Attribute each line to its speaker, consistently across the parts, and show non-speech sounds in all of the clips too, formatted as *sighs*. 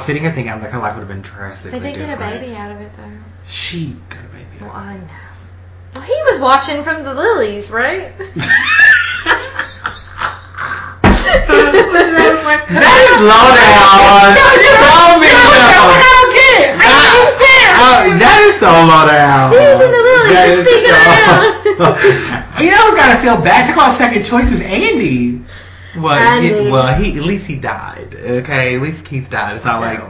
Speaker 1: sitting here thinking, I was like, her life would have been drastically
Speaker 2: They did get a
Speaker 1: different.
Speaker 2: baby out of it though.
Speaker 1: She got a baby. *laughs*
Speaker 2: Well, I know. Well, he was watching from the lilies, right?
Speaker 1: that is low down.
Speaker 2: No, no,
Speaker 1: Slow me
Speaker 2: no,
Speaker 1: down.
Speaker 2: no, I don't get it. I
Speaker 1: That-
Speaker 2: understand.
Speaker 1: uh, that is so low down.
Speaker 2: He's in the lilies,
Speaker 1: That
Speaker 2: he's
Speaker 1: is
Speaker 2: thinking
Speaker 1: so-
Speaker 2: I
Speaker 1: you know, I was gonna feel bad. Check out second choice is Andy. *laughs* Well,
Speaker 2: I
Speaker 1: he-
Speaker 2: knew.
Speaker 1: well, he at least he died. Okay, at least Keith died. It's not like
Speaker 3: I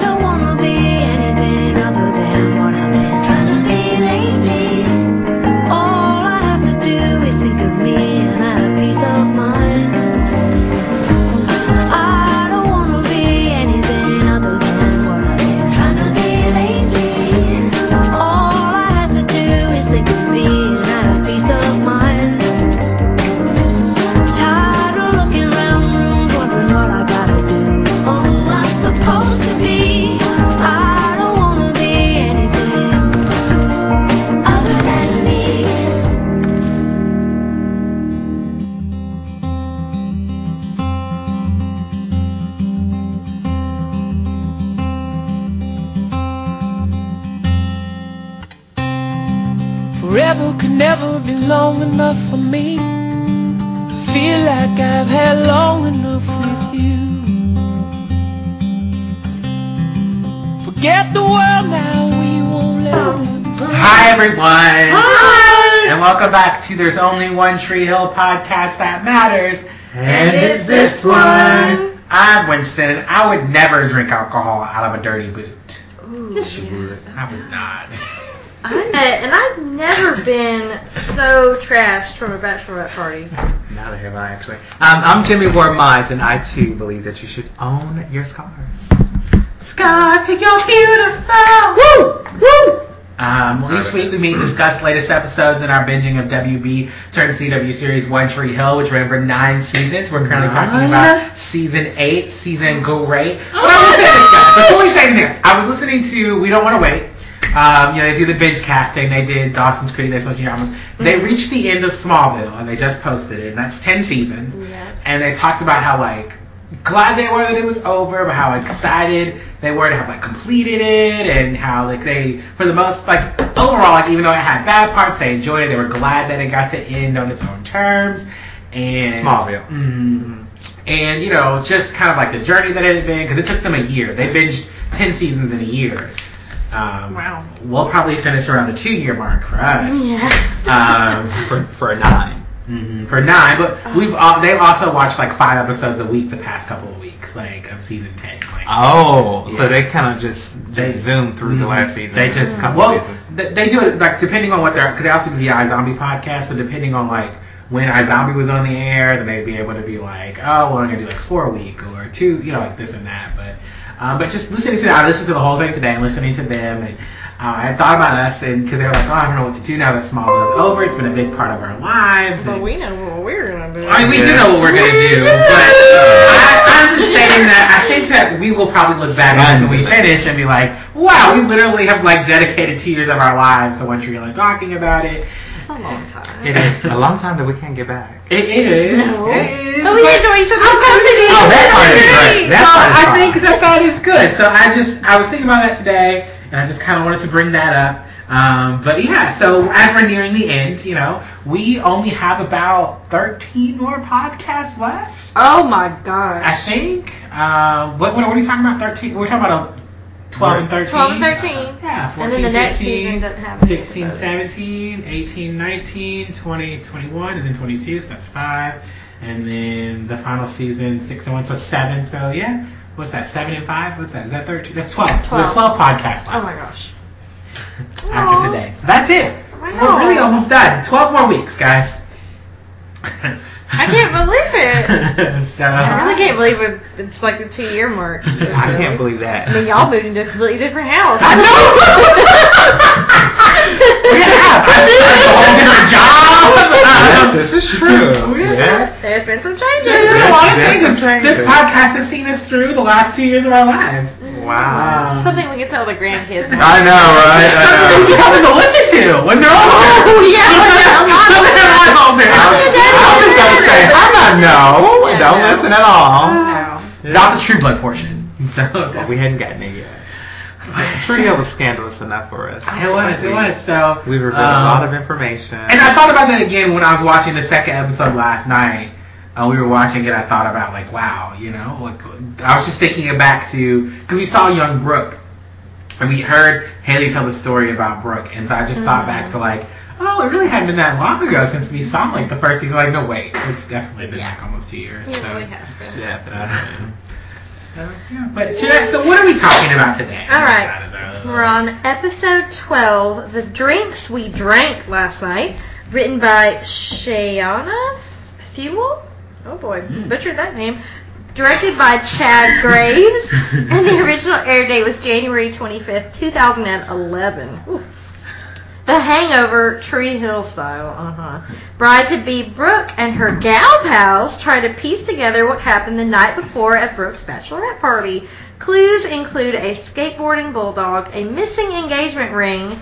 Speaker 3: don't wanna be anything other than what I've been trying to be lately. All I have to do is think of me and I have peace of mind. I don't wanna be anything other than what I've been trying to be lately. All I have to do is think of me and I have peace of mind. Tired of looking round rooms, wondering what I gotta do, or who I'm supposed to be. I don't wanna be anything other than me.
Speaker 4: Forever could never be long enough for me. Feel like I've had long enough with you. Forget the world now, we won't let them.
Speaker 2: Oh.
Speaker 1: Hi everyone. Hi. And welcome back to There's Only One Tree Hill podcast that matters. And it's this one. I'm Winston. and I would never drink alcohol out of a dirty boot.
Speaker 2: Ooh, yeah.
Speaker 1: I would not. *laughs*
Speaker 2: I know, and I've never been so trashed from a bachelorette party.
Speaker 1: Neither have I actually. Um, I'm Jimmy Ward Mize, and I too believe that you should own your scars. Scars, you're beautiful. Woo, woo. Um, well, each week we meet and discuss latest episodes in our binging of WB turned CW series One Tree Hill, which ran for nine seasons. We're currently talking about season eight, season *gasps* great. But I will say this, guys, before we say anything, I was listening to We Don't Want to Wait. Um, you know, they do the binge casting. They did Dawson's Creek. They switched dramas. They reached the end of Smallville, and they just posted it. And that's ten seasons.
Speaker 2: Yes.
Speaker 1: And they talked about how like glad they were that it was over, but how excited they were to have like completed it, and how like they for the most like overall like even though it had bad parts, they enjoyed it. They were glad that it got to end on its own terms. And
Speaker 5: Smallville.
Speaker 1: Mm, and you know just kind of like the journey that it had been because it took them a year. They binged ten seasons in a year. Um,
Speaker 2: Wow.
Speaker 1: We'll probably finish around the two year mark for us.
Speaker 2: Yes.
Speaker 3: Mm.
Speaker 1: Um,
Speaker 5: for, for a nine.
Speaker 1: mhm, for nine, but we've all, they've also watched like five episodes a week the past couple of weeks, like of season ten. Like,
Speaker 5: Oh,
Speaker 1: Yeah.
Speaker 5: so they kind of just
Speaker 1: They-
Speaker 5: they zoomed through the
Speaker 1: Mhm.
Speaker 5: last season.
Speaker 1: They
Speaker 2: Mm-hmm.
Speaker 1: just come, well, th- they do it like depending on what they're because they also do the iZombie podcast. So depending on like when iZombie was on the air, then they'd be able to be like, oh, well, I'm gonna do like four a week or two, you know, like this and that. But um, but just listening to that, I listened to the whole thing today and listening to them, and uh, I thought about us and because they were like, oh, I don't know what to do now that Smallville is over. It's been a big part of our lives.
Speaker 2: But
Speaker 1: and-
Speaker 2: we know what we're gonna do.
Speaker 1: I mean, we do
Speaker 5: Yeah.
Speaker 1: know what we're gonna do, but I, I'm just stating that I think that we will probably look back on this when we finish and be like, "Wow, we literally have like dedicated two years of our lives to one tree hill and talking about it."
Speaker 2: It's a long time.
Speaker 1: It
Speaker 5: it's
Speaker 1: is.
Speaker 5: a long time that we can't get back.
Speaker 1: It is.
Speaker 2: No.
Speaker 1: It is.
Speaker 2: But we enjoy each other's company.
Speaker 5: Oh, that part is great. That
Speaker 1: so
Speaker 5: part is
Speaker 1: I
Speaker 5: fine.
Speaker 1: think that that is good. So I just I was thinking about that today, and I just kind of wanted to bring that up. Um, but yeah, so as we're nearing the end, you know, we only have about 13 more podcasts left.
Speaker 2: Oh my gosh.
Speaker 1: I think. Uh, what, what, what are you talking about? Thirteen? We're talking about a twelve and thirteen. Uh,
Speaker 2: 12 and 13.
Speaker 1: yeah. 14,
Speaker 2: and then the next
Speaker 1: 15,
Speaker 2: season doesn't have any
Speaker 1: 16,
Speaker 2: episodes.
Speaker 1: 17, 18, 19, 20, 21, and then 22, so that's five. And then the final season, six and one, so seven. So, yeah. What's that, seven and five? What's that? Is that 13? That's 12. So we're 12 podcasts
Speaker 2: Oh
Speaker 1: left
Speaker 2: my gosh.
Speaker 1: after
Speaker 2: Oh. Aw.
Speaker 1: today. So that's it.
Speaker 2: Wow.
Speaker 1: We're really almost done. 12 more weeks, guys.
Speaker 2: I can't believe it.
Speaker 1: *laughs* so,
Speaker 2: I really can't believe it. It's like the two year mark.
Speaker 5: I can't believe *laughs*
Speaker 2: I mean,
Speaker 5: that.
Speaker 2: y'all moved into a completely different house.
Speaker 1: I
Speaker 2: *laughs*
Speaker 1: *laughs*
Speaker 2: know.
Speaker 1: Yeah, I started a whole different job. *laughs*
Speaker 5: Yes, this is true.
Speaker 1: Yeah.
Speaker 5: Yes.
Speaker 2: There's been some changes.
Speaker 1: There's been a lot of
Speaker 5: Yes,
Speaker 1: changes.
Speaker 5: yes, yes.
Speaker 1: This podcast has seen us through the last two years of our lives.
Speaker 5: Wow.
Speaker 1: Um,
Speaker 2: Mm-hmm. Something we can tell the grandkids.
Speaker 5: I know, right?
Speaker 1: something
Speaker 6: uh,
Speaker 1: we
Speaker 5: I know.
Speaker 1: have to listen to when they're older.
Speaker 2: Oh, yeah, when they're older.
Speaker 1: Something they're older.
Speaker 5: I was I was just gonna say, how about no?
Speaker 2: Yeah,
Speaker 5: Don't
Speaker 2: no.
Speaker 5: listen at all.
Speaker 2: No.
Speaker 1: not the True Blood portion. *laughs* So
Speaker 6: Well, we hadn't gotten it yet. Trio
Speaker 1: it
Speaker 6: was scandalous enough for us.
Speaker 1: was it was so
Speaker 6: We revealed
Speaker 1: um,
Speaker 6: a lot of information.
Speaker 1: And I thought about that again when I was watching the second episode last night. Uh, we were watching it. I thought about like, wow, you know, like I was just thinking it back to because we saw young Brooke and we heard Haley tell the story about Brooke, and so I just thought back
Speaker 2: Mm-hmm.
Speaker 1: to like, oh, it really hadn't been that long ago since we saw like the first season. Like, no wait, it's definitely been
Speaker 2: Yeah.
Speaker 1: like almost two years.
Speaker 2: Yeah,
Speaker 1: so.
Speaker 2: we have to.
Speaker 6: yeah, but I don't know.
Speaker 1: so, yeah. But Jeanette, so what are we talking about today?
Speaker 2: All right. We're on episode 12, The Drinks We Drank Last Night, written by Shayana Fuel. Oh boy, butchered that name. Directed by Chad Graves, and the original air date was January 25th, 2011. Ooh. The Hangover, Tree Hill style. Uh huh. Bride to be Brooke and her gal pals try to piece together what happened the night before at Brooke's bachelorette party. Clues include a skateboarding bulldog, a missing engagement ring,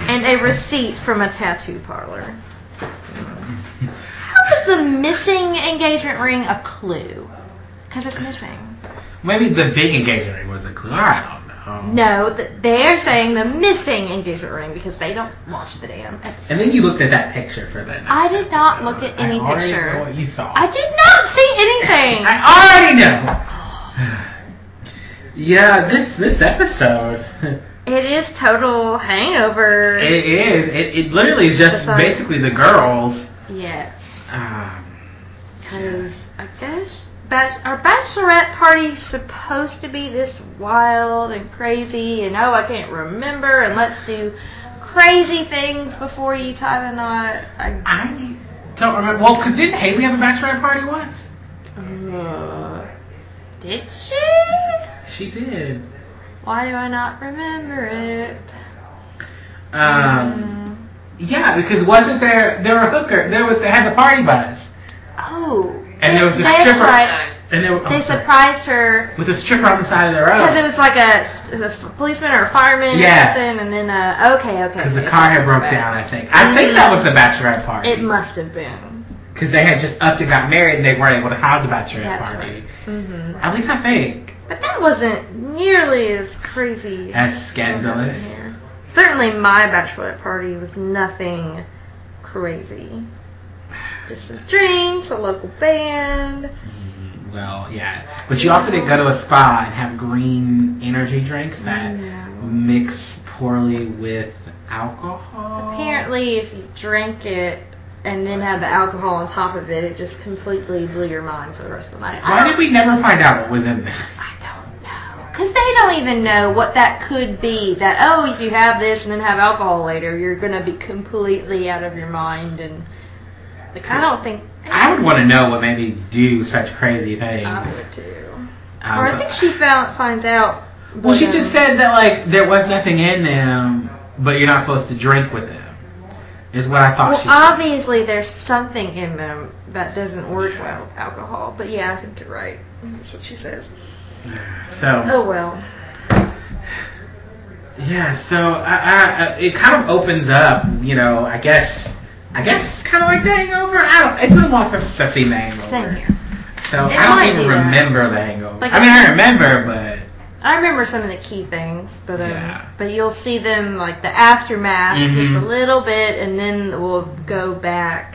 Speaker 2: and a receipt from a tattoo parlor. How is the missing engagement ring a clue? Because it's missing.
Speaker 1: Maybe the big engagement ring was a clue. I don't know.
Speaker 2: No, th- they're saying the missing engagement ring because they don't watch the damn episode.
Speaker 1: And then you looked at that picture for that.
Speaker 2: I did not look at any
Speaker 1: I already
Speaker 2: picture.
Speaker 1: Know what you saw.
Speaker 2: I did not see anything.
Speaker 1: *laughs* I already know. *sighs* yeah, this this episode. *laughs*
Speaker 2: It is total hangover.
Speaker 1: It is. It, it literally is just
Speaker 2: Besides-
Speaker 1: basically the girls.
Speaker 2: yes.
Speaker 1: Um,
Speaker 2: Because I guess bach- our bachelorette party's supposed to be this wild and crazy, and oh, I can't remember, and let's do crazy things before you tie the knot. I,
Speaker 1: I don't remember. Well, because didn't Haley have a bachelorette party once?
Speaker 2: uh, did she?
Speaker 1: She did.
Speaker 2: Why do I not remember it? Mm.
Speaker 1: Um, yeah, because wasn't there there were hooker there was they had the party bus
Speaker 2: Oh.
Speaker 1: and there was a
Speaker 2: that's
Speaker 1: stripper
Speaker 2: right.
Speaker 1: and there were-
Speaker 2: They surprised her
Speaker 1: with a stripper on the side of their road.
Speaker 2: Because it was like a, a policeman or a fireman
Speaker 1: Yeah.
Speaker 2: or something, and then uh, okay, okay.
Speaker 1: Because the
Speaker 2: okay,
Speaker 1: car had
Speaker 2: okay,
Speaker 1: broke
Speaker 2: okay.
Speaker 1: down, I think. I think that was the bachelorette party.
Speaker 2: It must have been.
Speaker 1: Because they had just upped and got married and they weren't able to have the bachelorette
Speaker 2: That's
Speaker 1: party.
Speaker 2: hmm
Speaker 1: At least I think.
Speaker 2: But that wasn't nearly as crazy. as
Speaker 1: As
Speaker 2: what happened
Speaker 1: scandalous.
Speaker 2: here. Certainly, my bachelorette party was nothing crazy. Just some drinks, a local band.
Speaker 1: Mm, Well, yeah. But you also didn't go to a spa and have green energy drinks that
Speaker 2: Mm, No.
Speaker 1: mix poorly with alcohol.
Speaker 2: Apparently, if you drink it and then had the alcohol on top of it, it just completely blew your mind for the rest of the night. I
Speaker 1: Why did we never find out what was in there?
Speaker 2: I don't know. Because they don't even know what that could be. That, oh, if you have this and then have alcohol later, you're going to be completely out of your mind. And, like, I don't think.
Speaker 1: I would want to know what made me do such crazy things. Um,
Speaker 2: I would too.
Speaker 1: I
Speaker 2: Uh, Or
Speaker 1: was
Speaker 2: I think
Speaker 1: like-
Speaker 2: she found finds out.
Speaker 1: Well, she
Speaker 2: but,
Speaker 1: just
Speaker 2: um,
Speaker 1: said that like there was nothing in them, but you're not supposed to drink with them. Is what I thought
Speaker 2: Well,
Speaker 1: she said.
Speaker 2: obviously, there's something in them that doesn't work well with alcohol. But yeah, I think you're right. That's what she says.
Speaker 1: So
Speaker 2: Oh, well.
Speaker 1: yeah, so I, I, I, it kind of opens up, you know. I guess I guess it's kind of like the Hangover. I don't. It's been a long time since I've seen the Hangover.
Speaker 2: Same here.
Speaker 1: So
Speaker 2: It might
Speaker 1: I don't even
Speaker 2: do that.
Speaker 1: remember the Hangover.
Speaker 2: Like
Speaker 1: I mean, I remember, but
Speaker 2: I remember some of the key things, but um,
Speaker 1: Yeah.
Speaker 2: but you'll see them like the aftermath just a
Speaker 1: Mhm.
Speaker 2: little bit, and then we'll go back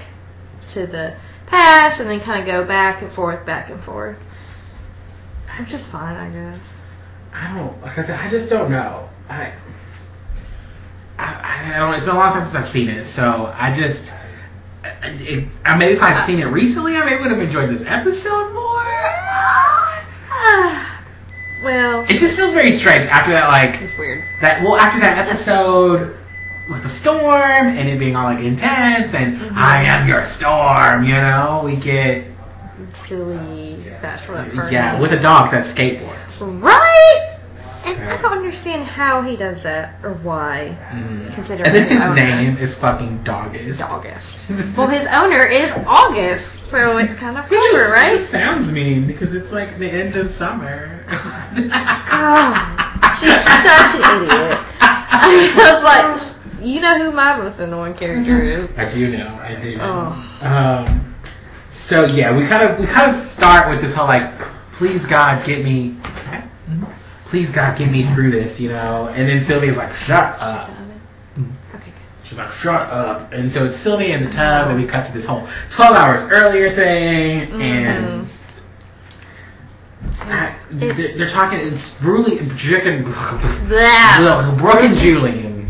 Speaker 2: to the past, and then kind of go back and forth, back and forth. Which is fine, I guess.
Speaker 1: I don't. Like I said, I just don't know. I, I, I don't. It's been a long time since I've seen it, so I just. I- It, I maybe if I'd seen it recently, I maybe would have enjoyed this episode more.
Speaker 2: well,
Speaker 1: It just feels very strange after that, like
Speaker 2: it's weird.
Speaker 1: that. Well, after that episode with the storm and it being all like intense and
Speaker 2: Mm-hmm.
Speaker 1: I am your storm, you know, we get
Speaker 2: Silly bachelorette party.
Speaker 1: yeah with a dog that skateboards.
Speaker 2: right. And I don't
Speaker 1: So,
Speaker 2: understand how he does that or why.
Speaker 1: mm.
Speaker 2: Considering
Speaker 1: And then his
Speaker 2: owner-
Speaker 1: name is fucking Doggist. *laughs*
Speaker 2: August. Well, his owner is August, so it's kind of
Speaker 1: It
Speaker 2: clever,
Speaker 1: just- It
Speaker 2: right?
Speaker 1: just sounds mean because it's like the end of summer.
Speaker 2: Oh, she's such an idiot. *laughs*
Speaker 1: *laughs*
Speaker 2: I was like, you know who my most annoying character
Speaker 5: *laughs*
Speaker 2: is.
Speaker 1: I do know. I do. Know.
Speaker 2: Oh.
Speaker 1: Um, so yeah, we kind of we kind of start with this whole like please God, get me. Please God, get me through this, you know. And then Sylvia's like, shut up.
Speaker 2: Okay,
Speaker 1: She's like, shut up. And so it's Sylvia in the tub, and we cut to this whole 12 hours earlier thing,
Speaker 2: Mm-hmm.
Speaker 1: and I-
Speaker 2: It-
Speaker 1: they're they're talking, it's really chicken. *laughs*
Speaker 2: good. Blah.
Speaker 1: Look, Brooke and Julian.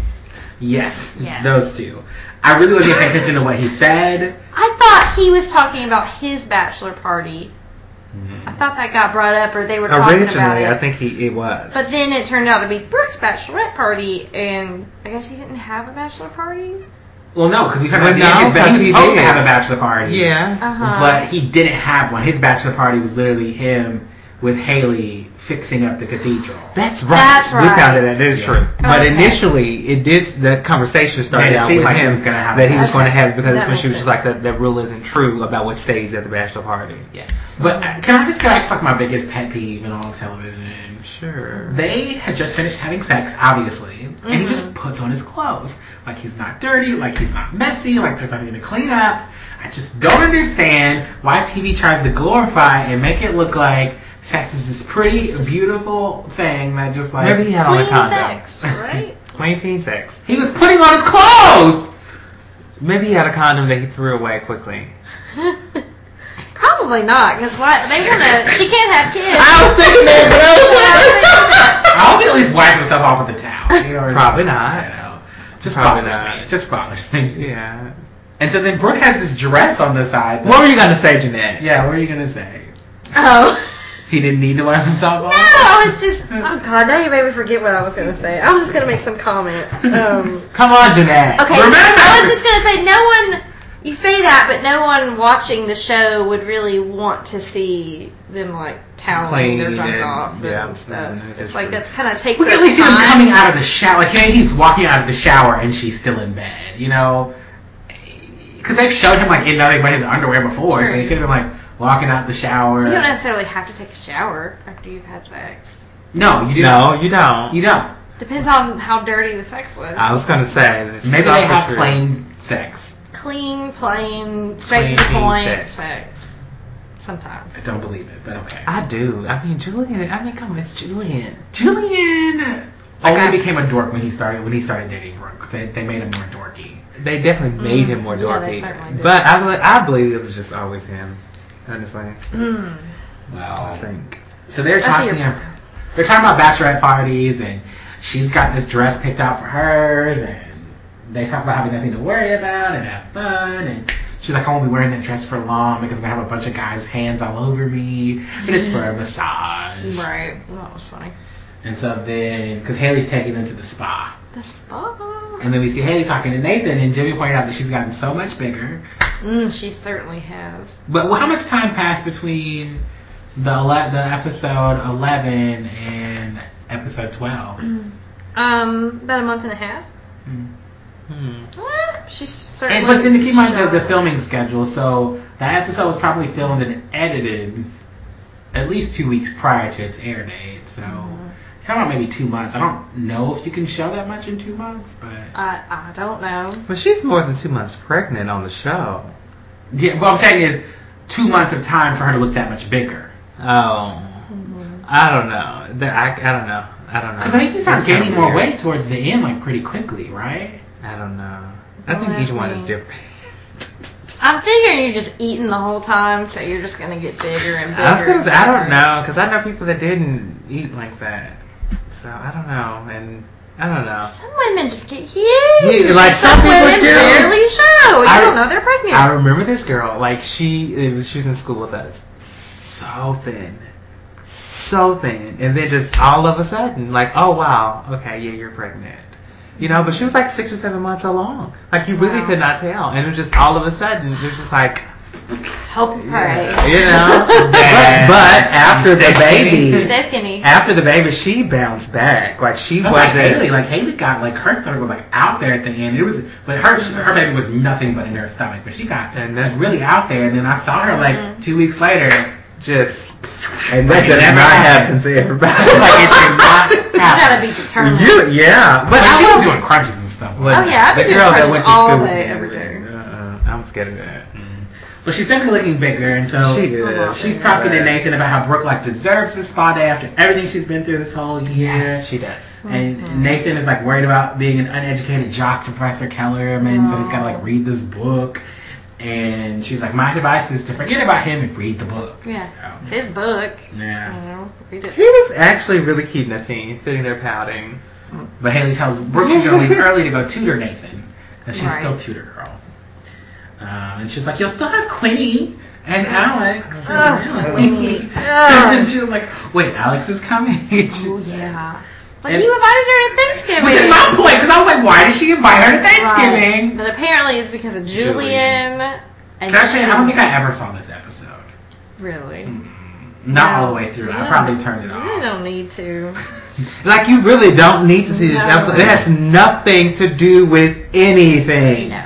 Speaker 1: Yes,
Speaker 2: Yes.
Speaker 1: those two. I really wasn't paying attention to what he said.
Speaker 2: I thought he was talking about his bachelor party.
Speaker 5: Mm-hmm.
Speaker 2: I thought that got brought up, or they were talking about
Speaker 5: Originally,
Speaker 2: it.
Speaker 5: I think he it was.
Speaker 2: But then it turned out to be Brooke's bachelorette party, and I guess he didn't have a bachelor party.
Speaker 1: Well, no, because we found
Speaker 5: Well,
Speaker 1: out at the
Speaker 5: no,
Speaker 1: end
Speaker 5: 'cause
Speaker 1: his ba- he was
Speaker 5: he
Speaker 1: supposed to
Speaker 5: did.
Speaker 1: have a bachelor party.
Speaker 5: yeah.
Speaker 2: Uh huh.
Speaker 1: But he didn't have one. His bachelor party was literally him with Haley fixing up the cathedral.
Speaker 5: That's right.
Speaker 2: That's
Speaker 5: We found that
Speaker 2: right.
Speaker 5: that is
Speaker 1: Yeah.
Speaker 5: true. But
Speaker 2: Okay.
Speaker 5: initially, it did. The conversation started
Speaker 1: That it
Speaker 5: out
Speaker 1: seemed
Speaker 5: with
Speaker 1: like he
Speaker 5: him
Speaker 1: was gonna have
Speaker 5: that
Speaker 1: it.
Speaker 5: he was
Speaker 2: Okay.
Speaker 5: going to have it because
Speaker 2: That
Speaker 5: that's when she
Speaker 2: makes
Speaker 5: was just
Speaker 2: sense.
Speaker 5: like that. That rule isn't true about what stays at the bachelor party.
Speaker 1: Yeah. But uh, can I just can I ask like my biggest pet peeve in all of television?
Speaker 5: Sure.
Speaker 1: They had just finished having sex, obviously, and he
Speaker 5: Mm-hmm.
Speaker 1: just puts on his clothes. Like he's not dirty, like he's not messy, like there's nothing to clean up. I just don't understand why TV tries to glorify and make it look like sex is this pretty, beautiful thing that just like
Speaker 5: Maybe he had on a
Speaker 2: Clean
Speaker 5: condom.
Speaker 2: sex, right? *laughs*
Speaker 5: Plain teen sex.
Speaker 1: he was putting on his clothes.
Speaker 5: Maybe he had a condom that he threw away quickly.
Speaker 2: Probably not, because what they wanna, she can't
Speaker 5: *laughs*
Speaker 2: have kids.
Speaker 5: was thinking that,
Speaker 1: *laughs* I hope he at least wiped himself off with a towel. You
Speaker 2: *laughs*
Speaker 1: know, or
Speaker 5: Probably
Speaker 1: something.
Speaker 5: not.
Speaker 1: I know. Just
Speaker 5: Probably
Speaker 1: bothers
Speaker 5: not.
Speaker 1: me. Just bothers me. *laughs*
Speaker 5: Yeah.
Speaker 1: And so then Brooke has this dress on the side.
Speaker 5: What were you gonna say, Jeanette?
Speaker 1: Yeah, what were you gonna say?
Speaker 2: Oh.
Speaker 1: He didn't need to wipe himself off.
Speaker 2: No, I was just. *laughs* Oh God, now you made me forget what I was gonna say. I was just gonna make some comment. Um,
Speaker 5: *laughs* Come on, Jeanette.
Speaker 2: *laughs* okay,
Speaker 1: Remember-
Speaker 2: I was just gonna say no one. You say that, but no one watching the show would really want to see them like toweling their
Speaker 5: Clean
Speaker 2: junk
Speaker 5: and-
Speaker 2: off and
Speaker 5: yeah,
Speaker 2: stuff.
Speaker 5: mm, that's
Speaker 2: it's like
Speaker 5: true.
Speaker 2: that's kind of takes.
Speaker 1: We can at
Speaker 2: up
Speaker 1: least see him
Speaker 2: time.
Speaker 1: coming out of the shower. Like, hey, he's walking out of the shower and she's still in bed, you know? Because they've showed him, like, in nothing but his underwear before, so
Speaker 2: True.
Speaker 1: he could have been, like, walking out the shower.
Speaker 2: You don't necessarily have to take a shower after you've had sex.
Speaker 1: no, you do.
Speaker 5: No, you don't.
Speaker 1: You don't.
Speaker 2: Depends on how dirty the sex was.
Speaker 1: Uh,
Speaker 5: I was gonna say this is
Speaker 1: Maybe they
Speaker 5: also
Speaker 1: have
Speaker 5: true.
Speaker 1: plain sex.
Speaker 2: Clean, plain, straight to the
Speaker 5: Clean
Speaker 2: point
Speaker 5: sex.
Speaker 2: sex. Sometimes.
Speaker 1: I don't believe it, but okay.
Speaker 5: I do. I mean, Julian. I mean, come, on, it's Julian.
Speaker 1: Julian
Speaker 5: Like,
Speaker 1: only
Speaker 5: I-
Speaker 1: became a dork when he started when he started dating Brooke. They, they made him more dorky.
Speaker 5: They definitely made him more
Speaker 2: Mm-hmm. Yeah,
Speaker 5: dorky.
Speaker 2: they certainly did.
Speaker 5: but I, bel- I believe it was just always him. Honestly,
Speaker 2: Mm.
Speaker 5: I
Speaker 1: Wow.
Speaker 5: think.
Speaker 1: Um, So they're
Speaker 2: I see
Speaker 1: talking.
Speaker 2: your-
Speaker 1: They're talking about bachelorette parties, and she's got this dress picked out for hers, and they talk about having nothing to worry about and have fun, and she's like, "I won't be wearing that dress for long because I'm gonna have a bunch of guys' hands all over me, but it's for a massage."
Speaker 2: Right. That was funny.
Speaker 1: And so then, because Haley's taking them to the spa,
Speaker 2: The spa.
Speaker 1: and then we see Haley talking to Nathan, and Jimmy pointed out that she's gotten so much bigger.
Speaker 2: Mm, she certainly has.
Speaker 1: But how much time passed between the ele- the episode eleven and episode twelve?
Speaker 2: Um, about a month and a half.
Speaker 5: Hmm.
Speaker 2: Eh, She's certainly.
Speaker 1: And but then keep in mind the, the
Speaker 2: shown.
Speaker 1: filming schedule, so that episode was probably filmed and edited at least two weeks prior to its air date. So it's about maybe two months. I don't know if you can show that much in two months, but
Speaker 2: I I don't know.
Speaker 5: But she's more than two months pregnant on the show.
Speaker 1: yeah. What I'm saying is two months of time for her to look that much bigger.
Speaker 5: Oh,
Speaker 2: Mm-hmm.
Speaker 5: I don't know. That I, I don't know. I don't know.
Speaker 1: Because I think you
Speaker 5: It's
Speaker 1: start
Speaker 5: kinda
Speaker 1: gaining more
Speaker 5: weird.
Speaker 1: weight towards the end, like pretty quickly, right?
Speaker 5: I don't know. I
Speaker 2: Don't
Speaker 5: think
Speaker 2: ask
Speaker 5: each one is
Speaker 2: me.
Speaker 5: different. *laughs*
Speaker 2: I'm figuring you're just eating the whole time, so you're just gonna get bigger and bigger.
Speaker 5: I was gonna
Speaker 2: and
Speaker 5: say, I don't
Speaker 2: bigger.
Speaker 5: know, because I know people that didn't eat like that. So I don't know, and I don't know.
Speaker 2: Some women just get huge.
Speaker 5: Yeah, like some people
Speaker 2: women
Speaker 5: do.
Speaker 2: barely show. You
Speaker 5: I-
Speaker 2: don't know they're pregnant.
Speaker 5: I remember this girl. Like she, it was- she was in school with us. So thin, so thin, and then just all of a sudden, like, oh wow, okay, yeah, you're pregnant. You know, but she was like six or seven months along. Like you really
Speaker 2: Wow.
Speaker 5: could not tell, and it was just all of a sudden, it was just like,
Speaker 2: Help and pray.
Speaker 5: you know. *laughs* but,
Speaker 2: *laughs*
Speaker 5: but after the baby,
Speaker 2: Stay skinny.
Speaker 5: after the baby, she bounced back. Like she
Speaker 1: That's
Speaker 5: wasn't.
Speaker 1: like Haley. Like Haley got like her stomach was like out there at the end. It was, but her her baby was nothing but in her stomach. But she got
Speaker 5: And
Speaker 1: like,
Speaker 5: that's-
Speaker 1: really out there. And then I saw her like
Speaker 2: Mm-hmm.
Speaker 1: two weeks later.
Speaker 5: just and that
Speaker 1: It
Speaker 5: does
Speaker 1: never
Speaker 5: not happen
Speaker 1: happened.
Speaker 5: to everybody. *laughs*
Speaker 1: *laughs* Like it did not
Speaker 2: You gotta
Speaker 1: happen.
Speaker 2: be determined.
Speaker 5: you, yeah, but
Speaker 1: But
Speaker 5: I
Speaker 1: she was
Speaker 5: would-
Speaker 1: doing crunches and stuff.
Speaker 5: But
Speaker 2: Oh, yeah, I've
Speaker 5: the
Speaker 2: been doing
Speaker 5: girl that
Speaker 2: crunches
Speaker 5: went to
Speaker 2: all
Speaker 5: school
Speaker 2: day,
Speaker 5: with me,
Speaker 2: every day.
Speaker 5: Uh, I'm scared of that.
Speaker 1: But she's definitely looking bigger, and so
Speaker 7: She is.
Speaker 1: she's talking to Nathan about how Brooke like deserves this spa day after everything she's been through this whole year.
Speaker 7: Yes, she does.
Speaker 2: Uh-huh.
Speaker 1: And Nathan is like worried about being an uneducated jock to Professor Kellerman, so he's gotta like read this book. And she's like, my advice is to forget about him and read the book.
Speaker 2: Yeah.
Speaker 1: So,
Speaker 2: His book. You
Speaker 1: yeah.
Speaker 2: know, read
Speaker 5: He
Speaker 2: it.
Speaker 5: was actually really cute in that scene, sitting there pouting.
Speaker 1: But Haley tells Brooke she's gonna leave early to go tutor Nathan, because she's
Speaker 2: Right.
Speaker 1: still tutor girl. Um, and she's like, you'll still have Quinny and Alex.
Speaker 2: Oh,
Speaker 1: Really? *laughs*
Speaker 2: Oh.
Speaker 1: and she was like, wait, Alex is coming.
Speaker 2: Oh, yeah. Like,
Speaker 1: And-
Speaker 2: you invited her to Thanksgiving.
Speaker 1: *laughs* Which is my point, because I was like, why did she invite her to
Speaker 2: Right.
Speaker 1: Thanksgiving?
Speaker 2: But apparently it's because of Julian. And
Speaker 1: Can I say, I don't
Speaker 2: she-
Speaker 1: think I ever saw this episode.
Speaker 2: Really?
Speaker 1: Not
Speaker 2: No.
Speaker 1: all the way through. I
Speaker 2: Yeah.
Speaker 1: probably turned it
Speaker 2: You
Speaker 1: off.
Speaker 2: don't need to.
Speaker 5: Like you really don't need to see this
Speaker 2: No.
Speaker 5: episode. It has nothing to do with anything.
Speaker 2: No.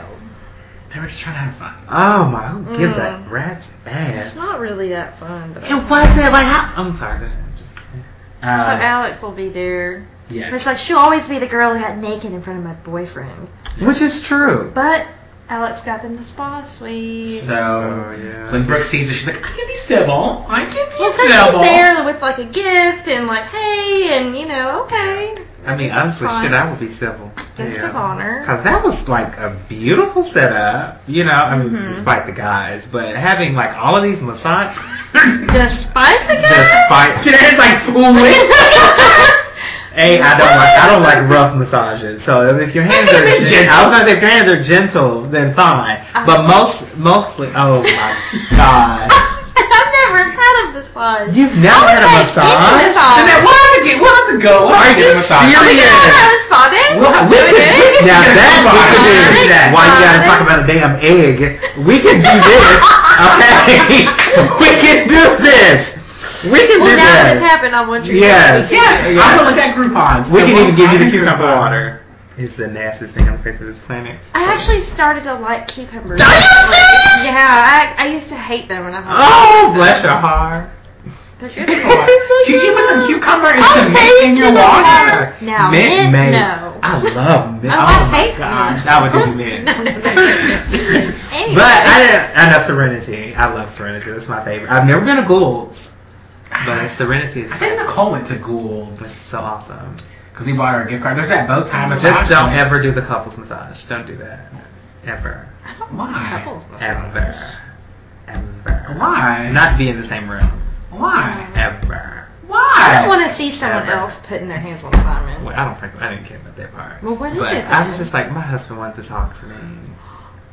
Speaker 1: They were just trying to have fun.
Speaker 5: Oh my, who gives
Speaker 2: Mm.
Speaker 5: that rat's ass?
Speaker 2: It's not really that fun. But
Speaker 5: It wasn't like how, I'm sorry. go ahead.
Speaker 2: So
Speaker 1: Uh,
Speaker 2: Alex will be there.
Speaker 1: yes.
Speaker 2: It's like she'll always be the girl who got naked in front of my boyfriend.
Speaker 5: Which is true.
Speaker 2: But Alex got them to spa suite.
Speaker 1: so
Speaker 5: yeah.
Speaker 1: Oh, when Brooke sees her, she's like, I can be civil. I can be
Speaker 2: well, so
Speaker 1: civil.
Speaker 2: she's there with like a gift and like, hey, and you know, okay,
Speaker 5: I mean, honestly,
Speaker 2: fine.
Speaker 5: shit, I would be civil.
Speaker 2: guest of honor.
Speaker 5: Cause that was like a beautiful setup, you know. I mean,
Speaker 2: Mhm.
Speaker 5: despite the guys, but having like all of these
Speaker 2: *laughs*
Speaker 5: massage,
Speaker 2: Despite the guy.
Speaker 5: despite
Speaker 1: Jared's like, wait.
Speaker 5: Hey, I don't like I don't like rough massages. So if your hands
Speaker 2: *laughs*
Speaker 5: are gentle, I was gonna say if your hands are gentle, then fine.
Speaker 2: Uh-huh.
Speaker 5: But most mostly, oh
Speaker 2: *laughs*
Speaker 5: my god,
Speaker 2: *laughs* I've never had a massage.
Speaker 5: you've never had a massage.
Speaker 1: And then
Speaker 2: massage.
Speaker 1: we'll have to get, we'll have to go. We'll have to get a massage.
Speaker 2: Are we
Speaker 5: serious?
Speaker 2: gonna have a spa day?
Speaker 1: We'll have,
Speaker 5: We
Speaker 1: we
Speaker 5: could-
Speaker 1: could,
Speaker 5: Now that we could do
Speaker 2: Exotic,
Speaker 5: that. Why you gotta
Speaker 2: exotic.
Speaker 5: talk about a damn egg? We can do this, okay? *laughs* we can do this. We can
Speaker 2: Well,
Speaker 5: do
Speaker 2: now that it's
Speaker 5: this.
Speaker 2: happened, I want you.
Speaker 5: Yes.
Speaker 1: yeah,
Speaker 5: Yeah.
Speaker 1: I'm gonna look at Groupon's.
Speaker 5: We can
Speaker 1: We'll-
Speaker 5: even give you the
Speaker 1: I can
Speaker 5: cucumber
Speaker 1: Groupon.
Speaker 5: water. It's the nastiest thing on the face of this planet.
Speaker 2: I actually started to like cucumbers.
Speaker 5: Are you serious?
Speaker 2: yeah, I, I used to hate them when I was
Speaker 5: Oh, bless your heart.
Speaker 2: They're
Speaker 5: *laughs*
Speaker 2: good for it.
Speaker 1: Can you put
Speaker 2: *laughs*
Speaker 1: some cucumber and some mint
Speaker 5: hate
Speaker 1: in your
Speaker 5: cucumber.
Speaker 1: water?
Speaker 2: No, mint,
Speaker 5: made.
Speaker 2: no.
Speaker 5: I love mint.
Speaker 2: Oh,
Speaker 5: Oh,
Speaker 2: I
Speaker 5: my
Speaker 2: hate
Speaker 5: gosh,
Speaker 2: mint.
Speaker 5: I
Speaker 2: *laughs*
Speaker 5: would do mint.
Speaker 2: No, no,
Speaker 5: *laughs*
Speaker 2: no, no, no. Anyway.
Speaker 5: But I didn't, I know Serenity. I love Serenity. That's my favorite. I've never been to Ghoul's, but Serenity is
Speaker 1: I think Nicole went to Gould
Speaker 5: was so awesome.
Speaker 1: because we bought her a gift card. There's that bow tie massage.
Speaker 5: Just don't
Speaker 1: place.
Speaker 5: ever do the couples massage. Don't do that. Ever.
Speaker 1: Why?
Speaker 2: Couples
Speaker 5: Ever. Ever.
Speaker 1: Why?
Speaker 5: Not be in the same room.
Speaker 1: Why?
Speaker 5: Ever.
Speaker 2: I don't
Speaker 1: Why?
Speaker 2: want to see someone
Speaker 5: Ever.
Speaker 2: else putting their hands on Simon.
Speaker 5: Well, I don't think I didn't care about that part.
Speaker 2: Well, what is
Speaker 5: But
Speaker 2: it?
Speaker 5: I was
Speaker 2: then?
Speaker 5: just like, my husband wanted to talk
Speaker 2: *laughs*
Speaker 5: to me.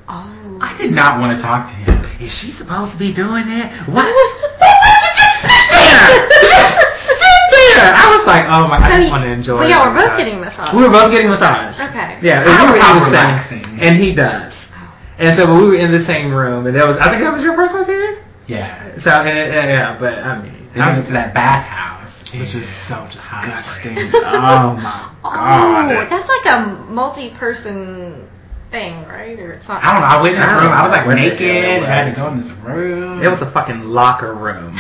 Speaker 2: oh.
Speaker 1: I did not want to talk to him.
Speaker 5: Is she supposed to be doing that? Why was there? *laughs* there? I was like, oh my, I
Speaker 2: So
Speaker 5: just
Speaker 2: y-
Speaker 5: want to enjoy.
Speaker 2: Well, y'all
Speaker 5: the
Speaker 2: were both
Speaker 5: massage.
Speaker 2: getting massage.
Speaker 5: We were both getting massage.
Speaker 2: okay.
Speaker 5: Yeah, and
Speaker 1: I
Speaker 5: we were
Speaker 1: recall
Speaker 5: in the same-
Speaker 1: relaxing.
Speaker 5: and he does. And so we were in the same room, and that was I think that was your first one too.
Speaker 1: *laughs* Yeah.
Speaker 5: So and it, yeah, yeah, but I mean,
Speaker 1: They went to that bathhouse,
Speaker 5: which is so disgusting. *laughs*
Speaker 1: oh my
Speaker 2: Oh,
Speaker 1: god.
Speaker 2: that's like a multi-person thing, right? Or it's not.
Speaker 1: *laughs* I don't
Speaker 2: *laughs*
Speaker 1: know. I went in this
Speaker 5: I don't
Speaker 1: room. I was
Speaker 5: know
Speaker 1: like
Speaker 5: what the hell
Speaker 1: naked.
Speaker 5: it
Speaker 1: and I had
Speaker 5: was.
Speaker 1: to go in this room.
Speaker 5: It was a fucking locker room.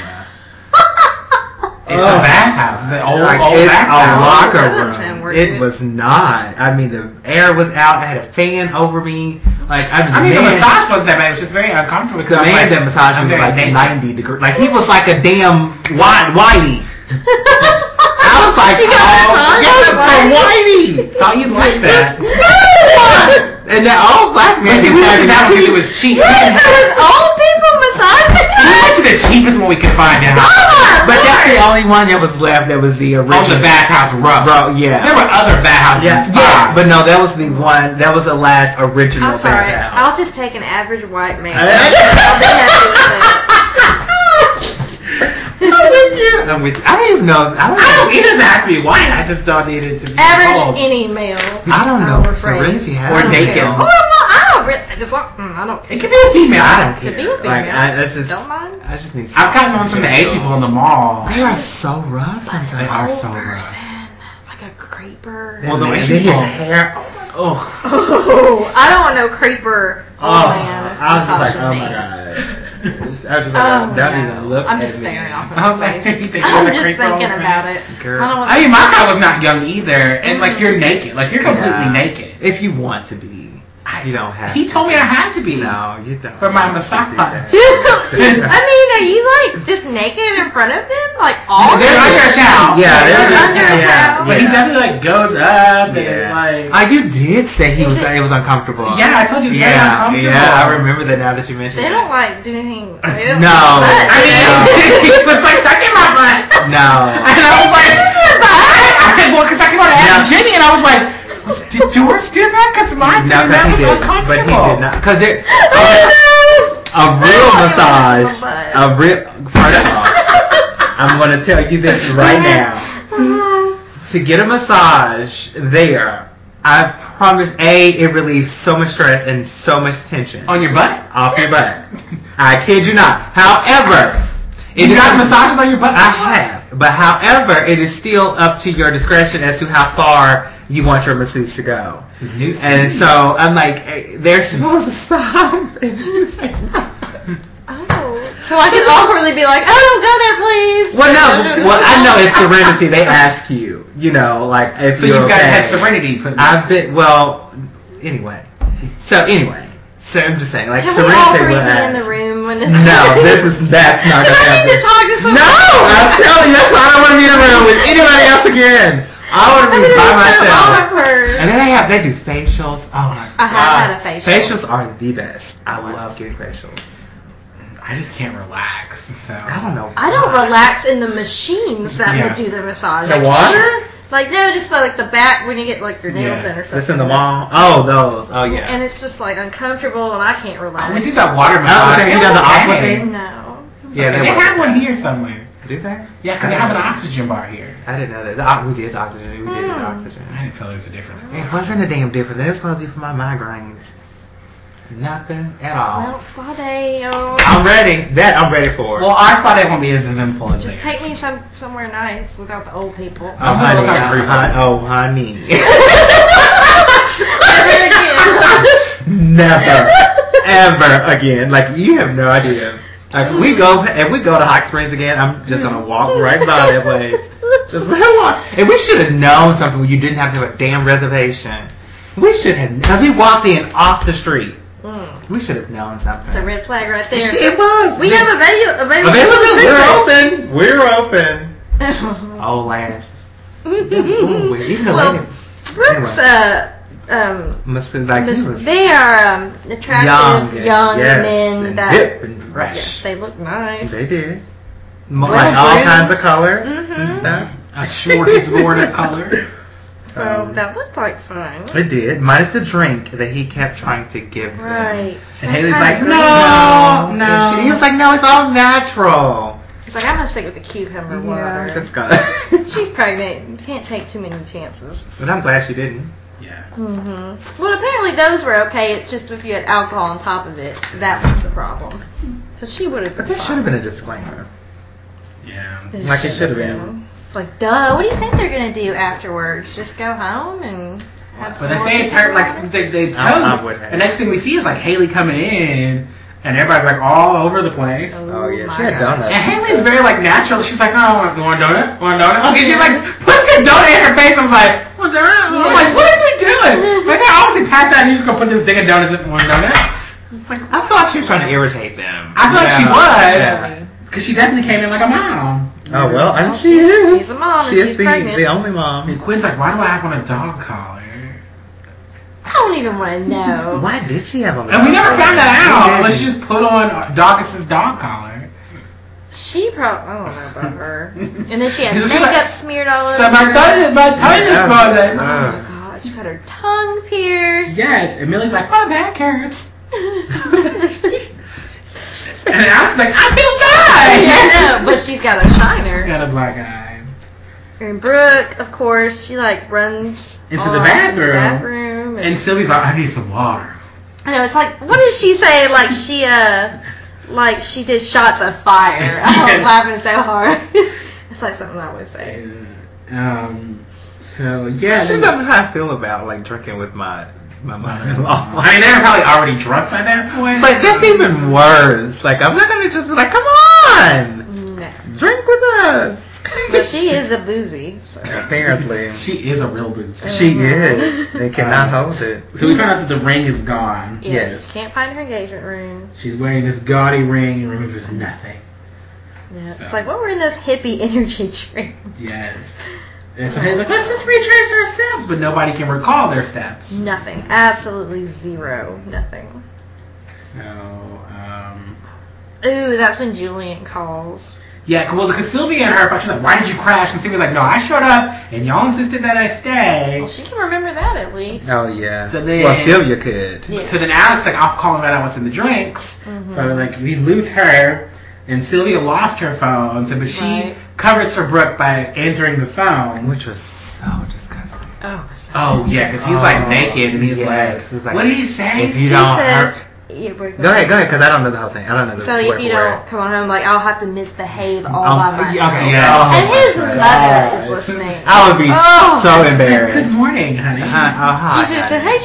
Speaker 1: It's
Speaker 5: Ugh.
Speaker 1: a bathhouse. It's an old,
Speaker 5: Like,
Speaker 1: old
Speaker 5: it's
Speaker 1: bathhouse.
Speaker 2: back
Speaker 5: a
Speaker 2: down. That doesn't
Speaker 5: locker room.
Speaker 2: work.
Speaker 5: It was not. I mean, the air was out. I had a fan over me. Like I,
Speaker 1: I mean, the
Speaker 5: man-
Speaker 1: massage wasn't that bad. It was just very uncomfortable.
Speaker 5: The
Speaker 1: because
Speaker 5: man
Speaker 1: I'm like,
Speaker 5: that massaged
Speaker 1: I'm
Speaker 5: me was
Speaker 1: very
Speaker 5: like 90
Speaker 1: naked.
Speaker 5: degrees. Like he was like a damn wide whitey. I
Speaker 2: *laughs*
Speaker 5: was like,
Speaker 2: You got
Speaker 5: oh,
Speaker 2: massaged?
Speaker 5: yes, a
Speaker 2: *laughs*
Speaker 5: whitey.
Speaker 1: Thought you'd like that.
Speaker 5: and that all black man
Speaker 1: But see, we went to that one because it was cheap.
Speaker 2: *laughs* Old people massage.
Speaker 1: We
Speaker 5: *laughs*
Speaker 1: went to the cheapest one we could find in house.
Speaker 2: Ah,
Speaker 5: But that's the only one that was left that was the original.
Speaker 1: On the bathhouse rub.
Speaker 5: Bro,
Speaker 1: There
Speaker 5: yeah.
Speaker 1: were other bathhouses.
Speaker 5: Yeah,
Speaker 1: Yeah.
Speaker 5: yeah, but no, that was the one. That was the last original
Speaker 2: I'm sorry.
Speaker 5: bathhouse.
Speaker 2: I'll just take an average white man. I'll be happy
Speaker 5: *laughs*
Speaker 2: with that.
Speaker 5: I'm with you. I'm with you. I don't even know. I don't,
Speaker 1: I don't,
Speaker 5: know.
Speaker 1: it doesn't have to be white. I just don't need it to be
Speaker 2: Average
Speaker 1: cold.
Speaker 2: any male.
Speaker 5: Oh. I don't
Speaker 2: I'm
Speaker 5: know. if
Speaker 2: afraid.
Speaker 5: Serenity has
Speaker 1: Or
Speaker 5: I don't
Speaker 1: naked.
Speaker 5: care.
Speaker 2: Oh, well, I don't really. Just like, mm, I don't.
Speaker 1: It could be a female.
Speaker 5: I don't
Speaker 1: I
Speaker 5: care.
Speaker 2: be a
Speaker 5: Like
Speaker 2: female.
Speaker 5: I, I just,
Speaker 2: Don't mind.
Speaker 5: I just need.
Speaker 1: have gotten one from the age people in the mall.
Speaker 5: They are so rough sometimes.
Speaker 1: They are so
Speaker 2: Old
Speaker 1: rough.
Speaker 2: person, like a creeper.
Speaker 1: Well, the way
Speaker 5: And
Speaker 1: she
Speaker 5: then his
Speaker 1: falls.
Speaker 5: hair. Oh,
Speaker 2: *laughs* Oh, I don't want no creeper. Oh, man,
Speaker 5: I was just like,
Speaker 2: massaging
Speaker 5: oh
Speaker 2: me.
Speaker 5: my god. I was just like,
Speaker 2: Oh,
Speaker 5: oh, that
Speaker 2: no.
Speaker 5: even look
Speaker 2: I'm
Speaker 5: at
Speaker 2: just
Speaker 5: me. Oh
Speaker 2: staring off in
Speaker 1: I was
Speaker 5: *laughs*
Speaker 2: the
Speaker 1: like,
Speaker 2: face.
Speaker 1: you think
Speaker 2: I'm
Speaker 1: you're a
Speaker 2: just
Speaker 1: creeper,
Speaker 2: thinking
Speaker 1: right?
Speaker 2: about it.
Speaker 5: Girl.
Speaker 2: I don't want
Speaker 1: I mean,
Speaker 2: Mm-hmm.
Speaker 1: my guy was not young either, and like you're naked, like you're completely
Speaker 5: Yeah.
Speaker 1: naked.
Speaker 5: If you want to be, I, you don't have.
Speaker 1: He told me I had to be.
Speaker 5: No, you don't.
Speaker 1: For my
Speaker 5: You can't do
Speaker 1: massage.
Speaker 5: that.
Speaker 2: I mean, are you like just naked in front of him, like all?
Speaker 1: They're
Speaker 2: naked?
Speaker 1: under a towel.
Speaker 5: Yeah,
Speaker 2: They're
Speaker 5: there's
Speaker 2: under a towel?
Speaker 1: But he definitely like goes up and
Speaker 5: Yeah.
Speaker 1: it's like.
Speaker 5: Ah, you did say he was.
Speaker 2: Is it-
Speaker 5: It was uncomfortable.
Speaker 1: yeah, I told you it's very
Speaker 5: Yeah,
Speaker 1: uncomfortable.
Speaker 5: yeah, I remember that now that you mentioned
Speaker 2: They
Speaker 5: it.
Speaker 2: don't like do anything. they don't
Speaker 5: No.
Speaker 2: do that,
Speaker 1: I
Speaker 2: you know?
Speaker 1: mean, *laughs* he was like touching my butt.
Speaker 5: No.
Speaker 1: *laughs* And I was like, I, I, well, because I came out and asked
Speaker 5: No.
Speaker 1: Jimmy, and I was like, did George do that? Because mine did,
Speaker 5: Not
Speaker 1: and that
Speaker 5: that
Speaker 1: was
Speaker 5: he did, but he
Speaker 1: uncomfortable.
Speaker 5: did
Speaker 1: *laughs*
Speaker 5: not. Because it
Speaker 2: Oh,
Speaker 5: a real
Speaker 2: I
Speaker 5: massage,
Speaker 2: don't like
Speaker 5: a real. First of all, I'm going to tell you this right now.
Speaker 2: no.
Speaker 5: to get a massage there, I promise. A, it relieves so much stress and so much tension
Speaker 1: On your butt?
Speaker 5: off your butt. I kid you not. However, it
Speaker 1: You
Speaker 5: is-
Speaker 1: got massages on your butt?
Speaker 5: I have, but however, it is still up to your discretion as to how far you want your masseuse to go.
Speaker 1: This is news to me.
Speaker 5: And so I'm like, eh, they're supposed to
Speaker 1: *laughs*
Speaker 5: stop.
Speaker 2: *laughs* Oh, so I can awkwardly be like, "Oh, go there, please."
Speaker 5: well,
Speaker 2: *laughs*
Speaker 5: no, well I know it's serenity. They ask you, you know, like if
Speaker 1: So
Speaker 5: you're
Speaker 1: you've got to
Speaker 5: okay.
Speaker 1: have serenity put in.
Speaker 5: I've been well. Anyway, so anyway, so I'm just saying, like,
Speaker 2: Can we
Speaker 5: Serenity
Speaker 2: all three
Speaker 5: will
Speaker 2: be in
Speaker 5: ask.
Speaker 2: the room when it's
Speaker 5: No, this is that's not gonna
Speaker 2: *laughs* I
Speaker 5: happen.
Speaker 2: need to talk to someone.
Speaker 5: no, I'm
Speaker 2: *laughs*
Speaker 5: telling you, that's why I don't want to be in the room with anybody else again. I want to
Speaker 2: I'm
Speaker 5: be by
Speaker 2: gonna be so
Speaker 5: myself.
Speaker 2: awkward.
Speaker 5: And then they have they do facials. Oh my god,
Speaker 2: I have
Speaker 1: Ah,
Speaker 2: had a facial.
Speaker 5: Facials are the best. I
Speaker 2: Once.
Speaker 5: love getting facials.
Speaker 1: I just can't relax. So
Speaker 5: I don't know.
Speaker 2: I don't relax in the machines that
Speaker 1: Yeah.
Speaker 2: would do the massage.
Speaker 5: The
Speaker 2: I
Speaker 5: water?
Speaker 2: can't. Like no, just like the back when you get like your nails
Speaker 1: Yeah.
Speaker 2: in or something.
Speaker 5: That's in the mall. Oh, those. Oh yeah.
Speaker 2: And it's just like uncomfortable, and I can't
Speaker 1: Oh, we
Speaker 2: relax.
Speaker 1: did that water massage.
Speaker 5: okay, you
Speaker 1: It
Speaker 5: done the
Speaker 1: was
Speaker 5: aqua
Speaker 1: okay.
Speaker 5: thing?
Speaker 2: no.
Speaker 5: yeah,
Speaker 1: They,
Speaker 5: they were.
Speaker 1: have one here somewhere.
Speaker 5: Do they?
Speaker 1: Yeah, because they have an oxygen bar here.
Speaker 5: I didn't know that. The, o- we did the oxygen. We did
Speaker 2: Hmm.
Speaker 5: the oxygen.
Speaker 1: I didn't feel there was a difference.
Speaker 5: It wasn't a damn difference. It was supposed to be for my migraines. Nothing at all.
Speaker 2: Well, Friday, y'all.
Speaker 5: I'm ready. That I'm ready for.
Speaker 1: Well, our spot that won't be as eventful as
Speaker 2: Just
Speaker 1: theirs.
Speaker 2: take me some somewhere nice without the old
Speaker 5: *laughs*
Speaker 2: people.
Speaker 5: oh,
Speaker 1: gonna
Speaker 5: honey,
Speaker 1: look out for
Speaker 5: oh,
Speaker 1: you.
Speaker 5: hon- oh, honey.
Speaker 2: Never again.
Speaker 5: Never, ever again. Like you have no idea. Like we go if we go to Hot Springs again, I'm just gonna walk right by that place. Just walk. And we should have known something. when You didn't have to have a damn reservation. We should have. Cause we walked in off the street.
Speaker 2: Mm,
Speaker 5: We should have known something.
Speaker 2: it's a red flag right there.
Speaker 5: It was.
Speaker 2: We have avail- available.
Speaker 5: Available.
Speaker 2: treatment.
Speaker 5: We're open. We're open.
Speaker 2: *laughs*
Speaker 5: Oh, last. Ooh, wait, even the
Speaker 2: Well,
Speaker 5: ladies
Speaker 2: Brooks, uh, um,
Speaker 5: must have, like, he was
Speaker 2: they are um, attractive young,
Speaker 5: young, and- yes,
Speaker 2: men
Speaker 5: and
Speaker 2: that
Speaker 5: hip and fresh.
Speaker 2: yes, they look nice.
Speaker 5: They did. Mo-
Speaker 2: Well,
Speaker 5: like all
Speaker 2: groomed.
Speaker 5: kinds of colors and
Speaker 2: Mhm.
Speaker 5: stuff.
Speaker 1: A short explored of color.
Speaker 2: so
Speaker 5: um,
Speaker 2: that looked like fun.
Speaker 5: It did, minus the drink that he kept trying to give them.
Speaker 2: Right.
Speaker 1: And Haley's
Speaker 2: Kinda
Speaker 1: like,
Speaker 2: gross.
Speaker 1: no,
Speaker 5: And she- he
Speaker 1: no.
Speaker 5: was like, no, it's all natural.
Speaker 2: She's like, I'm gonna stick with the cucumber
Speaker 5: Yeah,
Speaker 2: water.
Speaker 5: just gonna.
Speaker 2: She's pregnant. You can't take too many chances.
Speaker 5: *laughs* but I'm glad she didn't.
Speaker 1: Yeah.
Speaker 2: hmm
Speaker 5: Mm-hmm.
Speaker 2: Well, apparently those were okay. It's just if you had alcohol on top of it, that was the problem. So she would have.
Speaker 5: But there should have been a disclaimer.
Speaker 1: Yeah.
Speaker 5: like it should have been.
Speaker 2: It's like, duh. What do you think they're gonna do afterwards? Just go home and. have some
Speaker 1: But they
Speaker 2: more
Speaker 1: say it's her, like, they, they toast.
Speaker 5: I would have.
Speaker 1: the next thing we see is, like, Haley coming in, and everybody's, like, all over the place.
Speaker 5: Oh, yeah,
Speaker 2: my
Speaker 5: she had
Speaker 2: God.
Speaker 5: donuts.
Speaker 1: And Haley's very, like, natural. She's like, oh, want- you want a donut? Want a donut? Okay, she, like, puts the donut in her face. I'm like, want a donut? And I'm like, what are they doing? Like, they obviously pass out, and you just gonna put this thing of donuts in one donut? It's like,
Speaker 5: I thought she was trying to irritate them.
Speaker 1: I thought she
Speaker 5: Yeah.
Speaker 1: was.
Speaker 5: Yeah.
Speaker 1: Because she definitely came in like a mom.
Speaker 5: Oh well, and
Speaker 2: Well,
Speaker 5: she
Speaker 2: she's-
Speaker 5: is.
Speaker 2: she's a mom and
Speaker 5: She is
Speaker 2: she's
Speaker 5: the,
Speaker 2: pregnant.
Speaker 5: the only
Speaker 1: I mean,
Speaker 5: mom.
Speaker 1: Quinn's like, why do I have on a dog collar?
Speaker 2: I don't even want to
Speaker 1: *laughs*
Speaker 2: know.
Speaker 5: Why did she have on? the
Speaker 1: And we never
Speaker 5: dog
Speaker 1: found that
Speaker 5: collar?
Speaker 1: out
Speaker 5: We
Speaker 1: unless she
Speaker 5: didn't.
Speaker 1: just put on Dawkins' dog collar.
Speaker 2: She probably. I don't know about
Speaker 1: *laughs*
Speaker 2: her. And then she had
Speaker 1: She's
Speaker 2: makeup
Speaker 1: like-
Speaker 2: smeared all over.
Speaker 1: So my
Speaker 2: her.
Speaker 1: tongue is my tongue is
Speaker 5: Yeah.
Speaker 1: burning.
Speaker 2: Oh
Speaker 5: Uh.
Speaker 2: my god, she got her tongue pierced.
Speaker 1: Yes, and Millie's like, "Oh, my back hurts. *laughs*
Speaker 2: *laughs*
Speaker 1: And I was like, I feel bad.
Speaker 2: yeah, no, but she's got a
Speaker 1: She's
Speaker 2: shiner.
Speaker 1: got a black eye.
Speaker 2: And Brooke, of course, she like runs
Speaker 1: Into the
Speaker 2: on
Speaker 1: bathroom.
Speaker 2: the bathroom and,
Speaker 1: And Sylvie's like, I need some water.
Speaker 2: I know it's like, what did she say? Like she, uh, like she did shots of
Speaker 1: *laughs*
Speaker 2: fire. I was laughing so hard. *laughs* it's like something I would say.
Speaker 1: And, um, so yeah.
Speaker 5: That's just not how I feel about like drinking with my my mother-in-law.
Speaker 1: *laughs* I mean, they were probably already drunk by that point.
Speaker 5: But that's even worse. Like I'm not gonna just be like, come on,
Speaker 2: No.
Speaker 5: drink with us.
Speaker 2: But she is a boozy. So. *laughs*
Speaker 5: Apparently.
Speaker 1: She is a real boozy.
Speaker 5: She is. They cannot hold it.
Speaker 1: So we found out that the ring is gone.
Speaker 5: Yes.
Speaker 2: Can't find her engagement ring.
Speaker 1: She's wearing this gaudy ring and removes nothing.
Speaker 2: Yeah. It's like, what were in those hippie *laughs* energy drinks?
Speaker 1: Yes. And somebody's like, let's just retrace our steps, but nobody can recall their steps.
Speaker 2: Nothing. Absolutely zero. Nothing.
Speaker 1: So, um,
Speaker 2: Ooh, that's when Julian calls.
Speaker 1: yeah, well, because Sylvia and her, but she's like, why did you crash? And Sylvia's like, no, I showed up, and y'all insisted that I stay.
Speaker 2: Well, she can remember that at least.
Speaker 5: Oh yeah.
Speaker 1: So then-
Speaker 5: well, Sylvia could.
Speaker 2: Yes.
Speaker 1: So then Alex like, I'll call him out on what's in the drinks.
Speaker 2: Mm-hmm.
Speaker 1: So like we lose her, and Sylvia lost her phone. So but she
Speaker 2: Right.
Speaker 1: covers for Brooke by answering the phone.
Speaker 5: Which was so disgusting.
Speaker 2: Oh.
Speaker 1: Oh yeah, because he's like
Speaker 5: Oh,
Speaker 1: naked and he's
Speaker 5: yes.
Speaker 1: like,
Speaker 5: He's like,
Speaker 1: what did he say?
Speaker 5: If you
Speaker 2: He
Speaker 5: don't,
Speaker 2: says, yeah, break
Speaker 5: go
Speaker 2: up.
Speaker 5: ahead, go ahead, because I don't know the whole thing. I don't know the
Speaker 2: So
Speaker 5: word
Speaker 2: if
Speaker 5: for
Speaker 2: you
Speaker 5: word.
Speaker 2: don't come on home, like I'll have to misbehave all
Speaker 5: Oh,
Speaker 2: by myself.
Speaker 1: yeah, okay, yeah.
Speaker 5: Oh,
Speaker 2: And his
Speaker 5: my
Speaker 2: mother
Speaker 5: God.
Speaker 2: is listening.
Speaker 5: I would be
Speaker 2: Oh.
Speaker 5: so
Speaker 1: She's like, Good
Speaker 5: embarrassed.
Speaker 1: morning, honey.
Speaker 5: Uh, oh, hi.
Speaker 2: She just said, "Hey,
Speaker 5: *laughs*
Speaker 2: *laughs* GGB."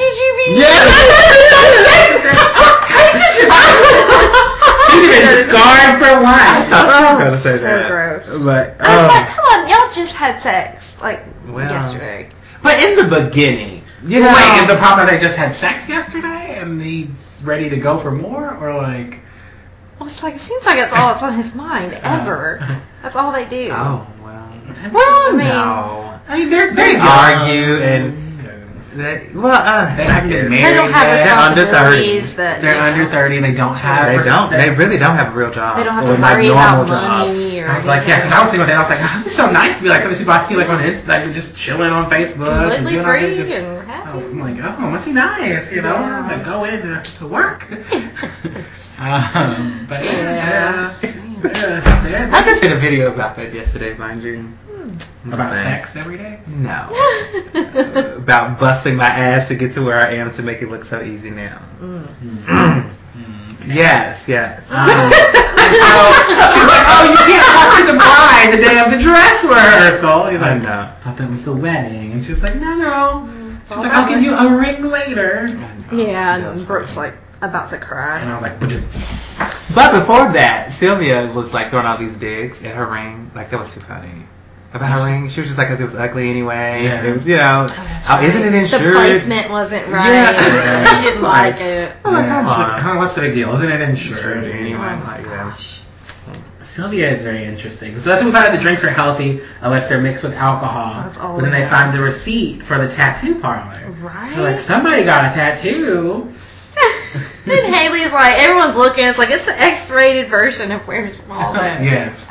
Speaker 1: *laughs* You've been *laughs* scarred for
Speaker 5: I
Speaker 1: life.
Speaker 5: was
Speaker 2: Oh,
Speaker 5: gonna say
Speaker 2: so
Speaker 5: that.
Speaker 2: gross.
Speaker 5: But
Speaker 2: I was like,
Speaker 5: oh,
Speaker 2: "Come on, y'all just had sex like
Speaker 5: Well.
Speaker 2: yesterday."
Speaker 5: but in the beginning, you know,
Speaker 1: Wait, is the problem that they just had sex yesterday and he's ready to go for more, or like?
Speaker 2: I was like, "It seems like it's all that's on his mind ever. That's all they do."
Speaker 5: Uh-huh. oh well,
Speaker 2: Well, I mean,
Speaker 5: no,
Speaker 1: I mean, they're,
Speaker 5: they
Speaker 1: young.
Speaker 5: argue and they, well, uh,
Speaker 1: They haven't
Speaker 5: I
Speaker 1: been
Speaker 5: guess.
Speaker 1: married.
Speaker 2: they don't have
Speaker 5: They're under
Speaker 2: responsibilities that
Speaker 1: They're
Speaker 2: you know,
Speaker 1: under 30. They don't have.
Speaker 5: They don't. They really don't have a real job.
Speaker 2: They don't have
Speaker 5: or
Speaker 2: to
Speaker 5: like
Speaker 2: worry
Speaker 5: normal
Speaker 2: about
Speaker 5: jobs.
Speaker 2: money or
Speaker 1: I was like, yeah, because I was thinking about that. I was like, *laughs* it's so nice to be like some of these people I see like on it, like they're just chilling on Facebook, and
Speaker 2: completely
Speaker 1: doing all that,
Speaker 2: free
Speaker 1: just-
Speaker 2: and happy.
Speaker 1: Oh, I'm like, oh, must be nice, you know?
Speaker 2: Yeah.
Speaker 1: Like go in to, to
Speaker 2: *laughs*
Speaker 1: work. um, but yeah, they're, they're,
Speaker 5: I just did a video about that yesterday, mind you.
Speaker 1: *laughs*
Speaker 2: Hmm.
Speaker 1: about sex every day.
Speaker 5: No. Oh. about busting my ass to get to where I am to make it look so easy now.
Speaker 1: Mm.
Speaker 5: *clears throat*
Speaker 1: Hmm.
Speaker 5: yes, yes.
Speaker 1: Um, *laughs* She's like, oh, you can't talk to the bride the day of the dress rehearsal. He's
Speaker 5: I
Speaker 1: like,
Speaker 5: know.
Speaker 1: thought that was the wedding, and she's like, no,
Speaker 2: Hmm.
Speaker 1: no. She's like, I'll give you a ring later.
Speaker 2: *laughs* yeah,
Speaker 5: That's
Speaker 2: and Brooke's like about to cry.
Speaker 1: And I was like, but
Speaker 5: But before that, Sylvia was like throwing all these digs at her ring. Like that was too funny. About her ring, she was just like, "Cause it was ugly anyway.
Speaker 1: Yeah.
Speaker 5: It was, you know, oh, isn't it
Speaker 2: The
Speaker 5: insured?"
Speaker 2: placement wasn't right.
Speaker 5: Yeah.
Speaker 2: she didn't like it.
Speaker 5: I'm like,
Speaker 1: Yeah,
Speaker 5: Oh, come
Speaker 1: she's like,
Speaker 5: on.
Speaker 1: Oh,
Speaker 5: Oh,
Speaker 1: "Huh, what's the big deal? Isn't it insured
Speaker 5: Anyway,
Speaker 1: anyway?
Speaker 5: like, yeah.
Speaker 1: Sylvia is very interesting. So that's when we found out the drinks are healthy unless they're mixed with alcohol.
Speaker 2: That's all
Speaker 1: But then
Speaker 2: we
Speaker 1: they
Speaker 2: know.
Speaker 1: find the receipt for the tattoo parlor.
Speaker 2: Right?
Speaker 1: So like somebody got a tattoo.
Speaker 2: *laughs* then Haley's like, everyone's looking. It's like, it's the X-rated version of Where's Waldo.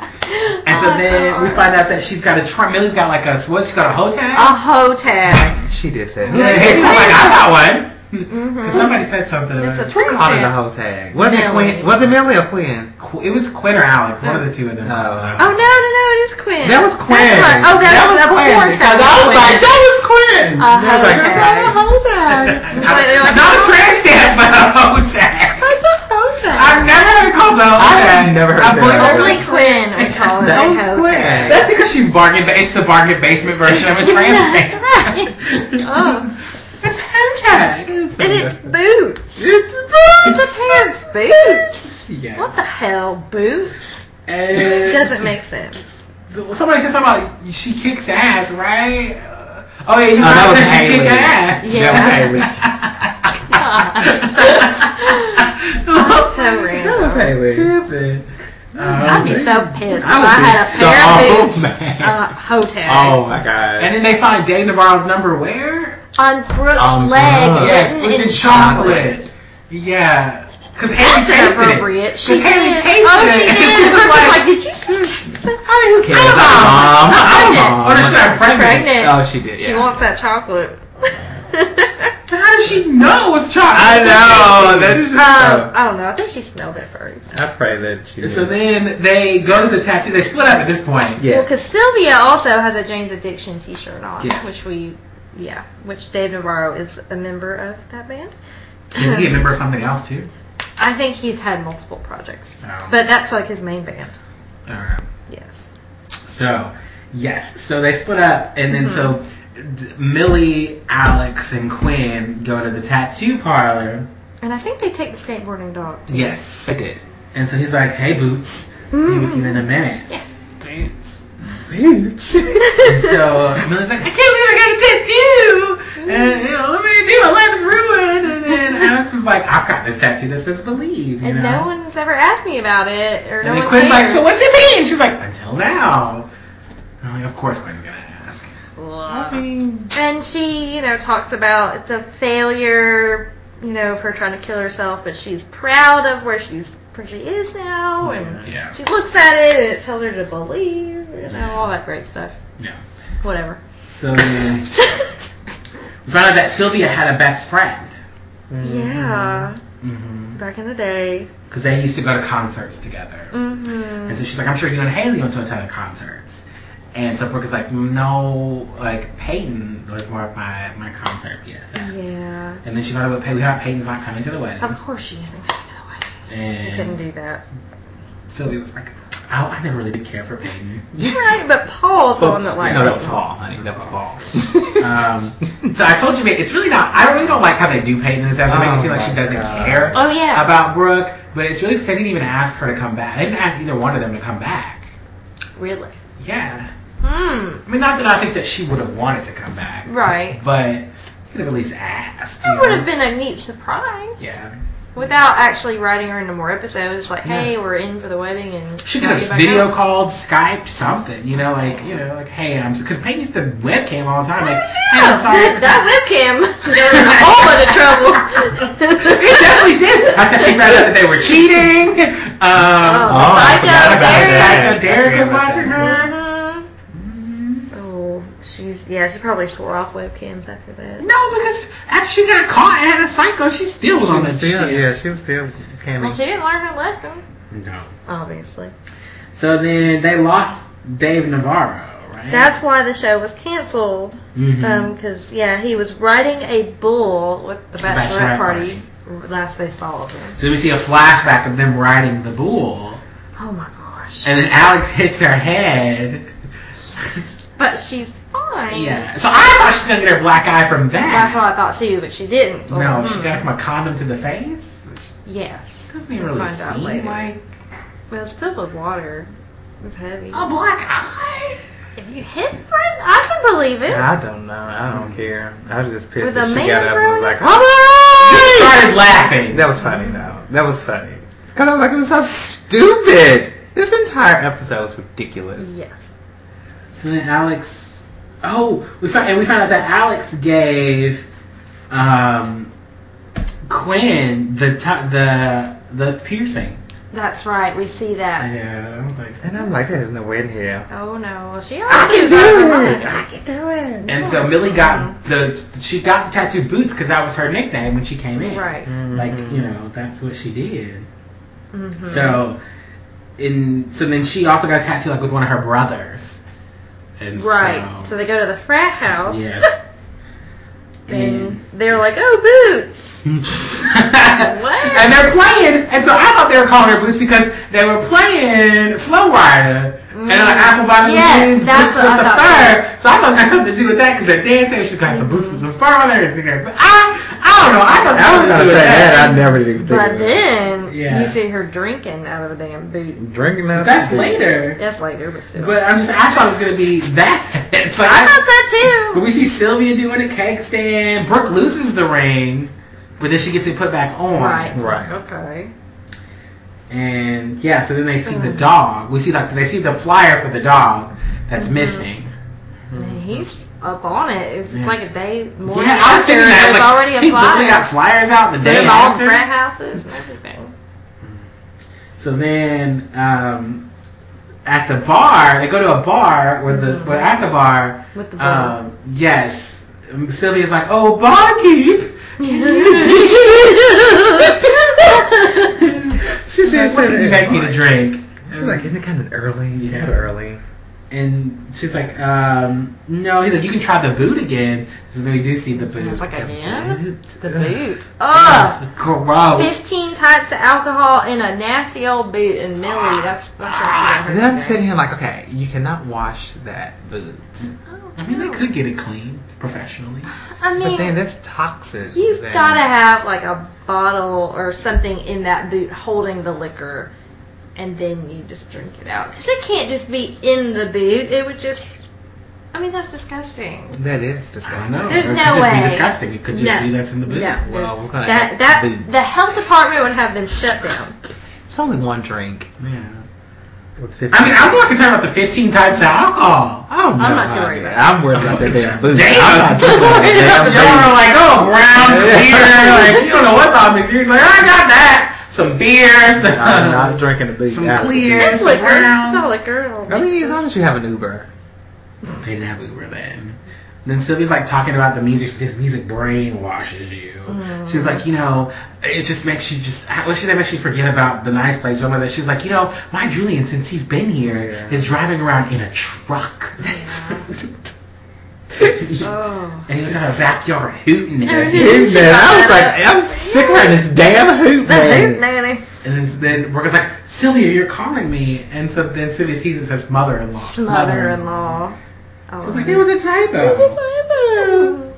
Speaker 1: *laughs*
Speaker 2: *laughs* Uh,
Speaker 1: Yes. And so then we find out that she's got a charm. Millie's got like a what? She's got a hotel.
Speaker 2: A hoe tag.
Speaker 5: She did say,
Speaker 1: Yeah,
Speaker 5: "Hey,
Speaker 1: she's like, I got one. 'Cause
Speaker 2: Mm-hmm.
Speaker 1: somebody said something.
Speaker 2: It's
Speaker 1: About
Speaker 2: a
Speaker 1: it.
Speaker 2: twin
Speaker 5: caught in the
Speaker 2: stand.
Speaker 5: whole tag." Was it
Speaker 2: Millie.
Speaker 5: Quinn? Was it Millie or Quinn?
Speaker 1: Qu- It was Quinn or Alex, one of the two of them.
Speaker 5: Oh.
Speaker 2: Oh, no, no, no, it is Quinn.
Speaker 5: That was Quinn.
Speaker 2: That's right. Oh, that, was, of course that
Speaker 5: Because I was like, that was Quinn.
Speaker 2: A
Speaker 5: I was like,
Speaker 2: hotel.
Speaker 5: that's not a hotel.
Speaker 2: Completely like-
Speaker 1: Not a trans dad, but a hotel.
Speaker 5: That's a hotel.
Speaker 1: I've never heard it called a hotel.
Speaker 5: I have never heard
Speaker 1: I
Speaker 5: that.
Speaker 1: believe-
Speaker 5: Only
Speaker 2: Only Quinn would call it
Speaker 5: That
Speaker 2: a
Speaker 5: was
Speaker 2: hoe tag.
Speaker 5: Quinn.
Speaker 1: That's because she's bargain. Ba- it's the bargain basement version
Speaker 2: *laughs*
Speaker 1: of a trans
Speaker 2: That's
Speaker 1: man.
Speaker 2: right. Oh.
Speaker 1: It's hashtag.
Speaker 2: And it's boots.
Speaker 5: It's
Speaker 2: It's a pair of boots. What
Speaker 1: Yes.
Speaker 2: the hell, boots?
Speaker 1: And
Speaker 2: Doesn't make sense.
Speaker 1: Somebody said something about she kicks ass, right? Uh, Oh yeah, you
Speaker 5: No, that
Speaker 1: probably
Speaker 5: was
Speaker 1: said she
Speaker 5: Haley.
Speaker 1: kicked ass.
Speaker 5: That was Haley.
Speaker 1: That's
Speaker 2: so
Speaker 5: That was
Speaker 2: random.
Speaker 5: Haley.
Speaker 1: Stupid. Um,
Speaker 2: I'd be so pissed if
Speaker 5: I would
Speaker 2: I
Speaker 5: be
Speaker 2: had a Uh, pair
Speaker 5: so
Speaker 2: of boots
Speaker 5: mad.
Speaker 2: on a hotel.
Speaker 5: Oh my god.
Speaker 1: And then they find Dave Navarro's number where?
Speaker 2: On Brooke's
Speaker 5: Um,
Speaker 2: leg,
Speaker 5: uh,
Speaker 1: Yes,
Speaker 2: written
Speaker 1: with
Speaker 2: in
Speaker 1: the
Speaker 2: chocolate.
Speaker 1: chocolate. Yeah. Because Haley
Speaker 2: That's
Speaker 1: tasted it.
Speaker 2: inappropriate. She
Speaker 1: Because Haley
Speaker 2: did.
Speaker 1: tasted
Speaker 2: oh,
Speaker 1: it.
Speaker 2: she did.
Speaker 1: And she was
Speaker 2: Brooke was
Speaker 1: like-
Speaker 5: *laughs*
Speaker 2: like, did you taste it?
Speaker 1: I don't
Speaker 5: Okay, I'm a mom. I'm a mom.
Speaker 1: Or is she not pregnant?
Speaker 2: Pregnant.
Speaker 5: Oh, she did.
Speaker 2: She
Speaker 5: yeah. Uh,
Speaker 2: wants that chocolate. *laughs* um,
Speaker 1: How does she know it's chocolate?
Speaker 5: I
Speaker 1: *laughs*
Speaker 5: know. That is just. so-
Speaker 2: Um, I don't know. I think she smelled it first.
Speaker 5: I pray that she.
Speaker 1: So then they go to the tattoo. They split up at this point.
Speaker 2: Well,
Speaker 5: yeah.
Speaker 2: because Sylvia also has a Jane's Addiction T-shirt on,
Speaker 1: Yes.
Speaker 2: which we, yeah, which Dave Navarro is a member of that band.
Speaker 1: Is he a member of something else too?
Speaker 2: I think he's had multiple projects,
Speaker 1: Oh.
Speaker 2: but that's like his main band.
Speaker 1: Alright.
Speaker 2: Yes.
Speaker 1: So yes. So they split up, and then so d- Millie, Alex, and Quinn go to the tattoo parlor.
Speaker 2: And I think they take the skateboarding dog.
Speaker 1: Yes.
Speaker 5: I did.
Speaker 2: Mm.
Speaker 1: And so he's like, "Hey, Boots, be with you in a minute."
Speaker 2: Yeah.
Speaker 1: boots. And so uh, Millie's like, I can't believe I got a tattoo. And you know, what am I gonna do? My life is ruined. And then Alex is like, I've got this tattoo that says believe. You
Speaker 2: And
Speaker 1: know?
Speaker 2: no one's ever asked me about it, or no
Speaker 1: and then
Speaker 2: one
Speaker 1: Quinn's like,
Speaker 2: cares.
Speaker 1: so what's it mean? She's like, until now. I'm like, of course Quinn's gonna ask. I mean,
Speaker 2: And she, you know, talks about it's a failure, you know, of her trying to kill herself, but she's proud of where she's where she is now, and
Speaker 1: Oh, yeah,
Speaker 2: she looks at it and it tells her to believe, you know, all that great stuff.
Speaker 1: yeah.
Speaker 2: Whatever.
Speaker 1: So we Mm-hmm. found out that Sylvia had a best friend.
Speaker 2: *laughs* yeah,
Speaker 1: Mm-hmm.
Speaker 2: back in the day.
Speaker 1: Because they used to go to concerts together.
Speaker 2: Mm-hmm.
Speaker 1: And so she's like, I'm sure you and Haley went to a ton of concerts. And so Brooke is like, no, like Peyton was more of my, my concert PFF.
Speaker 2: Yeah.
Speaker 1: And then she found out about Peyton. We found out Peyton's not coming to the wedding.
Speaker 2: Of course she isn't going to the wedding. You Oh, couldn't
Speaker 1: and
Speaker 2: do that.
Speaker 1: Sylvia was like, oh, I never really did care for Peyton.
Speaker 2: Right, but Paul's the one that likes
Speaker 5: no, that
Speaker 2: me.
Speaker 5: was Paul, honey. That was Paul.
Speaker 1: Um, so I told you, it's really not, I really don't like how they do Peyton and stuff. They make it
Speaker 5: Oh
Speaker 1: seem like she
Speaker 5: my
Speaker 1: doesn't
Speaker 5: God.
Speaker 1: care
Speaker 2: *laughs* Oh yeah.
Speaker 1: about Brooke. But it's really because they didn't even ask her to come back. They didn't ask either one of them to come back.
Speaker 2: really.
Speaker 1: Yeah.
Speaker 2: Hmm.
Speaker 1: I mean, not that I think that she would have wanted to come back.
Speaker 2: Right.
Speaker 1: But uh, you could have at least asked. you
Speaker 2: That would
Speaker 1: know?
Speaker 2: have been a neat surprise.
Speaker 1: Yeah.
Speaker 2: Without actually writing her into more episodes, it's like, hey, we're in for the wedding, and
Speaker 1: She could
Speaker 2: now
Speaker 1: have
Speaker 2: you're back
Speaker 1: video
Speaker 2: out.
Speaker 1: called, Skyped, something. You know, like you know, like hey, I'm because Peyton used to webcam all the time. Like, hey,
Speaker 2: Oh, Yeah,
Speaker 1: I'm sorry.
Speaker 2: *laughs* that webcam got her in a whole bunch of trouble.
Speaker 1: it definitely did. I said she found out that they were cheating. Um,
Speaker 2: Oh,
Speaker 5: Oh, I forgot
Speaker 2: Psycho
Speaker 5: about that.
Speaker 2: Derek.
Speaker 1: Psycho Derek was watching her.
Speaker 2: Mhm. Oh, she's yeah. She probably swore off webcams after that.
Speaker 1: No, because after she got caught and had a psycho, she still was on the
Speaker 5: still,
Speaker 1: shit.
Speaker 5: yeah, she was still
Speaker 2: Well,
Speaker 5: camming.
Speaker 2: Oh, she didn't learn her lesson,
Speaker 1: No.
Speaker 2: obviously.
Speaker 1: So then they lost Dave Navarro, right?
Speaker 2: That's why the show was canceled.
Speaker 1: Mhm.
Speaker 2: Um, 'cause yeah, he was riding a bull with the bachelorette,
Speaker 1: Bachelorette
Speaker 2: party, last they saw of him.
Speaker 1: So we see a flashback of them riding the bull,
Speaker 2: Oh my gosh!
Speaker 1: and then Alex hits her
Speaker 2: *laughs*
Speaker 1: head.
Speaker 2: but she's fine.
Speaker 1: yeah. So I thought she was gonna get her black eye from
Speaker 2: That's
Speaker 1: that.
Speaker 2: what I thought too, but she didn't.
Speaker 1: No, she
Speaker 2: Mhm.
Speaker 1: got it from a condom to the face.
Speaker 2: Yes.
Speaker 1: Doesn't even really
Speaker 2: Find out
Speaker 1: seem
Speaker 2: later.
Speaker 1: like
Speaker 2: Well, it's filled with water. It's heavy.
Speaker 1: a black eye.
Speaker 2: If you hit friend, I can believe it.
Speaker 5: I don't know. I
Speaker 1: Hmm.
Speaker 5: don't care. I was just pissed
Speaker 2: With a
Speaker 5: that she
Speaker 2: man
Speaker 5: got up and
Speaker 2: throwing
Speaker 5: was
Speaker 2: it?
Speaker 5: like,
Speaker 2: Come
Speaker 1: She
Speaker 5: "Oh!"
Speaker 1: started laughing.
Speaker 5: That was funny though. That was funny. Cause I was like, it was so stupid. This entire episode was ridiculous.
Speaker 2: Yes.
Speaker 1: So then Alex. Oh, we found and we found out that Alex gave um, Quinn the t- the the piercing.
Speaker 2: That's right. We see that.
Speaker 1: Yeah, I was like.
Speaker 5: And I'm like, there's no way in here.
Speaker 2: Oh no. Well, she
Speaker 5: I
Speaker 2: always
Speaker 5: can
Speaker 2: is out of her
Speaker 5: do it.
Speaker 2: mind.
Speaker 5: I can do it.
Speaker 1: And so Millie got the she got the tattoo boots because that was her nickname when she came in.
Speaker 2: Right.
Speaker 1: Like you know that's what she did.
Speaker 2: hmm
Speaker 5: Mm-hmm.
Speaker 1: So in so then she also got a tattoo like with one of her brothers. And
Speaker 2: Right. So
Speaker 1: So,
Speaker 2: they go to the frat house.
Speaker 1: yes.
Speaker 2: *laughs* And they're like, oh, boots. *laughs* What?
Speaker 1: And they're playing, and so I thought they were calling her Boots because they were playing Flow Rider and like apple bottom
Speaker 2: Mm. Yes,
Speaker 1: jeans,
Speaker 2: that's
Speaker 1: boots
Speaker 2: what
Speaker 1: with
Speaker 2: I
Speaker 1: the
Speaker 2: thought.
Speaker 1: fur. So I thought it had something to do with that because they're dancing. She got some boots with some fur on there. But I, I don't know. I thought
Speaker 5: I was
Speaker 1: that had
Speaker 5: gonna
Speaker 1: to do
Speaker 5: say
Speaker 1: with
Speaker 5: that. I never did even think
Speaker 2: But
Speaker 5: of it.
Speaker 2: then
Speaker 1: Yeah.
Speaker 2: you see her drinking out of a damn boot.
Speaker 5: Drinking out.
Speaker 1: That's
Speaker 5: the-
Speaker 1: later.
Speaker 2: That's later, but still.
Speaker 1: But I'm just, I thought it was gonna be that. *laughs* It's like,
Speaker 2: I thought
Speaker 1: I,
Speaker 2: that
Speaker 1: but
Speaker 2: too.
Speaker 1: we see Sylvia doing a keg stand. Brooke loses the ring, but then she gets it put back on.
Speaker 2: Right.
Speaker 5: Right.
Speaker 2: Okay.
Speaker 1: And yeah, so then they see
Speaker 2: Hmm.
Speaker 1: the dog. We see like they see the flyer for the dog that's
Speaker 2: Hmm.
Speaker 1: missing.
Speaker 2: And he's up on it. It's
Speaker 1: Mm-hmm. Yeah.
Speaker 2: like a day more.
Speaker 1: Yeah, I was thinking that. I was
Speaker 2: There's
Speaker 1: like,
Speaker 2: already a
Speaker 1: he
Speaker 2: flyer.
Speaker 1: literally got flyers out the
Speaker 2: Put
Speaker 1: day
Speaker 2: them all in
Speaker 1: after.
Speaker 2: frat houses and everything.
Speaker 1: So then, um, at the bar, they go to a bar where the but at the bar,
Speaker 2: With Hmm. the bar.
Speaker 1: um, yes, Sylvia's like, oh, barkeep.
Speaker 5: She
Speaker 1: She's
Speaker 5: did
Speaker 1: like, what did
Speaker 5: say that.
Speaker 1: you make me to drink?
Speaker 5: She's like, isn't it kind of early? It's
Speaker 1: Yeah.
Speaker 5: kind of early.
Speaker 1: And she's like, um, no. He's like, you can try the boot again. So then we do see the boot.
Speaker 2: like again? The
Speaker 5: Ugh.
Speaker 2: boot. Ugh.
Speaker 1: Gross.
Speaker 2: 15 types of alcohol in a nasty old boot and Millie, that's, that's what she
Speaker 5: And then I'm sitting here like, okay, you cannot wash that boot.
Speaker 1: I mean, they could get it clean professionally.
Speaker 2: I
Speaker 5: But then
Speaker 2: mean,
Speaker 5: that's toxic.
Speaker 2: you've
Speaker 5: then.
Speaker 2: got to have like a bottle or something in that boot holding the liquor and then you just drink it out. Because it can't just be in the boot. It would just. I mean, that's disgusting.
Speaker 6: That is
Speaker 1: I
Speaker 6: disgusting.
Speaker 1: know.
Speaker 2: There's
Speaker 1: it
Speaker 2: no
Speaker 1: could just
Speaker 2: way.
Speaker 1: be disgusting. It could just
Speaker 2: No.
Speaker 1: be that's in the boot.
Speaker 2: No.
Speaker 5: Well, we're gonna have
Speaker 2: That that
Speaker 5: boots.
Speaker 2: the health department would have them shut down.
Speaker 5: It's only one drink.
Speaker 1: Yeah.
Speaker 5: With 15
Speaker 1: I mean, I'm more concerned about the 15 types of alcohol.
Speaker 5: I don't know.
Speaker 2: I'm not too
Speaker 5: how
Speaker 2: worried
Speaker 5: it is.
Speaker 2: about
Speaker 5: I'm worried about that damn booze.
Speaker 1: Damn.
Speaker 5: I'm not drinking that damn
Speaker 1: *laughs* Y'all are like, oh,
Speaker 5: *laughs*
Speaker 1: brown beer. Like, you don't know what's all mixed. You're like, I got that. Some beer.
Speaker 2: *laughs*
Speaker 1: Some,
Speaker 5: booze. I'm not drinking the booze.
Speaker 1: Some
Speaker 5: out of the
Speaker 1: clear-
Speaker 5: booze.
Speaker 2: That's liquor.
Speaker 1: Brown.
Speaker 2: It's all oh. liquor. It'll
Speaker 5: I mean,
Speaker 2: mix
Speaker 5: as long
Speaker 2: it.
Speaker 5: as you have an Uber.
Speaker 1: They didn't have Uber then. Then Sylvia's like talking about the music. This music brainwashes you. She was like, you know, it just makes you just. What she said makes you forget about the nice place. Remember that she was like, you know, my Julian since he's been here is
Speaker 5: Yeah.
Speaker 1: driving around in a truck.
Speaker 2: Oh.
Speaker 1: *laughs* and he was in her backyard hooting
Speaker 2: Oh,
Speaker 1: it.
Speaker 2: yeah.
Speaker 5: Hoot man. I was like, I'm sick of this damn hoot
Speaker 2: The
Speaker 5: man.
Speaker 2: hoot nanny.
Speaker 1: And then, then Brooke was like, Sylvia, you're calling me. And so then Sylvia sees it says mother-in-law.
Speaker 2: Mother-in-law.
Speaker 1: She was like, it was a typo.
Speaker 2: Oh.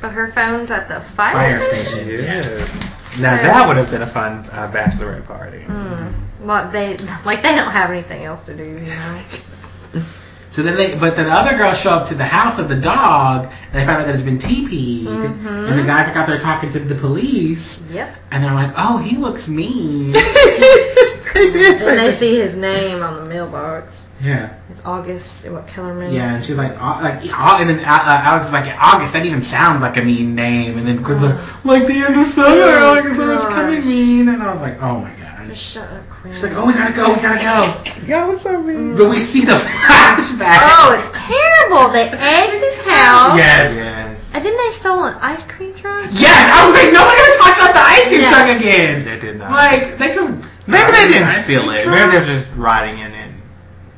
Speaker 2: But her phone's at the fire,
Speaker 1: Fire station.
Speaker 5: Yes. Now that would have been a fun uh, bachelorette party.
Speaker 2: Mm. Well, they *laughs* like they don't have anything else to do, you know.
Speaker 1: So then they, but then the other girls show up to the house of the dog, and they find out that it's been teepeed.
Speaker 2: Mhm.
Speaker 1: And the guys are out there talking to the police,
Speaker 2: Yep.
Speaker 1: and they're like, "Oh, he looks mean."
Speaker 5: They did
Speaker 2: And they
Speaker 5: say
Speaker 2: see his name on the mailbox.
Speaker 1: yeah,
Speaker 2: It's August. What Kellerman?
Speaker 1: yeah. And she's like, "Au- "Like, Au-" and then uh, uh, Alex is like, "August, that even sounds like a mean name." And then Quinn's like, "Like the end of summer,
Speaker 2: Oh,
Speaker 1: like summer's
Speaker 2: gosh.
Speaker 1: coming mean." And I was like, "Oh my gosh."
Speaker 2: Just shut up, Quinn.
Speaker 1: She's like, "Oh, we gotta go, we gotta go."
Speaker 5: that. Y'all was so mean.
Speaker 1: But we see the *laughs* flashback.
Speaker 2: Oh, it's terrible. They egged his house.
Speaker 1: yes.
Speaker 5: Yes.
Speaker 2: And then they stole an ice cream truck.
Speaker 1: Yes, I was like, no one ever talked about the ice cream
Speaker 2: No.
Speaker 1: truck again.
Speaker 5: They did not.
Speaker 1: Like they just
Speaker 5: Maybe they didn't
Speaker 1: Ice
Speaker 5: steal
Speaker 1: cream
Speaker 5: it.
Speaker 1: truck?
Speaker 5: Maybe they were just riding in it.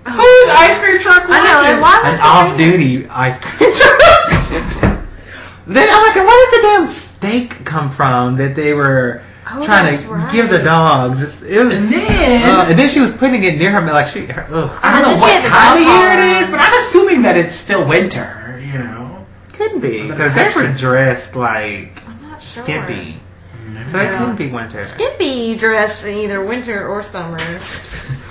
Speaker 1: Whose ice cream truck was
Speaker 2: I know,
Speaker 1: it?
Speaker 2: and why
Speaker 5: An
Speaker 2: was
Speaker 5: off
Speaker 2: it?
Speaker 5: duty ice cream truck. *laughs* then I'm like, where did the damn steak come from that they were
Speaker 2: Oh,
Speaker 5: trying
Speaker 2: that's
Speaker 5: to
Speaker 2: right.
Speaker 5: give the dog? Just it was,
Speaker 1: And then-
Speaker 5: Uh, and then she was putting it near her mouth, like she. Her, ugh,
Speaker 2: I
Speaker 1: I don't know
Speaker 2: just
Speaker 1: what
Speaker 2: had the
Speaker 1: time of
Speaker 2: dog
Speaker 1: year
Speaker 2: collar
Speaker 1: it
Speaker 2: on.
Speaker 1: is, but I'm assuming that it's still winter. You know.
Speaker 5: couldn't be
Speaker 1: But
Speaker 5: because they
Speaker 1: actually-
Speaker 5: were dressed like
Speaker 2: I'm not sure.
Speaker 5: skimpy, so it
Speaker 2: Yeah.
Speaker 5: couldn't be winter.
Speaker 2: Skimpy dressed in either winter
Speaker 5: *laughs*
Speaker 2: or summer.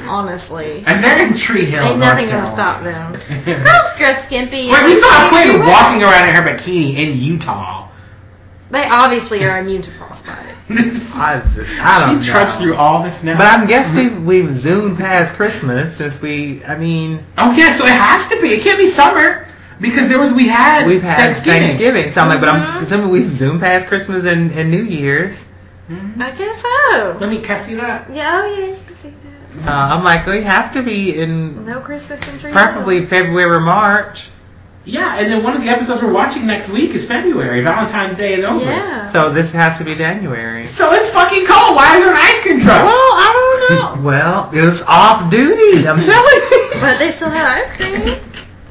Speaker 2: Honestly.
Speaker 1: And they're in Tree Hill.
Speaker 2: Ain't
Speaker 1: North
Speaker 2: nothing gonna stop
Speaker 1: *laughs* Carolina.
Speaker 2: them. Girls dress skimpy.
Speaker 1: Wait, we saw
Speaker 2: They
Speaker 1: Quinn
Speaker 2: do
Speaker 1: walking
Speaker 2: it.
Speaker 1: around in her bikini in Utah.
Speaker 2: They obviously are immune to frostbite.
Speaker 5: *laughs* I, just, I don't
Speaker 1: she
Speaker 5: know.
Speaker 1: trudged through all this now.
Speaker 5: But I'm
Speaker 1: Mm-hmm.
Speaker 5: guessing we we've zoomed past Christmas since we. I mean,
Speaker 1: *laughs* oh yeah, so it has to be. It can't be summer because there was we had
Speaker 5: we've had
Speaker 1: Thanksgiving. Mm-hmm.
Speaker 5: Thanksgiving, so I'm like, but
Speaker 2: Mhm.
Speaker 5: I'm assuming we've zoomed past Christmas and, and New Year's.
Speaker 1: Mhm.
Speaker 2: I guess so.
Speaker 1: Let me can I see that.
Speaker 2: Yeah, oh yeah, you can see that.
Speaker 5: Uh, I'm like, we have to be in
Speaker 2: No Christmas in Tree
Speaker 5: preferably February or March.
Speaker 1: Yeah, and then one of the episodes we're watching next week is February. Valentine's Day is
Speaker 2: Hill.
Speaker 1: over.
Speaker 2: Yeah.
Speaker 5: So this has to be January.
Speaker 1: So it's fucking cold. Why is there an ice cream truck?
Speaker 5: Well, I don't
Speaker 1: *laughs*
Speaker 5: know. well, it was off duty. I'm telling
Speaker 2: but they still had ice cream.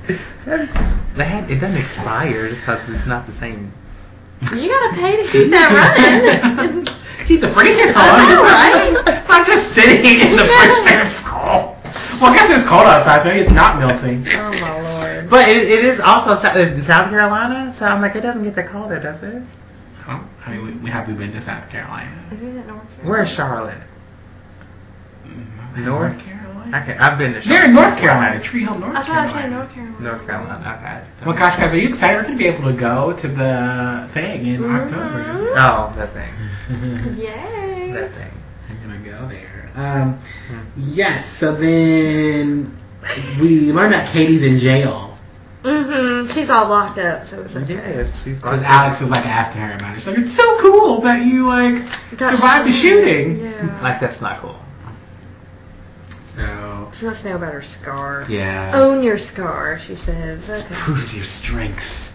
Speaker 5: you. *laughs* That it doesn't expire just because it's not the same.
Speaker 2: You gotta pay to keep that
Speaker 5: *laughs*
Speaker 2: running.
Speaker 1: *laughs* Keep the freezer cold.
Speaker 2: I know,
Speaker 1: It's not-
Speaker 2: right?
Speaker 1: *laughs* It's not just sitting in the freezer. It's cold. Well, I guess it's cold outside, so maybe it's not melting.
Speaker 2: oh my lord.
Speaker 5: But it, it is also Sou- in South Carolina, so I'm like, it doesn't get that cold, there, does it?
Speaker 1: Oh, I mean, we, we have we been to South Carolina?
Speaker 2: Isn't it North Carolina?
Speaker 5: Where's Charlotte? North
Speaker 1: Carolina.
Speaker 5: Okay, I've been to
Speaker 1: They're
Speaker 5: Charlotte.
Speaker 1: in North Carolina, Tree Hill, North
Speaker 2: I thought I
Speaker 1: Carolina.
Speaker 2: said North Carolina.
Speaker 5: North Carolina. Okay.
Speaker 1: Well, gosh, guys, are you excited? We're gonna be able to go to the thing in
Speaker 2: Mhm.
Speaker 1: October.
Speaker 5: Oh, that thing.
Speaker 2: Yay.
Speaker 5: That thing. Hmm.
Speaker 1: I'm gonna go there. Um, yes. So then we learn that Katie's in jail
Speaker 2: Mm-hmm. She's all locked up, so it's okay.
Speaker 5: Yes, she's
Speaker 1: because Alex was like asking her about it. She's like, "It's so cool that you like
Speaker 2: Got
Speaker 1: survived the
Speaker 2: shooted.
Speaker 1: shooting."
Speaker 2: Yeah.
Speaker 5: like that's not cool.
Speaker 1: So
Speaker 2: She wants to know about her scar.
Speaker 1: yeah,
Speaker 2: Own your scar, she says. Okay.
Speaker 1: prove your strength.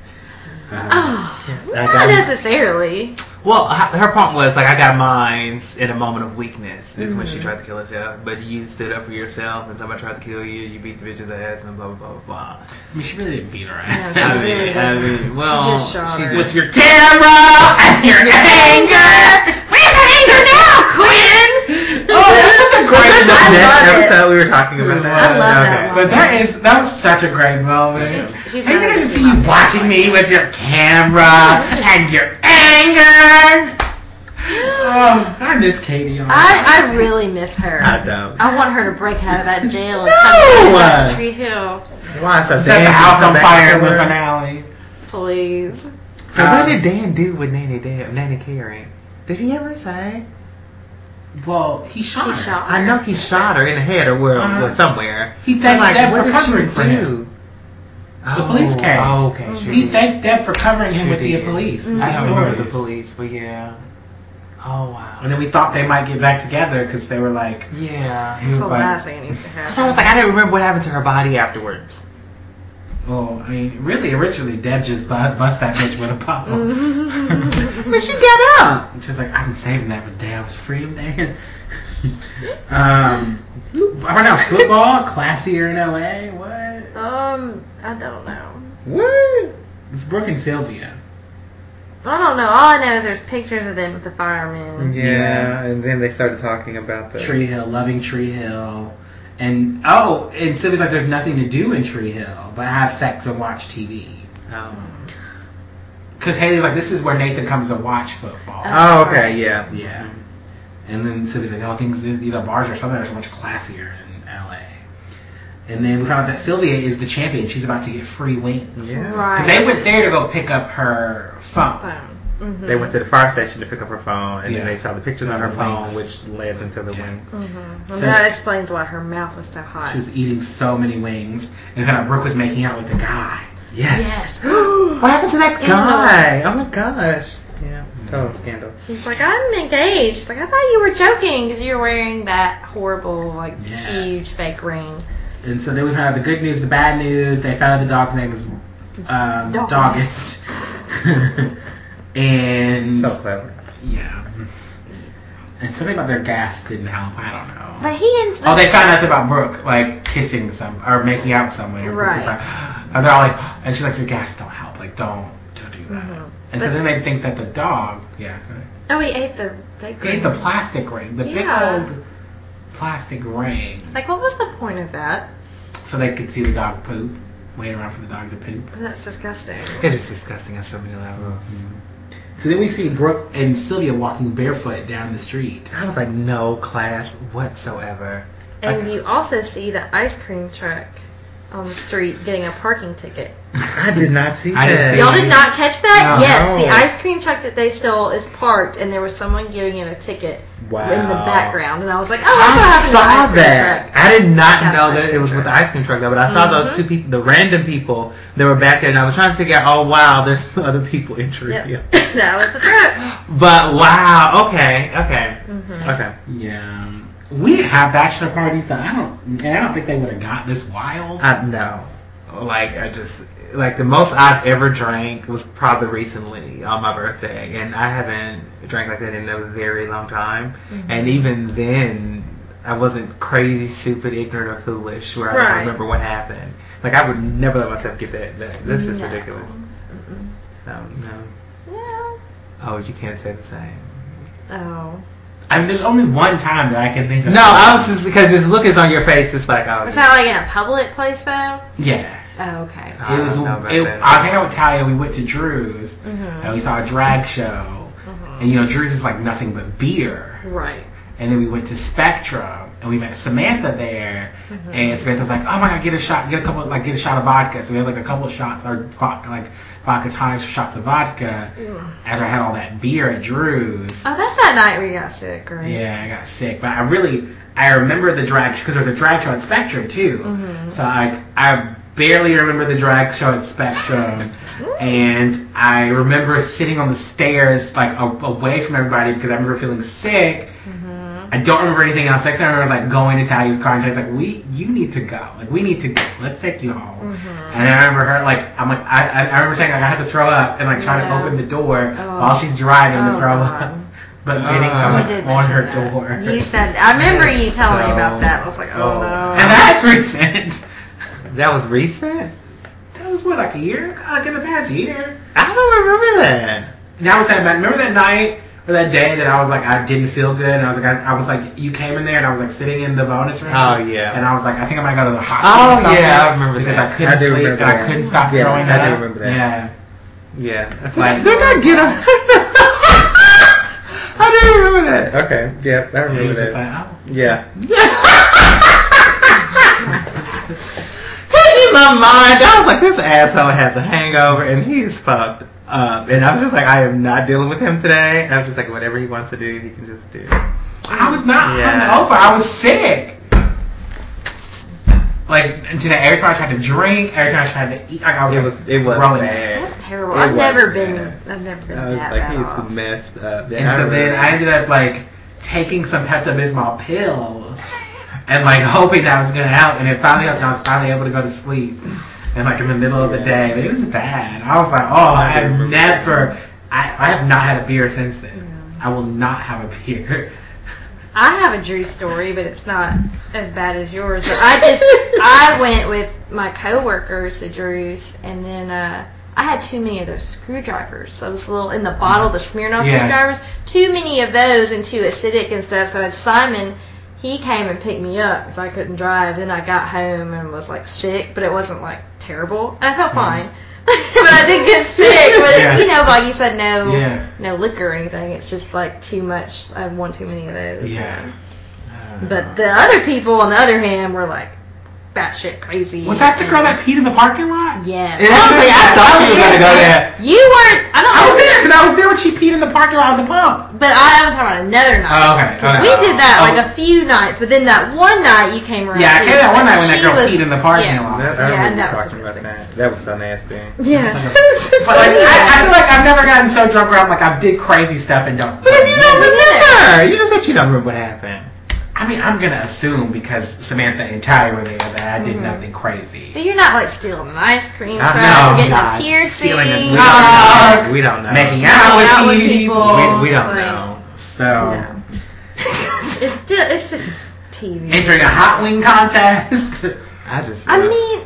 Speaker 1: Uh,
Speaker 2: Oh,
Speaker 5: Yes, I
Speaker 2: not
Speaker 5: got it.
Speaker 2: necessarily.
Speaker 5: Well, h- her point was like, I got mine in a moment of weakness. It's when she tried to kill herself, but you stood up for yourself, and somebody tried to kill you. You beat the bitch's ass, and blah blah blah blah. blah.
Speaker 1: I mean, she really didn't beat her
Speaker 2: No,
Speaker 1: ass.
Speaker 2: she
Speaker 5: I
Speaker 2: just really
Speaker 5: mean,
Speaker 2: did.
Speaker 5: I mean, well,
Speaker 2: just shot her.
Speaker 5: with *laughs* your
Speaker 1: Camera and
Speaker 2: *laughs*
Speaker 1: your anger.
Speaker 2: We have anger now, Quinn!
Speaker 1: Oh, that's such a *laughs* great
Speaker 2: *laughs* I
Speaker 1: moment.
Speaker 5: next
Speaker 2: love it.
Speaker 5: episode we were talking
Speaker 1: I
Speaker 5: about
Speaker 1: love
Speaker 5: that.
Speaker 2: that one.
Speaker 1: But that is that was such a great moment.
Speaker 2: She's- she's
Speaker 1: I
Speaker 2: not
Speaker 1: didn't
Speaker 2: gonna
Speaker 1: see
Speaker 2: see
Speaker 1: you
Speaker 2: my- *laughs* *gasps*
Speaker 1: watching me with your camera and your anger. Oh, Oh, I miss Katie. on
Speaker 2: I, I really miss her.
Speaker 5: I don't.
Speaker 2: I want her to break out of that jail and
Speaker 5: No!
Speaker 2: come back to Tree Hill.
Speaker 5: Why so
Speaker 1: Set the
Speaker 5: Dan
Speaker 1: house
Speaker 5: come
Speaker 1: on
Speaker 5: back
Speaker 1: fire in
Speaker 5: to
Speaker 1: the
Speaker 5: her?
Speaker 1: finale.
Speaker 2: Please.
Speaker 5: So
Speaker 1: Um,
Speaker 5: what did Dan do with Nanny Dab, Nanny Carey? Did he ever say?
Speaker 1: Well, he shot.
Speaker 2: He
Speaker 1: her.
Speaker 2: shot
Speaker 5: I know he shot her in the head or well,
Speaker 1: Uh-huh.
Speaker 5: well, somewhere.
Speaker 1: He thanked
Speaker 5: I'm
Speaker 1: Deb
Speaker 5: what
Speaker 1: for
Speaker 5: did
Speaker 1: covering
Speaker 5: you
Speaker 1: for him.
Speaker 5: do?
Speaker 1: The police came.
Speaker 5: Oh, okay. sure
Speaker 1: He
Speaker 5: did.
Speaker 1: thanked Deb for covering him
Speaker 5: She
Speaker 1: with
Speaker 5: did.
Speaker 1: the police.
Speaker 2: Mm.
Speaker 5: I don't remember the police,
Speaker 1: authorities.
Speaker 5: but yeah. Oh wow.
Speaker 1: And then we thought they might get back together because they were like,
Speaker 5: Yeah.
Speaker 2: That's
Speaker 1: he was
Speaker 2: the
Speaker 1: like,
Speaker 2: last thing that needs to
Speaker 5: *laughs* So I was
Speaker 2: happen.
Speaker 5: like, I didn't remember what happened to her body afterwards.
Speaker 1: well, I mean, really, originally Deb just bust, bust that bitch with a pop.
Speaker 2: Mm-hmm.
Speaker 5: But she got up.
Speaker 1: She's like, I'm saving that for the day I was free, man. *laughs* um, I don't know, football classier in LA. What?
Speaker 2: *laughs* Um, I don't know.
Speaker 1: What? It's Brooke and Sylvia.
Speaker 2: I don't know. All I know is there's pictures of them with the firemen.
Speaker 1: Yeah,
Speaker 5: and then they started talking about the
Speaker 1: Tree Hill, loving Tree Hill. And oh, and Sylvia's like, there's nothing to do in Tree Hill but have sex and watch TV.
Speaker 5: Oh,
Speaker 1: Because Haley's like, this is where Nathan comes to watch football.
Speaker 5: oh okay, yeah.
Speaker 1: Yeah. And then Sylvia's like, oh, things, these, these are bars or something are so much classier in LA. And then we found out that Sylvia is the champion. She's about to get free wings.
Speaker 5: Yeah.
Speaker 1: Because
Speaker 2: Right.
Speaker 1: they went there to go pick up her phone.
Speaker 2: Phone. Mhm.
Speaker 5: They went to the fire station to pick up her phone, and then
Speaker 1: Yeah.
Speaker 5: they saw the pictures on her
Speaker 1: The
Speaker 5: phone,
Speaker 1: wings.
Speaker 5: which led them to the
Speaker 1: Yeah.
Speaker 5: wings.
Speaker 2: Mhm.
Speaker 1: So-
Speaker 2: And that explains why her mouth was so hot.
Speaker 1: She was eating so many wings. And kind of Brooke was making out with the guy. *gasps*
Speaker 5: Yes. what happened to that
Speaker 2: Scandal.
Speaker 5: guy? Oh my gosh. Yeah. Total scandal.
Speaker 2: She's like, I'm engaged. Like, I thought you were joking because you were wearing that horrible, like,
Speaker 1: Yeah.
Speaker 2: huge fake ring.
Speaker 1: And so then we found out the good news, the bad news. They found out the dog's name is um,
Speaker 2: Dog.
Speaker 1: Doggist. *laughs* and
Speaker 5: So clever.
Speaker 1: yeah. And something about their gas didn't help. I don't know.
Speaker 2: But he didn't.
Speaker 1: Oh, they found out about Brooke, like kissing some or making out with someone. And Brooke was
Speaker 2: Right.
Speaker 1: like, *gasps* and they're all like, and she's like, your gas don't help. Like, don't, don't do that.
Speaker 2: Mhm.
Speaker 1: And so
Speaker 2: But-
Speaker 1: then they think that the dog, yeah,
Speaker 2: Oh, he ate the fake
Speaker 1: he ate
Speaker 2: ring.
Speaker 1: the plastic ring, the
Speaker 2: Yeah.
Speaker 1: big old plastic ring,
Speaker 2: like, what was the point of that?
Speaker 1: so they could see the dog poop. Wait around for the dog to poop.
Speaker 2: That's disgusting.
Speaker 5: It is disgusting on so many levels.
Speaker 1: Mm-hmm. So then we see Brooke and Sylvia walking barefoot down the street.
Speaker 5: I was like, no class whatsoever.
Speaker 2: And you also see the ice cream truck on the street getting a parking ticket.
Speaker 5: I did not see
Speaker 1: I didn't
Speaker 5: that.
Speaker 1: see
Speaker 2: Y'all did not catch that?
Speaker 1: No.
Speaker 2: yes, the
Speaker 5: No.
Speaker 2: ice cream truck that they stole is parked, and there was someone giving it a ticket
Speaker 5: Wow.
Speaker 2: in the background. And I was like, oh, that's what
Speaker 5: I
Speaker 2: happened to the ice
Speaker 5: saw
Speaker 2: cream
Speaker 5: that.
Speaker 2: truck.
Speaker 5: I did not
Speaker 2: That's
Speaker 5: know
Speaker 2: the
Speaker 5: that
Speaker 2: ice
Speaker 5: it was
Speaker 2: cream
Speaker 5: with the
Speaker 2: truck.
Speaker 5: ice cream truck though, but I saw those
Speaker 2: Mhm.
Speaker 5: two people, the random people that were back there, and I was trying to figure out, oh wow, there's other people in Tree Hill.
Speaker 2: Yep. *laughs* that was the truck.
Speaker 5: But wow, okay, *laughs* okay,
Speaker 2: Mhm.
Speaker 5: okay.
Speaker 1: Yeah, we didn't have bachelor parties, so I don't, and I don't think they would have got this wild.
Speaker 5: I no, like I just like the most I've ever drank was probably recently on my birthday, and I haven't drank like that in a very long time.
Speaker 2: Mm-hmm.
Speaker 5: And even then, I wasn't crazy, stupid, ignorant, or foolish where I
Speaker 2: Right.
Speaker 5: don't remember what happened. Like I would never let myself get that. that this is
Speaker 2: No.
Speaker 5: ridiculous. No, no.
Speaker 2: No.
Speaker 5: Oh, you can't say the same.
Speaker 2: Oh.
Speaker 1: I mean, there's only one time that I can think of.
Speaker 5: No, I was just because this look is on your face. It's like oh,
Speaker 2: Was that like in a public place though?
Speaker 1: Yeah,
Speaker 2: Oh, okay.
Speaker 5: I
Speaker 1: it was.
Speaker 5: don't know about
Speaker 1: it-
Speaker 5: that.
Speaker 1: I think I would tell you we went to Drew's
Speaker 2: Mm-hmm.
Speaker 1: and we saw a drag show, and you know Drew's is like nothing but beer.
Speaker 2: Right.
Speaker 1: And then we went to Spectrum and we met Samantha there. And Samantha's like, "Oh my god, get a shot, get a couple, like get a shot of vodka." So we had like a couple of shots or vodka, like vodka tonics, shots of vodka. After I had all that beer at Drew's,
Speaker 2: Oh, that's that night we got sick, right?
Speaker 1: yeah, I got sick. But I really, I remember the drag because there was a drag show at Spectrum too.
Speaker 2: Mm-hmm.
Speaker 1: So I, I barely remember the drag show
Speaker 2: *laughs*
Speaker 1: at Spectrum, and I remember sitting on the stairs like a, away from everybody because I remember feeling sick.
Speaker 2: Mm-hmm.
Speaker 1: I don't remember anything else. Next time I remember was like going to Talia's car and Talia's like, "We, you need to go. Like, we need to go. Let's take you home."
Speaker 2: Mm-hmm.
Speaker 1: And I remember her like, I'm like, I, I, I remember saying like I had to throw up and like trying
Speaker 2: Yeah.
Speaker 1: to open the door
Speaker 2: Oh.
Speaker 1: while she's driving to
Speaker 2: Oh,
Speaker 1: throw
Speaker 2: God.
Speaker 1: up, but getting
Speaker 5: Oh.
Speaker 1: someone
Speaker 2: We Uh, did
Speaker 1: on
Speaker 2: mention
Speaker 1: her
Speaker 2: that.
Speaker 1: door.
Speaker 2: You said I remember you telling me
Speaker 5: So-
Speaker 2: about that. I was like, oh,
Speaker 5: oh.
Speaker 2: no.
Speaker 1: *laughs* And that's recent.
Speaker 5: that was recent?
Speaker 1: That was what, like a year? Like in the past year.
Speaker 5: I don't remember that.
Speaker 1: That was that night. Remember that night or that day that I was like, I didn't feel good, and I was like, I, I was like, you came in there, and I was like sitting in the bonus room.
Speaker 5: Oh, yeah.
Speaker 1: And I was like, I think I might go to the hospital. or
Speaker 5: Oh
Speaker 1: something
Speaker 5: yeah, I remember
Speaker 1: because
Speaker 5: that.
Speaker 1: I couldn't
Speaker 5: do
Speaker 1: sleep and
Speaker 5: remember
Speaker 1: I
Speaker 5: that.
Speaker 1: couldn't stop
Speaker 5: yeah,
Speaker 1: throwing
Speaker 5: I
Speaker 1: up.
Speaker 5: do remember that.
Speaker 1: Yeah.
Speaker 5: Yeah,
Speaker 1: Like-
Speaker 5: like they're not get up. *laughs* I
Speaker 1: I do remember that.
Speaker 6: Okay. Yep, I remember
Speaker 5: Age of
Speaker 6: that.
Speaker 5: Five. *laughs*
Speaker 6: Yeah.
Speaker 5: He's in my mind. I was like, this asshole has a hangover and he's fucked up. And I'm just like, I am not dealing with him today. I'm just like, whatever he wants to do, he can just do.
Speaker 1: I was not
Speaker 5: Yeah.
Speaker 1: hungover. I was sick. Like and today, every time I tried to drink, every time I tried to eat, like I was
Speaker 5: It
Speaker 1: like,
Speaker 5: was it was
Speaker 1: rolling.
Speaker 5: bad.
Speaker 2: That's terrible.
Speaker 5: It
Speaker 2: I've
Speaker 5: was
Speaker 2: never
Speaker 5: bad.
Speaker 2: been. I've never been
Speaker 5: I was
Speaker 2: that
Speaker 5: like,
Speaker 2: bad
Speaker 5: he's
Speaker 2: off.
Speaker 5: messed up.
Speaker 1: And so then I ended up like taking some Pepto Bismol pills and like hoping that was gonna help. And it finally helped. and I was finally able to go to sleep. And like in the middle of the day, but it was bad. I was like, oh, I have never, I, I have not had a beer since then. I will not have a beer. *laughs*
Speaker 2: I have a Drew story, but it's not as bad as yours. But I just
Speaker 1: *laughs*
Speaker 2: I went with my coworkers to Drew's, and then uh, I had too many of those screwdrivers. Those little in the bottle, the Smirnoff
Speaker 1: Yeah.
Speaker 2: screwdrivers. Too many of those and too acidic and stuff. So Simon, he came and picked me up because I couldn't drive. Then I got home and was like sick, but it wasn't like terrible, and I felt fine. *laughs* but I did get sick. But
Speaker 1: Mm. Yeah.
Speaker 2: you know, like you said, no
Speaker 1: Yeah.
Speaker 2: no liquor or anything. It's just like too much. I have one too many of those.
Speaker 1: Yeah. Uh,
Speaker 2: But the other people, on the other hand, were like batshit crazy.
Speaker 1: Was that the girl that peed in the parking lot?
Speaker 2: Yeah.
Speaker 1: And I was like, I thought she was gonna go there.
Speaker 2: You were. I don't.
Speaker 1: I was
Speaker 2: know,
Speaker 1: there because I was there when she peed in the parking lot of the pump.
Speaker 2: But I, I was talking about another night.
Speaker 1: Oh, okay. okay.
Speaker 2: we did that
Speaker 1: Oh.
Speaker 2: like a few nights, but then that one night you came around.
Speaker 1: Yeah, I
Speaker 2: too.
Speaker 1: came that one
Speaker 2: Like,
Speaker 1: night when that
Speaker 2: she
Speaker 1: girl
Speaker 2: was-
Speaker 1: peed in the parking
Speaker 2: yeah.
Speaker 1: lot.
Speaker 6: That, I
Speaker 2: Yeah,
Speaker 6: remember
Speaker 2: that was
Speaker 6: talking about
Speaker 2: disgusting.
Speaker 6: that. That was so nasty.
Speaker 2: Yeah.
Speaker 1: But like, I, I feel like I've never gotten so drunk where I'm like, I did crazy stuff and don't.
Speaker 2: But if you don't remember,
Speaker 5: Sure, you just said you don't remember what happened.
Speaker 1: I mean, I'm gonna assume because Samantha and Ty were there that I
Speaker 2: Mm-hmm.
Speaker 1: did nothing crazy.
Speaker 2: but you're not like stealing an ice cream
Speaker 1: I
Speaker 2: truck,
Speaker 1: know I'm
Speaker 2: getting
Speaker 1: not.
Speaker 2: a piercing,
Speaker 1: Stealing a-
Speaker 2: hanging
Speaker 1: We
Speaker 2: out
Speaker 1: don't-
Speaker 5: We don't know.
Speaker 1: Making
Speaker 2: with,
Speaker 1: out with
Speaker 2: people.
Speaker 1: people.
Speaker 5: we don't
Speaker 2: like,
Speaker 5: know.
Speaker 1: So
Speaker 2: No.
Speaker 1: *laughs*
Speaker 2: It's still it's just TV.
Speaker 1: entering a hot
Speaker 2: *laughs*
Speaker 1: wing contest.
Speaker 5: I just.
Speaker 2: I mean,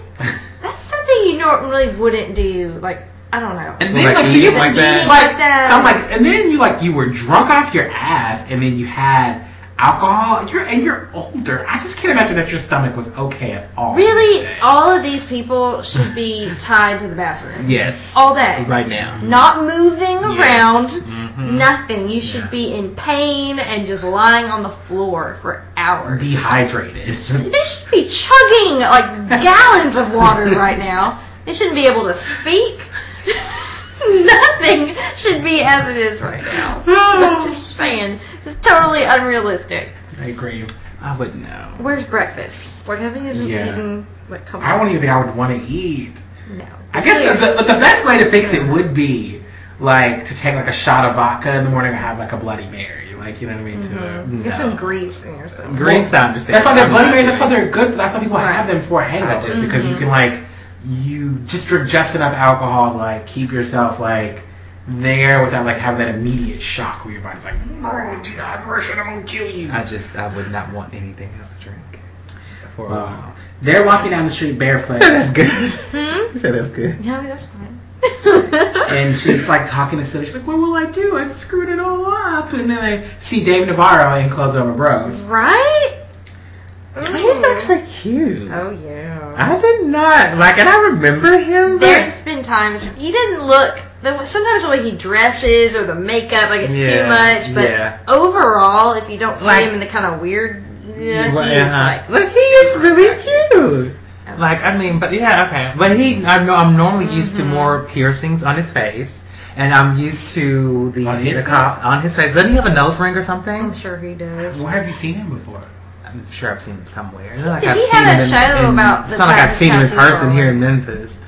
Speaker 2: that's something you normally wouldn't do. Like, I don't know.
Speaker 1: And
Speaker 5: Well,
Speaker 1: then
Speaker 5: like
Speaker 1: like, so you
Speaker 5: eating like
Speaker 1: like
Speaker 5: that.
Speaker 1: that.
Speaker 2: Like that.
Speaker 1: So I'm like, and then you like you were drunk off your ass, and then you had alcohol. You're and you're older. I just can't imagine that your stomach was okay at all.
Speaker 2: Really, all of these people should be tied to the bathroom
Speaker 5: yes.
Speaker 2: all day.
Speaker 5: Right now.
Speaker 2: Not moving around,
Speaker 1: Mm-hmm.
Speaker 5: Mhm.
Speaker 2: nothing. You should be in pain and just lying on the floor for hours.
Speaker 1: Dehydrated.
Speaker 2: They should be chugging like gallons of
Speaker 1: *laughs*
Speaker 2: water right now. They shouldn't be able to speak. *laughs* Nothing should be as it is right now.
Speaker 1: *sighs*
Speaker 2: I'm just saying, this is totally unrealistic.
Speaker 1: I agree.
Speaker 5: I wouldn't know.
Speaker 2: Where's breakfast? We're having it
Speaker 1: Yeah.
Speaker 2: eaten. Like, come
Speaker 1: I
Speaker 2: on.
Speaker 1: don't even think I would want to eat.
Speaker 2: No.
Speaker 1: I guess the, the, but the best way to fix it would be like to take like a shot of vodka in the morning and have like a Bloody Mary. Like you know what I mean? To
Speaker 2: Mm-hmm. Get some grease in your stomach.
Speaker 5: Greece, I understand.
Speaker 1: That's why they're
Speaker 5: I'm
Speaker 1: Bloody
Speaker 5: not
Speaker 1: Marys. That's why
Speaker 5: doing
Speaker 1: they're good. That's why people
Speaker 2: Right.
Speaker 1: have them for
Speaker 5: I
Speaker 1: hangovers
Speaker 5: just-
Speaker 1: because you can like you just drink just enough alcohol to like keep yourself like there without like having that immediate shock where your body's like, no, dehydration, I'm gonna kill you.
Speaker 5: it. I just. I would not want anything else to drink. For a
Speaker 1: Wow.
Speaker 5: while. *laughs*
Speaker 1: They're walking down the street barefoot.
Speaker 5: That's good. *laughs*
Speaker 2: Hmm?
Speaker 5: you said that's good.
Speaker 2: No, that's fine.
Speaker 1: *laughs* And she's like talking to Sylvia. She's like, "What will I do? I screwed it all up." And then I see Dave Navarro in Close Over Bros.
Speaker 2: right?
Speaker 5: He's
Speaker 2: Ooh.
Speaker 5: actually cute.
Speaker 2: Mm. Oh, yeah.
Speaker 5: I did not like, and I remember him. but-
Speaker 2: There's been times he didn't look. the way- Sometimes the way he dresses or the makeup, like it's
Speaker 5: Yeah,
Speaker 2: too much. But
Speaker 5: yeah.
Speaker 2: overall, if you don't see
Speaker 5: Like-
Speaker 2: him in the kind of weird, yeah,
Speaker 5: Well,
Speaker 2: he's
Speaker 5: uh-huh.
Speaker 2: like,
Speaker 5: Like, he is really cute. Like I mean, but yeah, okay. But he, I'm, no- I'm normally used
Speaker 1: Mm-hmm.
Speaker 5: to more piercings on his face, and I'm used to the
Speaker 1: On his
Speaker 5: the cop on his face. Doesn't he have a nose ring or
Speaker 2: I'm
Speaker 5: something?
Speaker 2: sure he does.
Speaker 1: Where have you seen him before?
Speaker 5: I'm sure I've seen it somewhere. It's not Like
Speaker 2: Did
Speaker 5: I've
Speaker 2: he
Speaker 5: seen
Speaker 2: have a
Speaker 5: him
Speaker 2: show about
Speaker 5: It's
Speaker 2: the
Speaker 5: not like I've
Speaker 2: Times
Speaker 5: seen him in
Speaker 2: Tattoo
Speaker 5: person
Speaker 2: Parlor?
Speaker 5: here in Memphis.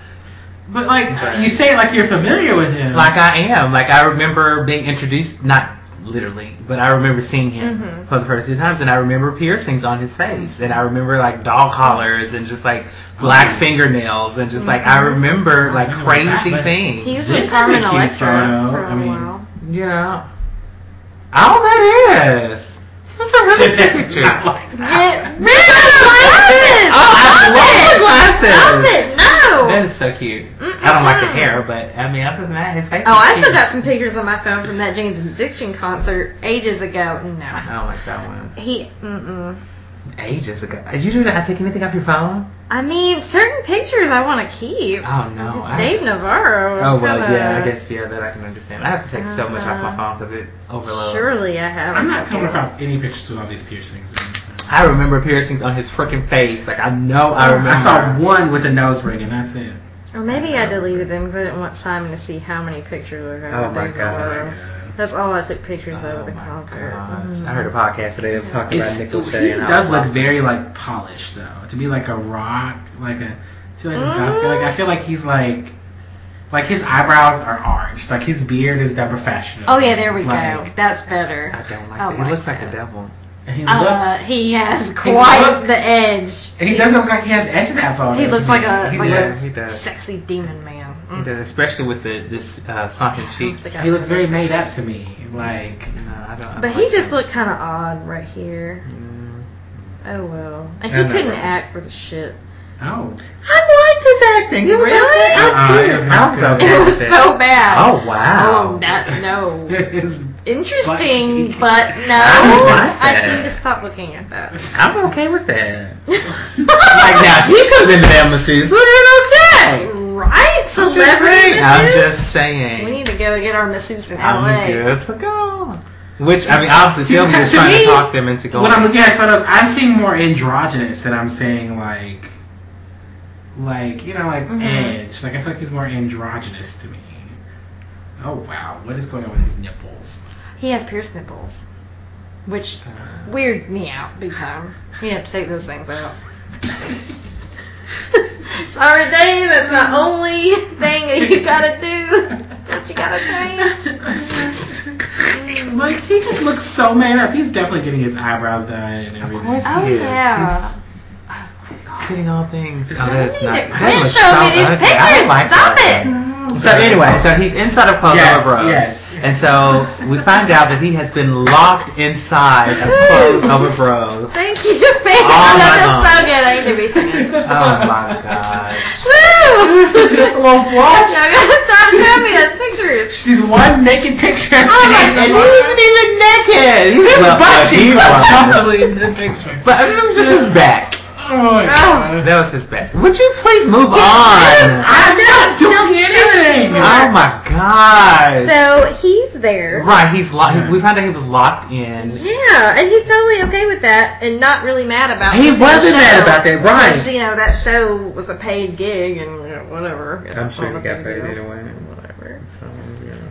Speaker 1: But like
Speaker 5: But-
Speaker 1: you say, it like you're familiar with him. *laughs*
Speaker 5: Like I am. Like I remember being introduced, not literally, but I remember seeing him
Speaker 2: Mhm.
Speaker 5: for the first two times, and I remember piercings on his face, and I remember like dog collars and just like black fingernails, and just like I remember like
Speaker 1: remember that,
Speaker 5: crazy
Speaker 1: but-
Speaker 5: things.
Speaker 2: Mm-hmm. He was
Speaker 1: This
Speaker 2: with
Speaker 1: is a
Speaker 2: Carmen
Speaker 1: cute
Speaker 2: Electra
Speaker 1: photo.
Speaker 2: for a
Speaker 1: I mean-
Speaker 2: while.
Speaker 5: Yeah. All that is. That's a really good
Speaker 1: That's *laughs*
Speaker 5: picture.
Speaker 1: not
Speaker 5: Oh,
Speaker 1: like-
Speaker 2: Get rid of the glasses! Stop
Speaker 5: I
Speaker 2: it!
Speaker 5: love the
Speaker 2: Stop
Speaker 5: glasses.
Speaker 2: it! No!
Speaker 5: That is so cute. I don't like the hair, but I mean, other than that, his face.
Speaker 2: Oh,
Speaker 5: is
Speaker 2: I
Speaker 5: cute.
Speaker 2: still got some pictures on my phone from that Jane's Addiction concert ages ago. No.
Speaker 5: I don't like that one.
Speaker 2: He, mm-mm.
Speaker 5: ages ago. You do not take anything off your phone?
Speaker 2: I mean, certain pictures I want to keep.
Speaker 5: Oh no.
Speaker 2: It's
Speaker 5: I-
Speaker 2: Dave Navarro.
Speaker 5: Oh well,
Speaker 2: Kinda-
Speaker 5: yeah. I guess yeah, that I can understand. I have to take so much off
Speaker 2: Uh,
Speaker 5: my phone because it overloads.
Speaker 2: Surely I have.
Speaker 1: I'm not coming across any pictures with all these piercings. or anything.
Speaker 5: I remember piercings on his freaking face. Like I know I remember.
Speaker 1: I
Speaker 2: Oh,
Speaker 1: saw one with a nose ring, and that's it.
Speaker 2: Or maybe I deleted them because I didn't want Simon to see how many pictures I got.
Speaker 5: Oh
Speaker 2: of
Speaker 5: my
Speaker 2: Dave
Speaker 5: God.
Speaker 2: Navarro. That's all I took pictures of
Speaker 5: Oh
Speaker 2: at the
Speaker 5: my
Speaker 2: concert.
Speaker 5: gosh.
Speaker 2: Mm.
Speaker 5: I heard a podcast today that was talking
Speaker 1: It's,
Speaker 5: about
Speaker 1: he
Speaker 5: Nickel Shay. and I
Speaker 1: does
Speaker 5: was
Speaker 1: look very like polished though. To be like a rock, like a, to like, this goth
Speaker 2: Mhm.
Speaker 1: guy, like I feel like he's like, like his eyebrows are arched, like his beard is done professional.
Speaker 2: Oh yeah, there we
Speaker 1: Like,
Speaker 2: go. That's better.
Speaker 5: I don't like
Speaker 2: I
Speaker 5: it.
Speaker 2: like
Speaker 5: It looks like
Speaker 2: that.
Speaker 5: a devil.
Speaker 1: and He looks.
Speaker 2: Uh, he has quite
Speaker 1: look-
Speaker 2: the edge.
Speaker 1: and he doesn't look like he has edge in that photo.
Speaker 2: He
Speaker 1: to
Speaker 2: looks
Speaker 1: me.
Speaker 2: like a
Speaker 1: He
Speaker 2: like
Speaker 5: does,
Speaker 2: a
Speaker 5: he does.
Speaker 2: sexy demon man. Mm.
Speaker 5: He does, especially with the this uh, sunken cheeks.
Speaker 2: Looks
Speaker 5: No,
Speaker 2: like a-
Speaker 1: He looks very made up to me. Like
Speaker 5: I don't. I don't
Speaker 2: But he
Speaker 5: like
Speaker 2: just
Speaker 5: that.
Speaker 2: looked kind of odd right here.
Speaker 5: Mm.
Speaker 2: Oh well, and
Speaker 5: I
Speaker 2: he
Speaker 5: know.
Speaker 2: couldn't act for the shit.
Speaker 1: oh,
Speaker 5: I liked his acting.
Speaker 2: You
Speaker 5: really?
Speaker 2: really?
Speaker 5: I
Speaker 1: Uh-uh,
Speaker 5: did.
Speaker 1: it's
Speaker 5: I
Speaker 1: not
Speaker 5: Uh, was so
Speaker 1: good.
Speaker 5: bad
Speaker 2: It
Speaker 5: at *laughs*
Speaker 2: was
Speaker 5: that.
Speaker 2: *laughs* so bad.
Speaker 5: Oh wow.
Speaker 2: Oh, not
Speaker 5: *laughs*
Speaker 2: no.
Speaker 1: *laughs*
Speaker 2: *laughs*
Speaker 1: His-
Speaker 2: Interesting,
Speaker 1: But-
Speaker 2: but no.
Speaker 5: I don't like
Speaker 2: I
Speaker 5: that.
Speaker 2: need to stop looking at
Speaker 5: *laughs*
Speaker 2: that.
Speaker 5: I'm okay with
Speaker 2: *laughs*
Speaker 5: that. like
Speaker 2: like
Speaker 5: now he could have been the masseuse. Would have been okay.
Speaker 2: Right?
Speaker 5: I'm just
Speaker 2: Celebrity.
Speaker 5: saying. I'm
Speaker 2: masseuse?
Speaker 5: just saying.
Speaker 2: We need to go get our masseuse in LA.
Speaker 5: I'm good to go. Which I mean, obviously Sylvia was
Speaker 1: to
Speaker 5: trying
Speaker 1: me,
Speaker 5: to talk them into going.
Speaker 1: when I'm looking at his photos, I'm seeing more androgynous than I'm seeing like, like you know, like
Speaker 2: Mhm.
Speaker 1: edge. Like I feel like he's more androgynous to me. Oh wow, what is going on with his nipples?
Speaker 2: He has pierced nipples, which
Speaker 5: Uh,
Speaker 2: weirded me out big time. You have to take those
Speaker 5: *laughs*
Speaker 2: things out. Sorry, Dave.
Speaker 5: *laughs*
Speaker 2: That's my only thing that you gotta do. That's what you gotta change.
Speaker 1: *laughs* like he just looks so made up. He's definitely getting his eyebrows done and everything.
Speaker 5: course.
Speaker 2: Oh
Speaker 5: Yes.
Speaker 2: yeah.
Speaker 5: Getting all things. Oh, that's
Speaker 2: You
Speaker 5: not.
Speaker 2: need to
Speaker 5: that
Speaker 2: quit
Speaker 5: looks
Speaker 2: showing me these
Speaker 5: ugly.
Speaker 2: pictures.
Speaker 5: I don't like
Speaker 2: Stop
Speaker 5: that.
Speaker 2: it.
Speaker 5: So anyway, so he's inside of Club
Speaker 1: Yes,
Speaker 5: Over Bros.
Speaker 1: yes.
Speaker 5: And so we find out that he has been locked inside of Club Over Bros.
Speaker 2: Thank you, *laughs* baby.
Speaker 5: Oh, my
Speaker 2: that feels so
Speaker 5: God.
Speaker 2: good. I need to be thinking.
Speaker 5: *laughs* Oh my gosh.
Speaker 2: Woo! *laughs*
Speaker 1: Just a little
Speaker 2: you
Speaker 1: blush.
Speaker 2: gotta stop showing me those pictures.
Speaker 1: She's one naked picture.
Speaker 2: Oh,
Speaker 5: And, and he isn't even naked. His
Speaker 1: butt
Speaker 5: *laughs*
Speaker 1: cheek was
Speaker 5: definitely
Speaker 1: in the picture.
Speaker 5: But I mean, I'm just his back.
Speaker 1: Oh my god.
Speaker 5: That was his back. Would you please move on?
Speaker 1: I'm not doing
Speaker 2: Don't shoot
Speaker 1: anything.
Speaker 5: Oh
Speaker 2: anymore.
Speaker 5: my gosh.
Speaker 2: So he's there.
Speaker 5: Right, he's locked. We found out he was locked in.
Speaker 2: Yeah, and he's totally okay with that and not really mad about
Speaker 5: He
Speaker 2: it.
Speaker 5: wasn't mad about that, right.
Speaker 2: Because, you know, that show was a paid gig and you know, whatever. It's not a big deal.
Speaker 5: anyway. Whatever.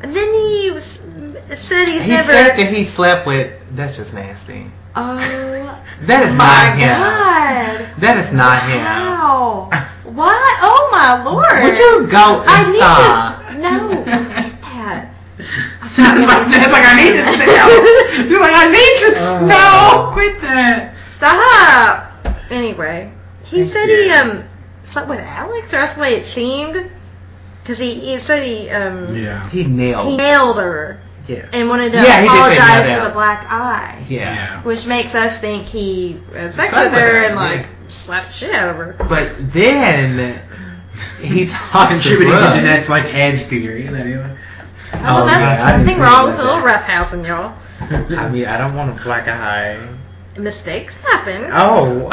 Speaker 2: And then he was, said he's
Speaker 5: He
Speaker 2: never.
Speaker 5: said that he slept with. That's just nasty.
Speaker 2: oh
Speaker 5: That is
Speaker 2: my
Speaker 5: not him.
Speaker 2: god.
Speaker 5: That is not him.
Speaker 2: Wow. Why? Oh my lord.
Speaker 5: Would you go
Speaker 2: I need
Speaker 5: inside?
Speaker 2: to. No. Pat.
Speaker 1: Sounds *laughs* like, that's like I need
Speaker 5: *laughs*
Speaker 1: to sell. You're like I need to
Speaker 5: Oh.
Speaker 1: *laughs* no quit that.
Speaker 2: Stop. Anyway, he
Speaker 5: Thank
Speaker 2: said
Speaker 5: you.
Speaker 2: he um slept with Alex, or that's the way it seemed. Because he, he said he um
Speaker 1: Yeah.
Speaker 5: He
Speaker 2: he
Speaker 5: nailed.
Speaker 2: nailed her
Speaker 5: Yes.
Speaker 2: and wanted to
Speaker 5: Yeah, he did say
Speaker 2: apologize
Speaker 5: nail
Speaker 2: for the
Speaker 5: down.
Speaker 2: black eye,
Speaker 5: Yeah.
Speaker 2: which makes us think he had sex
Speaker 5: Slept
Speaker 2: with
Speaker 5: with
Speaker 2: her
Speaker 5: her,
Speaker 2: and
Speaker 5: yeah.
Speaker 2: like slapped the shit out of her.
Speaker 5: But then *laughs* he talked to
Speaker 1: Contributing to
Speaker 5: Brooke.
Speaker 1: Jeanette's like edge theory. Isn't that even?
Speaker 2: I don't
Speaker 5: yeah,
Speaker 2: know.
Speaker 5: Oh, I didn't
Speaker 2: Nothing
Speaker 5: think
Speaker 2: Oh, wrong with
Speaker 5: about
Speaker 2: a little
Speaker 5: that.
Speaker 2: roughhousing, y'all.
Speaker 5: I
Speaker 1: *laughs*
Speaker 5: mean, I don't want a black eye.
Speaker 2: Mistakes happen.
Speaker 5: Oh,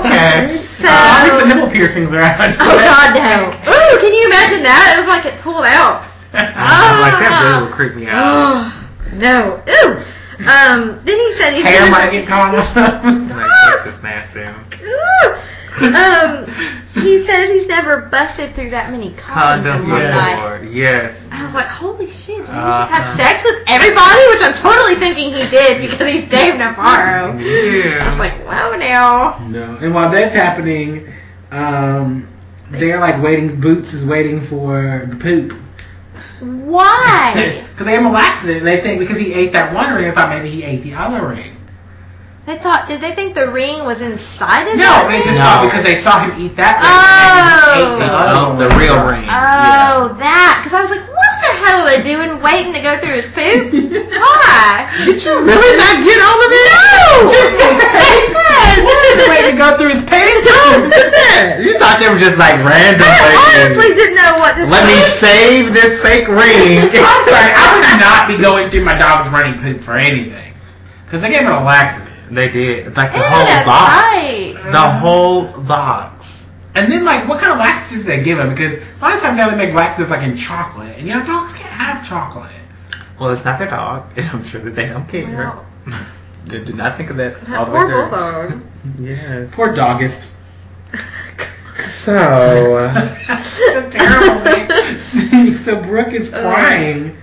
Speaker 2: *laughs*
Speaker 5: okay.
Speaker 2: So,
Speaker 1: Uh, At least the nipple piercings are out.
Speaker 2: oh god, no. Ooh, can you imagine that? It was like it pulled out.
Speaker 5: I'm like, that
Speaker 2: Ah.
Speaker 5: really would creep me out.
Speaker 2: Oh *gasps* no. Ew. Um. Then he said he's
Speaker 1: Hair
Speaker 2: gonna-
Speaker 1: might get
Speaker 2: *laughs*
Speaker 1: caught or something.
Speaker 5: Like, that's just nasty.
Speaker 2: Ew.
Speaker 1: *laughs*
Speaker 2: um. He says he's never busted through that many condoms,
Speaker 5: Condoms
Speaker 2: in one
Speaker 1: yeah.
Speaker 2: night.
Speaker 5: before. Yes.
Speaker 2: I was like, holy shit! Did he
Speaker 5: Uh-huh.
Speaker 2: just have sex with everybody? Which I'm totally thinking he did because he's Dave Navarro. I was
Speaker 5: Yeah.
Speaker 2: like, wow, now.
Speaker 1: No. And while that's happening, um, they're like waiting. Boots is waiting for the poop. *laughs*
Speaker 2: Why?
Speaker 1: Because they had a little accident. and They think because he ate that one ring, they thought maybe he ate the other ring.
Speaker 2: they thought. Did they think the ring was inside of
Speaker 1: No,
Speaker 2: that
Speaker 1: they
Speaker 2: ring?
Speaker 1: just
Speaker 5: No.
Speaker 1: thought because they saw him eat that
Speaker 2: Oh.
Speaker 1: ring. and he ate
Speaker 5: The,
Speaker 1: the, other
Speaker 5: oh, the
Speaker 1: one.
Speaker 5: real ring.
Speaker 2: Oh, that. Because I was like, what the hell are they doing waiting to go through his
Speaker 1: *laughs*
Speaker 2: poop? Why?
Speaker 5: Did you really not get all of it?
Speaker 2: No!
Speaker 1: *laughs* Waiting to go through his pants.
Speaker 5: You thought they were just like random
Speaker 2: I
Speaker 5: things.
Speaker 2: *laughs* honestly didn't know what to
Speaker 5: Let me
Speaker 2: *laughs* think.
Speaker 5: save this fake ring.
Speaker 2: *laughs*
Speaker 1: I'm sorry, I would not be going through my dog's running poop for anything. Because they gave him a laxative.
Speaker 5: They did. Like the
Speaker 2: Ew,
Speaker 5: whole
Speaker 2: that's
Speaker 5: box.
Speaker 2: right.
Speaker 5: The whole box.
Speaker 1: And then, like, what kind of laxatives they give them? Because a lot of times they only make laxatives like in chocolate, and y'all dogs can't have chocolate.
Speaker 5: Well, it's not their dog, *laughs* and I'm sure that they don't care.
Speaker 2: Well.
Speaker 5: *laughs* they did not think of that all
Speaker 2: That
Speaker 5: the
Speaker 2: poor
Speaker 5: way through.
Speaker 2: bulldog.
Speaker 5: Yes.
Speaker 1: Poor doggist.
Speaker 2: *laughs*
Speaker 5: So, uh,
Speaker 1: That's terrible. man. *laughs* so Brooke is
Speaker 2: Uh,
Speaker 1: crying.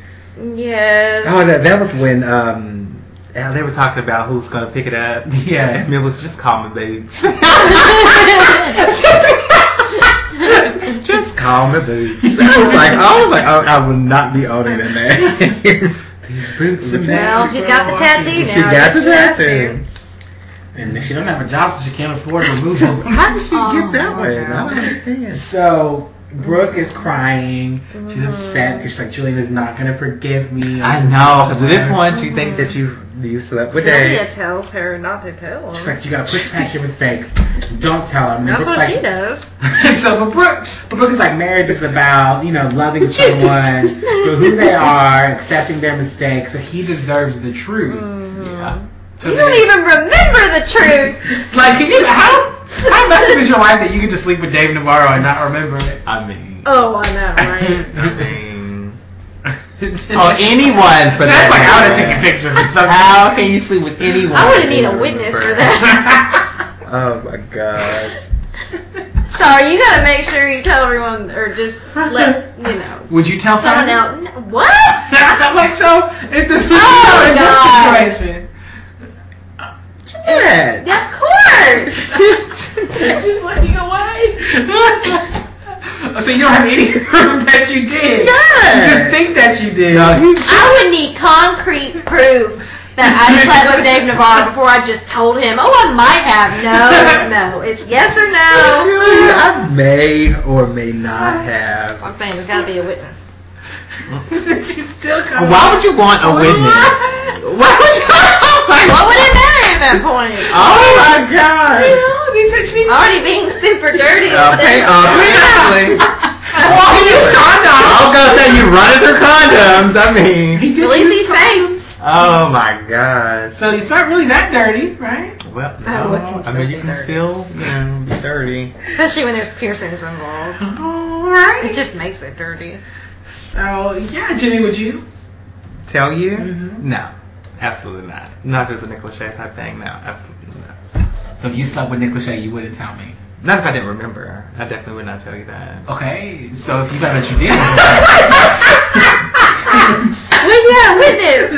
Speaker 2: yes.
Speaker 5: oh, that, that was when um, yeah, they were talking about who's gonna pick it up. *laughs*
Speaker 1: Yeah. *laughs*
Speaker 5: And it was just common
Speaker 2: *laughs*
Speaker 5: babes. just call me
Speaker 2: *laughs*
Speaker 5: boobs. I was like, I was like, oh, I will not be owning that man. *laughs*
Speaker 1: These boots and
Speaker 2: well,
Speaker 1: panties
Speaker 2: she's
Speaker 1: for
Speaker 2: got the
Speaker 1: walking.
Speaker 2: tattoo now.
Speaker 5: she got
Speaker 2: so
Speaker 5: to that too.
Speaker 1: And she don't have a job, so she can't afford removal.
Speaker 2: *laughs*
Speaker 5: How did she
Speaker 2: Oh,
Speaker 5: get that way? I
Speaker 2: wow.
Speaker 5: don't understand.
Speaker 1: So Brooke is crying. She's upset because she's like, Julian is not gonna forgive me.
Speaker 5: I know, because at this point, you think that you you slept with
Speaker 2: Sylvia
Speaker 5: that.
Speaker 2: tells her not to tell
Speaker 1: She's
Speaker 2: him.
Speaker 1: like, you gotta push past your mistakes. Don't tell him. And
Speaker 2: That's
Speaker 1: Brooke's
Speaker 2: what
Speaker 1: like,
Speaker 2: she does.
Speaker 1: *laughs* so, but Brooke, but Brooke is like marriage is about you know
Speaker 2: *laughs*
Speaker 1: loving someone for who they are, accepting their mistakes. So he deserves the truth. Yeah. So
Speaker 2: Mm. You
Speaker 1: then-
Speaker 2: don't even remember the
Speaker 5: *laughs*
Speaker 2: truth.
Speaker 1: like can you how how messed up is your life that you can just sleep with Dave Navarro and not remember it?
Speaker 5: I mean,
Speaker 2: *laughs* Oh, I know, right?
Speaker 5: *laughs* I mean,
Speaker 1: It's just-
Speaker 5: oh, anyone for
Speaker 1: that's like
Speaker 5: that.
Speaker 1: how to
Speaker 5: matter.
Speaker 1: take pictures of
Speaker 5: How can you sleep with anyone?
Speaker 2: I wouldn't need
Speaker 5: and
Speaker 2: a
Speaker 5: not
Speaker 2: witness
Speaker 5: remember?
Speaker 2: for that.
Speaker 5: *laughs*
Speaker 1: something.
Speaker 5: Oh my gosh.
Speaker 2: Sorry, you gotta make sure you tell everyone, or just let you know
Speaker 1: *laughs* Would you tell
Speaker 2: someone
Speaker 1: friends?
Speaker 2: else. kn- What?
Speaker 1: *laughs* like so it this was
Speaker 2: Oh,
Speaker 1: so in
Speaker 2: God.
Speaker 1: this situation.
Speaker 5: Chad.
Speaker 2: Yeah, Of
Speaker 5: *laughs*
Speaker 2: course.
Speaker 1: It's just looking away. *laughs* so you don't have any *laughs* proof that you did. You just
Speaker 5: Yes.
Speaker 1: think that *laughs* you did.
Speaker 5: No, he's
Speaker 2: I would need concrete proof that I slept with Dave Navarro before I just told him. Oh, I might have. No, no. It's yes or no.
Speaker 5: I may or may not have.
Speaker 2: I'm saying there's gotta be a witness.
Speaker 1: She's still coming.
Speaker 5: Why would you want a witness? *laughs* Why would you?
Speaker 2: Like, what would it matter at that point?
Speaker 5: Oh my god.
Speaker 1: No, they said she needs
Speaker 2: Already being super dirty. over
Speaker 5: Okay,
Speaker 2: there.
Speaker 1: uh,
Speaker 5: obviously. *laughs*
Speaker 1: Why would you start
Speaker 5: I was gonna say you running through condoms. I mean,
Speaker 2: At least he's safe.
Speaker 5: oh my gosh.
Speaker 1: So it's not really that dirty, right?
Speaker 5: Well,
Speaker 2: That
Speaker 5: no,
Speaker 2: looks
Speaker 5: I mean you can
Speaker 2: filthy dirty.
Speaker 5: still, you know, be dirty.
Speaker 2: Especially when there's piercings involved. It
Speaker 1: Alright.
Speaker 2: just makes it dirty.
Speaker 1: So yeah, Jimmy, would you?
Speaker 5: Tell you?
Speaker 1: Mhm.
Speaker 5: No, absolutely not. Not if it's a Nick Lachey type thing. No, absolutely not.
Speaker 1: So if you slept with Nick Lachey, you wouldn't tell me.
Speaker 5: Not if I didn't remember. I definitely would not tell you that.
Speaker 1: Okay. So if you found out you did,
Speaker 2: Wait, *laughs* yeah, witness.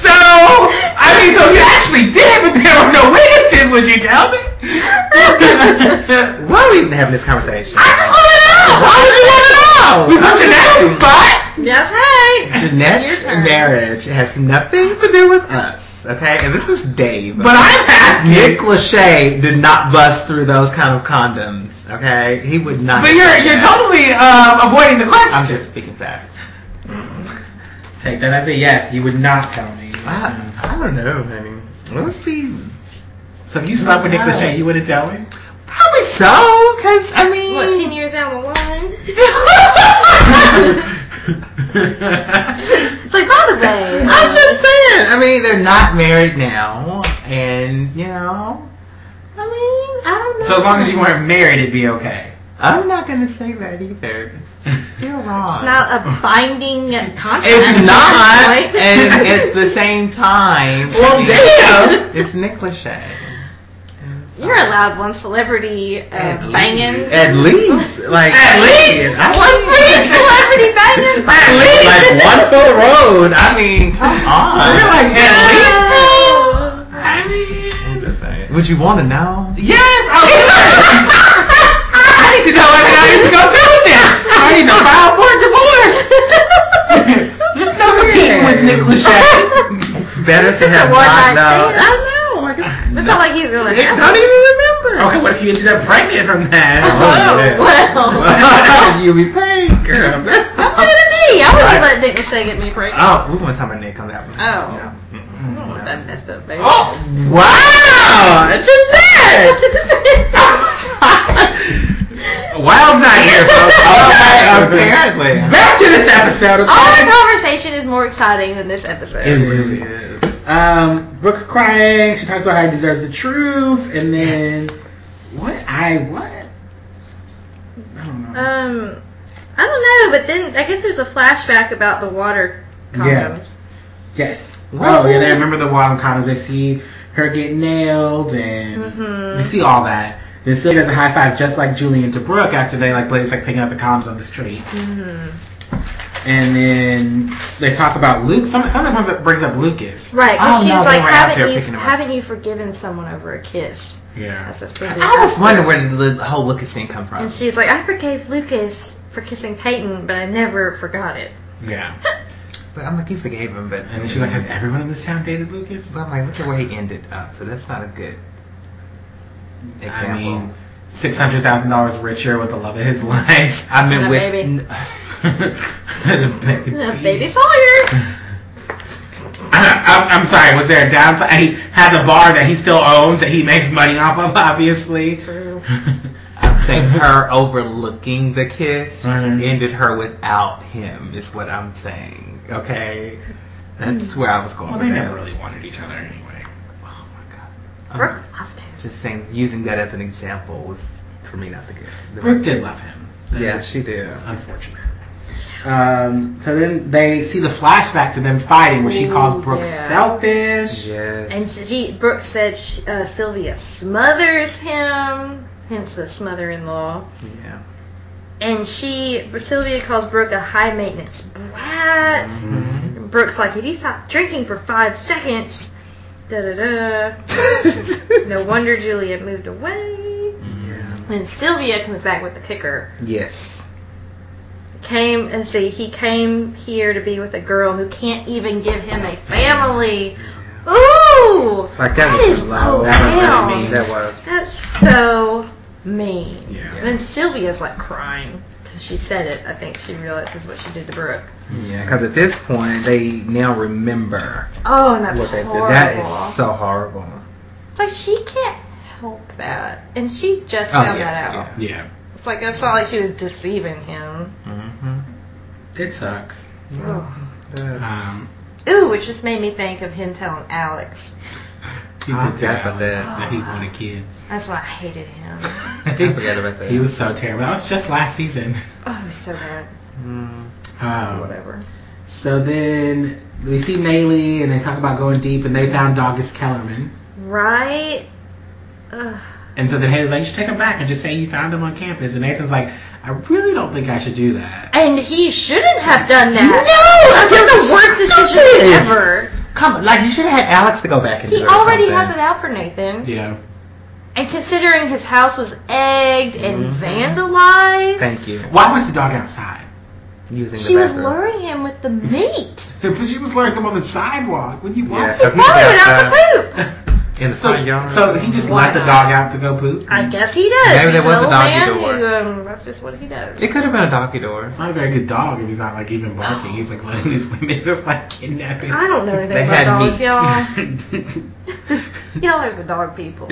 Speaker 1: so I mean, so if you actually did, but there were no witnesses, would you tell me?
Speaker 5: Oh, Why are we even having this conversation?
Speaker 1: I just want to know.
Speaker 5: Why would you want to know?
Speaker 1: We put your name in the spot.
Speaker 2: That's right.
Speaker 5: Jeanette's
Speaker 2: Your turn.
Speaker 5: marriage has nothing to do with us, okay? And this is Dave.
Speaker 1: But I'm asking.
Speaker 5: Nick Lachey did not bust through those kind of condoms, okay? He would not.
Speaker 1: But
Speaker 5: have
Speaker 1: you're
Speaker 5: done
Speaker 1: you're
Speaker 5: that.
Speaker 1: totally um, avoiding the question.
Speaker 5: I'm just speaking facts.
Speaker 1: Take that as a yes. You would not tell me. Mm.
Speaker 5: I, I don't know, honey. It would be
Speaker 1: So if you slept with Nick
Speaker 5: Wow.
Speaker 1: Lachey, you wouldn't tell me.
Speaker 5: probably so, because I mean,
Speaker 2: What,
Speaker 1: *laughs*
Speaker 2: 10 years down the line? It's like, by the way.
Speaker 5: I'm just saying. I mean, they're not married now, and you know,
Speaker 2: I mean, I don't know.
Speaker 1: so as long as you weren't married, it'd be okay.
Speaker 5: I'm not gonna say that either. 'cause
Speaker 1: *laughs*
Speaker 5: You're wrong.
Speaker 2: Not a binding contract. *laughs*
Speaker 5: It's not,
Speaker 2: Right?
Speaker 5: and it's the same time.
Speaker 1: *laughs* Well, damn.
Speaker 5: It's Nick Lachey.
Speaker 2: *laughs* You're allowed one celebrity uh, banging.
Speaker 5: At least, like
Speaker 1: At least.
Speaker 5: I
Speaker 1: *laughs*
Speaker 2: One
Speaker 5: mean,
Speaker 2: free celebrity banging.
Speaker 5: At least, like one for the road. I mean,
Speaker 1: *laughs*
Speaker 5: come on.
Speaker 1: You're like, at least.
Speaker 2: No.
Speaker 1: *laughs* I mean,
Speaker 5: I'm just saying. Would you want to know?
Speaker 1: yes. I, would. *laughs* I need to know everything I need to go through with this. I need to file for a
Speaker 5: *laughs*
Speaker 1: divorce. There's no competing with Nick Lachey.
Speaker 5: Better to have
Speaker 2: one
Speaker 5: not
Speaker 2: night
Speaker 5: known.
Speaker 2: stand.
Speaker 5: I know. Like, it's-
Speaker 2: It's not like he's going to
Speaker 5: it don't even remember.
Speaker 1: okay, what if you ended up pregnant from
Speaker 5: Oh, *laughs*
Speaker 1: that?
Speaker 5: yeah.
Speaker 2: well.
Speaker 5: you be paid,
Speaker 1: *laughs*
Speaker 5: girl.
Speaker 2: Don't blame me.
Speaker 5: *laughs*
Speaker 2: I wouldn't let Nick Lachey get me pregnant.
Speaker 5: Oh, we want to talk about Nick on that one.
Speaker 2: Oh.
Speaker 5: No. *laughs*
Speaker 2: I don't want that messed up, baby.
Speaker 5: Oh, wow! It's a net! *laughs*
Speaker 1: Wild's not here, folks.
Speaker 5: *laughs* All right,
Speaker 1: *laughs*
Speaker 5: Apparently.
Speaker 1: Back to this episode. Okay?
Speaker 2: All the conversation is more exciting than this episode.
Speaker 1: It
Speaker 5: Really
Speaker 1: really is.
Speaker 5: is.
Speaker 1: Um, Brooke's crying. She talks about how he deserves the truth, and then what? I what? I don't know.
Speaker 2: Um, I don't know, but then I guess there's a flashback about the water
Speaker 1: Yeah.
Speaker 2: condoms.
Speaker 1: yes.
Speaker 5: What's
Speaker 1: oh yeah, they
Speaker 5: it?
Speaker 1: remember the wild condoms. They see her get nailed, and
Speaker 2: Mhm.
Speaker 1: we see all that. Then Sid does a high five just like Julian to Brooke after they like play, it's like picking up the comms on the street.
Speaker 2: Mhm.
Speaker 1: And then they talk about Luke. Some, something comes up, brings up Lucas.
Speaker 2: Right,
Speaker 5: Oh,
Speaker 2: because she
Speaker 5: no,
Speaker 2: was
Speaker 5: they
Speaker 2: like,
Speaker 5: were out
Speaker 2: haven't
Speaker 5: there
Speaker 2: you,
Speaker 5: picking 'em up."
Speaker 2: haven't you forgiven someone over a kiss?
Speaker 1: Yeah.
Speaker 2: That's a thing.
Speaker 5: I was wondering where the whole Lucas thing come from.
Speaker 2: And she's like, I forgave Lucas for kissing Peyton, but I never forgot it.
Speaker 1: Yeah.
Speaker 5: But I'm like, you forgave him, but
Speaker 1: And then she's like, has everyone in this town dated Lucas?
Speaker 5: So I'm like, look at where he ended up. So that's not a good example.
Speaker 1: I mean, six hundred thousand dollars richer with the love of his *laughs* life. I
Speaker 2: And
Speaker 1: mean,
Speaker 2: a
Speaker 1: with
Speaker 2: baby.
Speaker 1: the baby. *laughs*
Speaker 2: Baby
Speaker 5: *laughs*
Speaker 2: Sawyer!
Speaker 1: I, am I'm sorry. Was there a downside? He has a bar that he still owns that he makes money off of, *laughs* obviously.
Speaker 2: True.
Speaker 5: I'm saying
Speaker 1: *laughs*
Speaker 5: her overlooking the kiss
Speaker 1: Mhm.
Speaker 5: ended her without him, is what I'm saying. Okay? That's where I was going
Speaker 1: well,
Speaker 5: with
Speaker 1: they
Speaker 5: that.
Speaker 1: never really wanted each other anyway.
Speaker 5: Oh my god. I'm
Speaker 2: Brooke loved him.
Speaker 5: Just saying, using that as an example was, for me, not the good. The
Speaker 1: Brooke did love him. That
Speaker 5: Yes,
Speaker 1: is
Speaker 5: she did.
Speaker 1: unfortunate. Um, so then they see the flashback to them fighting, where she
Speaker 2: Ooh,
Speaker 1: calls Brooke
Speaker 2: yeah.
Speaker 1: selfish. *laughs*
Speaker 5: Yes.
Speaker 2: And she, Brooke said she, uh, Sylvia smothers him, hence the smother in law.
Speaker 5: yeah.
Speaker 2: And she, Sylvia calls Brooke a high maintenance brat.
Speaker 5: Mm-hmm.
Speaker 1: *laughs*
Speaker 2: And Brooke's like, if you stop drinking for five seconds, da da da. no wonder Juliet moved away.
Speaker 5: Yeah.
Speaker 2: And Sylvia comes back with the kicker.
Speaker 5: Yes.
Speaker 2: Came and see, he came here to be with a girl who can't even give him a family. Ooh,
Speaker 6: Like that,
Speaker 2: That
Speaker 6: was
Speaker 2: is
Speaker 6: loud.
Speaker 2: That was really
Speaker 1: loud. mean.
Speaker 6: That was.
Speaker 2: that's so mean.
Speaker 1: Yeah.
Speaker 2: And then Sylvia's like crying because she said it. I think she realizes what she did to Brooke.
Speaker 5: Yeah, because at this point, they now remember
Speaker 2: Oh, and that's
Speaker 5: what they
Speaker 2: horrible.
Speaker 5: said. That is so horrible.
Speaker 2: It's like she can't help that, and she just
Speaker 5: Oh,
Speaker 2: found
Speaker 5: yeah,
Speaker 2: that out.
Speaker 1: Yeah.
Speaker 2: It's like it's not like she was deceiving him.
Speaker 5: Mm-hmm.
Speaker 1: It sucks.
Speaker 2: Ugh.
Speaker 1: Um,
Speaker 2: Ooh, which just made me think of him telling Alex.
Speaker 1: he
Speaker 5: I
Speaker 1: did
Speaker 5: forgot
Speaker 1: tell
Speaker 5: about
Speaker 1: Alex
Speaker 5: that.
Speaker 1: that he wanted *laughs* kids.
Speaker 2: That's why I hated him.
Speaker 1: I
Speaker 5: forgot about that.
Speaker 1: He was so terrible. That was just last season.
Speaker 2: Oh, it was so bad.
Speaker 5: Mm.
Speaker 1: Um,
Speaker 2: Whatever.
Speaker 1: so then we see Maylee and they talk about going deep and they found Doggus Kellerman.
Speaker 2: Right? Ugh.
Speaker 1: And so then Hayden's like, you should take him back and just say you found him on campus. And Nathan's like, I really don't think I should do that.
Speaker 2: And he shouldn't have done
Speaker 5: No,
Speaker 2: that. that's the worst decision
Speaker 5: stupid.
Speaker 2: ever.
Speaker 5: Come, like you should have had Alex to go back and
Speaker 2: He
Speaker 5: do it or
Speaker 2: already
Speaker 5: something.
Speaker 2: has it out for Nathan.
Speaker 1: Yeah.
Speaker 2: And considering his house was egged and vandalized,
Speaker 5: Mm-hmm. Thank you.
Speaker 1: Why was the dog outside? *laughs*
Speaker 5: Using
Speaker 2: she
Speaker 5: the
Speaker 2: was
Speaker 5: bathroom.
Speaker 2: luring him with the meat.
Speaker 1: But she was luring him on the sidewalk. What do you
Speaker 5: Yeah,
Speaker 1: want?
Speaker 2: He
Speaker 5: That's
Speaker 2: probably
Speaker 5: the
Speaker 2: went out
Speaker 5: best,
Speaker 2: to poop.
Speaker 5: uh, in the front
Speaker 1: So,
Speaker 5: yard.
Speaker 1: so he just let the dog out to go poop?
Speaker 2: I guess he does.
Speaker 5: Maybe there
Speaker 2: He's an
Speaker 5: was a
Speaker 2: old
Speaker 5: doggy
Speaker 2: man
Speaker 5: door.
Speaker 2: who, um, that's just what he does.
Speaker 5: Mm-hmm. it could have been a donkey door. Um,
Speaker 1: It's not a very good dog if he's not like even barking. He's like letting these women *laughs* just like kidnap him.
Speaker 2: I don't know anything
Speaker 5: They
Speaker 2: about
Speaker 5: had
Speaker 2: dogs,
Speaker 5: meat. *laughs*
Speaker 2: y'all.
Speaker 1: *laughs*
Speaker 2: y'all are the dog people.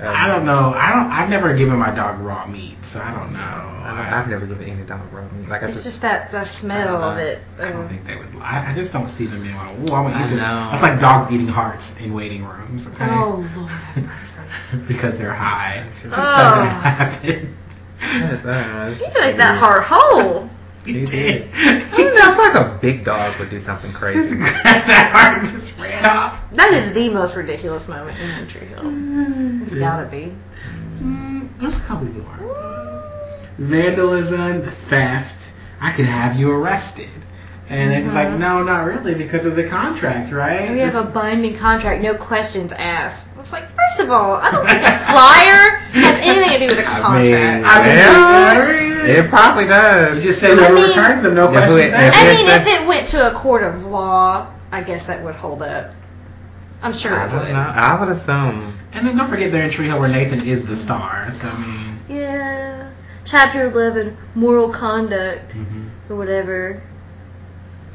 Speaker 1: I don't know. I don't. I've never given my dog raw meat, so I don't know.
Speaker 5: I don't, I've never given any dog raw meat. Like I
Speaker 2: It's
Speaker 5: just,
Speaker 2: just that the smell of it.
Speaker 1: I don't
Speaker 2: Um,
Speaker 1: think they would. I, I just don't see them being like, "Ooh, I'm gonna
Speaker 5: I
Speaker 1: eat this."
Speaker 5: know.
Speaker 1: That's like dogs eating hearts in waiting rooms, okay?
Speaker 2: Oh *laughs* Lord, have mercy.
Speaker 1: *laughs* because they're high. It just
Speaker 2: Oh.
Speaker 1: doesn't happen.
Speaker 5: yes, I don't know. It's
Speaker 2: He's
Speaker 5: just
Speaker 2: like that hard hole.
Speaker 1: *laughs*
Speaker 5: He did.
Speaker 1: He
Speaker 2: Oh,
Speaker 5: He
Speaker 1: *laughs*
Speaker 5: just like a big dog would do something
Speaker 1: just
Speaker 5: crazy.
Speaker 1: grabbed that heart and *laughs* just ran off.
Speaker 2: That is the most ridiculous moment in Country Hill. It's gotta be.
Speaker 1: Mm, there's a couple more. vandalism, theft, I could have you arrested. And it's like, no, not really, because of the contract, right?
Speaker 2: Uh-huh. We have a
Speaker 1: This-
Speaker 2: binding contract, no questions asked. It's like, first of all, I don't think a flyer has anything to do with a contract.
Speaker 1: I mean,
Speaker 5: Well,
Speaker 1: yeah.
Speaker 5: it probably
Speaker 1: You
Speaker 5: does.
Speaker 1: just say whoever
Speaker 2: mean-
Speaker 1: returns them, no
Speaker 5: Yeah, who- if
Speaker 1: questions
Speaker 2: I
Speaker 1: asked.
Speaker 2: mean, if it went to a court of law, I guess that would hold up. I'm sure
Speaker 5: I
Speaker 2: it
Speaker 5: don't know.
Speaker 2: would.
Speaker 5: I would assume.
Speaker 1: And then don't forget they're in Tree Hill where Nathan is the star. So I mean,
Speaker 2: Yeah. Chapter 11, moral conduct,
Speaker 5: Mm-hmm.
Speaker 2: or whatever.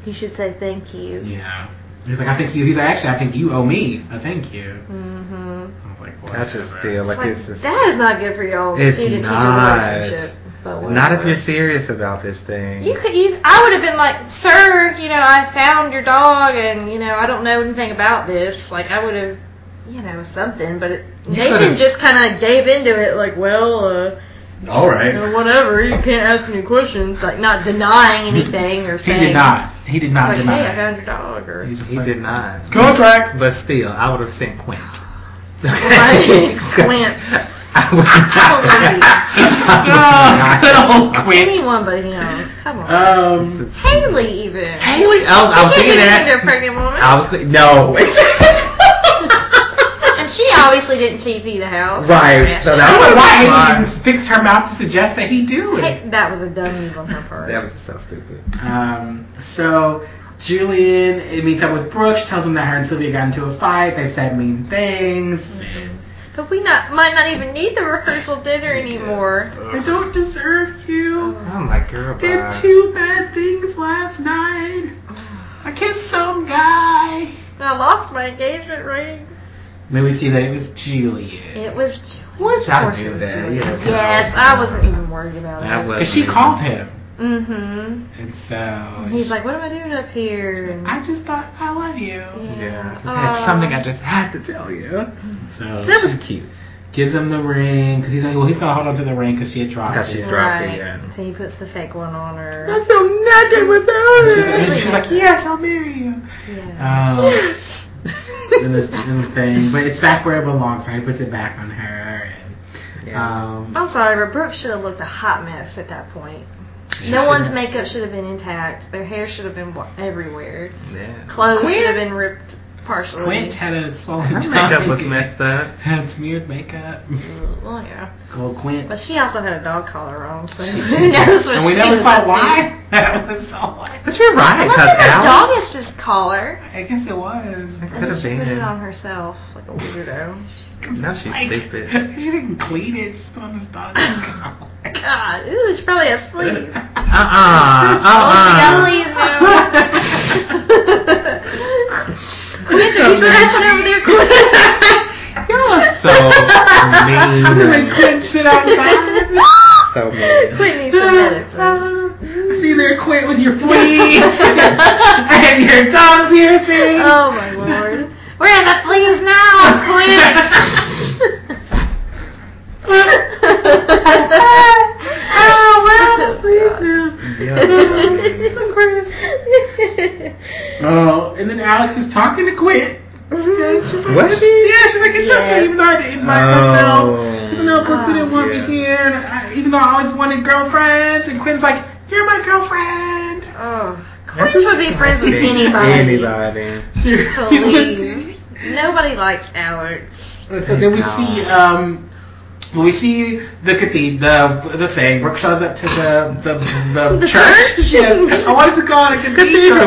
Speaker 2: He should say thank *laughs* you.
Speaker 1: yeah. He's like, I think you. He's like, actually, I think you owe me a thank you.
Speaker 2: Mm-hmm.
Speaker 1: I was like,
Speaker 5: I just
Speaker 1: whatever.
Speaker 5: feel like, it's just.
Speaker 2: that is not good for y'all
Speaker 5: It's
Speaker 2: student teacher
Speaker 5: not.
Speaker 2: relationship. But whatever.
Speaker 6: Not if you're serious about this thing.
Speaker 2: You could. You, I would have been like, sir. You know, I found your dog, and you know, I don't know anything about this. Like, I would have, you know, something. But it,
Speaker 6: You
Speaker 2: Nathan
Speaker 6: could've-
Speaker 2: just kind of gave into it. Like, well, uh,
Speaker 1: All
Speaker 2: you
Speaker 1: right.
Speaker 2: know, whatever. You can't ask any questions. Like, not denying anything or
Speaker 1: He
Speaker 2: saying.
Speaker 1: did not. He did not
Speaker 2: Like,
Speaker 1: deny.
Speaker 2: hey, I
Speaker 1: it.
Speaker 2: found your dog. Or
Speaker 1: He's just
Speaker 5: He
Speaker 1: like,
Speaker 5: did not.
Speaker 1: Contract.
Speaker 5: But still, I would have sent Quint.
Speaker 2: Right. Quint.
Speaker 6: *laughs* I would
Speaker 1: Oh,
Speaker 6: not.
Speaker 1: good old Quint.
Speaker 2: anyone but him. Come on.
Speaker 1: Um,
Speaker 2: Haley, even.
Speaker 6: Haley, I was, I *laughs* was
Speaker 2: She
Speaker 6: thinking
Speaker 2: didn't
Speaker 6: that.
Speaker 2: into a pregnant woman.
Speaker 6: I was thinking, no. *laughs*
Speaker 2: and she obviously didn't TP the house.
Speaker 6: right. So
Speaker 1: I
Speaker 6: that
Speaker 1: don't know
Speaker 6: was
Speaker 1: why Haley even fixed her mouth to suggest that he do it.
Speaker 2: Hey, that was a dumb move on her part.
Speaker 6: That was so stupid.
Speaker 1: Um, so Julian it meets up with Brooks, tells him that her and Sylvia got into a fight. They said mean things.
Speaker 2: But we not might not even need the rehearsal dinner anymore.
Speaker 1: I don't deserve you.
Speaker 5: I'm like, girl,
Speaker 1: Did
Speaker 5: bye.
Speaker 1: two bad things last night. I kissed some guy.
Speaker 2: I lost my engagement ring.
Speaker 1: Then we see that it was Julian.
Speaker 2: It was.
Speaker 6: Which
Speaker 2: Of
Speaker 6: I
Speaker 2: course it
Speaker 6: knew
Speaker 2: was
Speaker 6: that.
Speaker 2: Julie.
Speaker 6: Yes.
Speaker 2: Yes, I wasn't even worried about
Speaker 5: I
Speaker 2: it.
Speaker 5: wasn't
Speaker 1: Because she
Speaker 5: even-
Speaker 1: called him.
Speaker 2: Mm-hmm.
Speaker 1: And so.
Speaker 2: He's like, "What am I doing up here?" And,
Speaker 1: I just thought, I love you.
Speaker 5: Yeah, I just
Speaker 2: Uh,
Speaker 5: had something I just had to tell you.
Speaker 1: So.
Speaker 6: That was cute.
Speaker 1: Gives him the ring. Because he's like, well, he's going to hold on to the ring because she had dropped
Speaker 6: Because
Speaker 1: it.
Speaker 6: she dropped
Speaker 2: Right.
Speaker 6: it. Yeah.
Speaker 2: So he puts the fake one on her.
Speaker 6: I'm so naked without
Speaker 1: And
Speaker 6: it.
Speaker 1: she's like, yes, I'll marry you.
Speaker 2: yeah.
Speaker 6: *laughs*
Speaker 1: Um,
Speaker 2: *laughs*
Speaker 6: Yes.
Speaker 1: in the, in the thing, but it's back where it belongs. So he puts it back on her, and um,
Speaker 5: Oh,
Speaker 2: I'm sorry, but Brooke should have looked a hot mess at that point.
Speaker 1: she
Speaker 2: no one's
Speaker 1: should've-
Speaker 2: makeup should have been intact. Their hair should have been wa- everywhere.
Speaker 5: Yeah.
Speaker 2: Clothes
Speaker 1: Quint-
Speaker 2: should have been ripped partially.
Speaker 1: Quint had a swollen
Speaker 5: Her
Speaker 1: tummy.
Speaker 5: makeup was messed up.
Speaker 1: Had smeared makeup.
Speaker 2: Well, yeah.
Speaker 1: Gold Quint.
Speaker 2: But she also had a dog collar on,
Speaker 5: *laughs*
Speaker 2: so *laughs* who knows what
Speaker 1: and
Speaker 2: she
Speaker 1: we never
Speaker 2: was up
Speaker 1: saw
Speaker 2: to.
Speaker 1: why. *laughs* That was so why.
Speaker 6: But you're right,
Speaker 2: I
Speaker 6: because
Speaker 2: don't think her
Speaker 6: Al.
Speaker 2: dog is just collar.
Speaker 1: I guess it was.
Speaker 5: It could have
Speaker 2: She put it
Speaker 5: been.
Speaker 2: on herself like a weirdo.
Speaker 5: Now she's
Speaker 1: Like, *laughs*
Speaker 5: stupid.
Speaker 6: *laughs*
Speaker 1: She didn't clean it. Just put on this dog.
Speaker 2: God, ooh, she probably has
Speaker 1: *laughs*
Speaker 2: fleas.
Speaker 6: Uh uh. Uh
Speaker 2: Oh, she got fleas now. Quit it, you scratching over there,
Speaker 1: *laughs*
Speaker 6: uh. Y'all are so mean.
Speaker 1: Quint, sit outside.
Speaker 6: So mean.
Speaker 2: Quit needs some
Speaker 1: *laughs*
Speaker 2: medicine.
Speaker 1: See there, Quint, with your fleas and your dog piercing.
Speaker 2: Oh my lord. We're in the fleas now, Quinn! oh,
Speaker 1: Please no. Oh, and then Alex is talking to Quint. Yeah, she's like,
Speaker 6: What?
Speaker 1: "It's- Yeah, she's like, it's okay, even though I didn't invite myself. Even though Brooke didn't want
Speaker 6: yeah.
Speaker 1: me here, and I, even though I always wanted girlfriends, and Quint's like, you're my girlfriend.
Speaker 2: Oh, Quinn would be friends with anybody.
Speaker 6: Anybody.
Speaker 1: *laughs* She-
Speaker 2: Please. Nobody likes Alex.
Speaker 1: And so then we see, um, well, we see the cathedral, the, the thing. Brooke shows up to the the, *laughs* the,
Speaker 2: The
Speaker 1: church.
Speaker 2: church?
Speaker 1: *laughs* Yes. Oh, what is it called? A cathedral.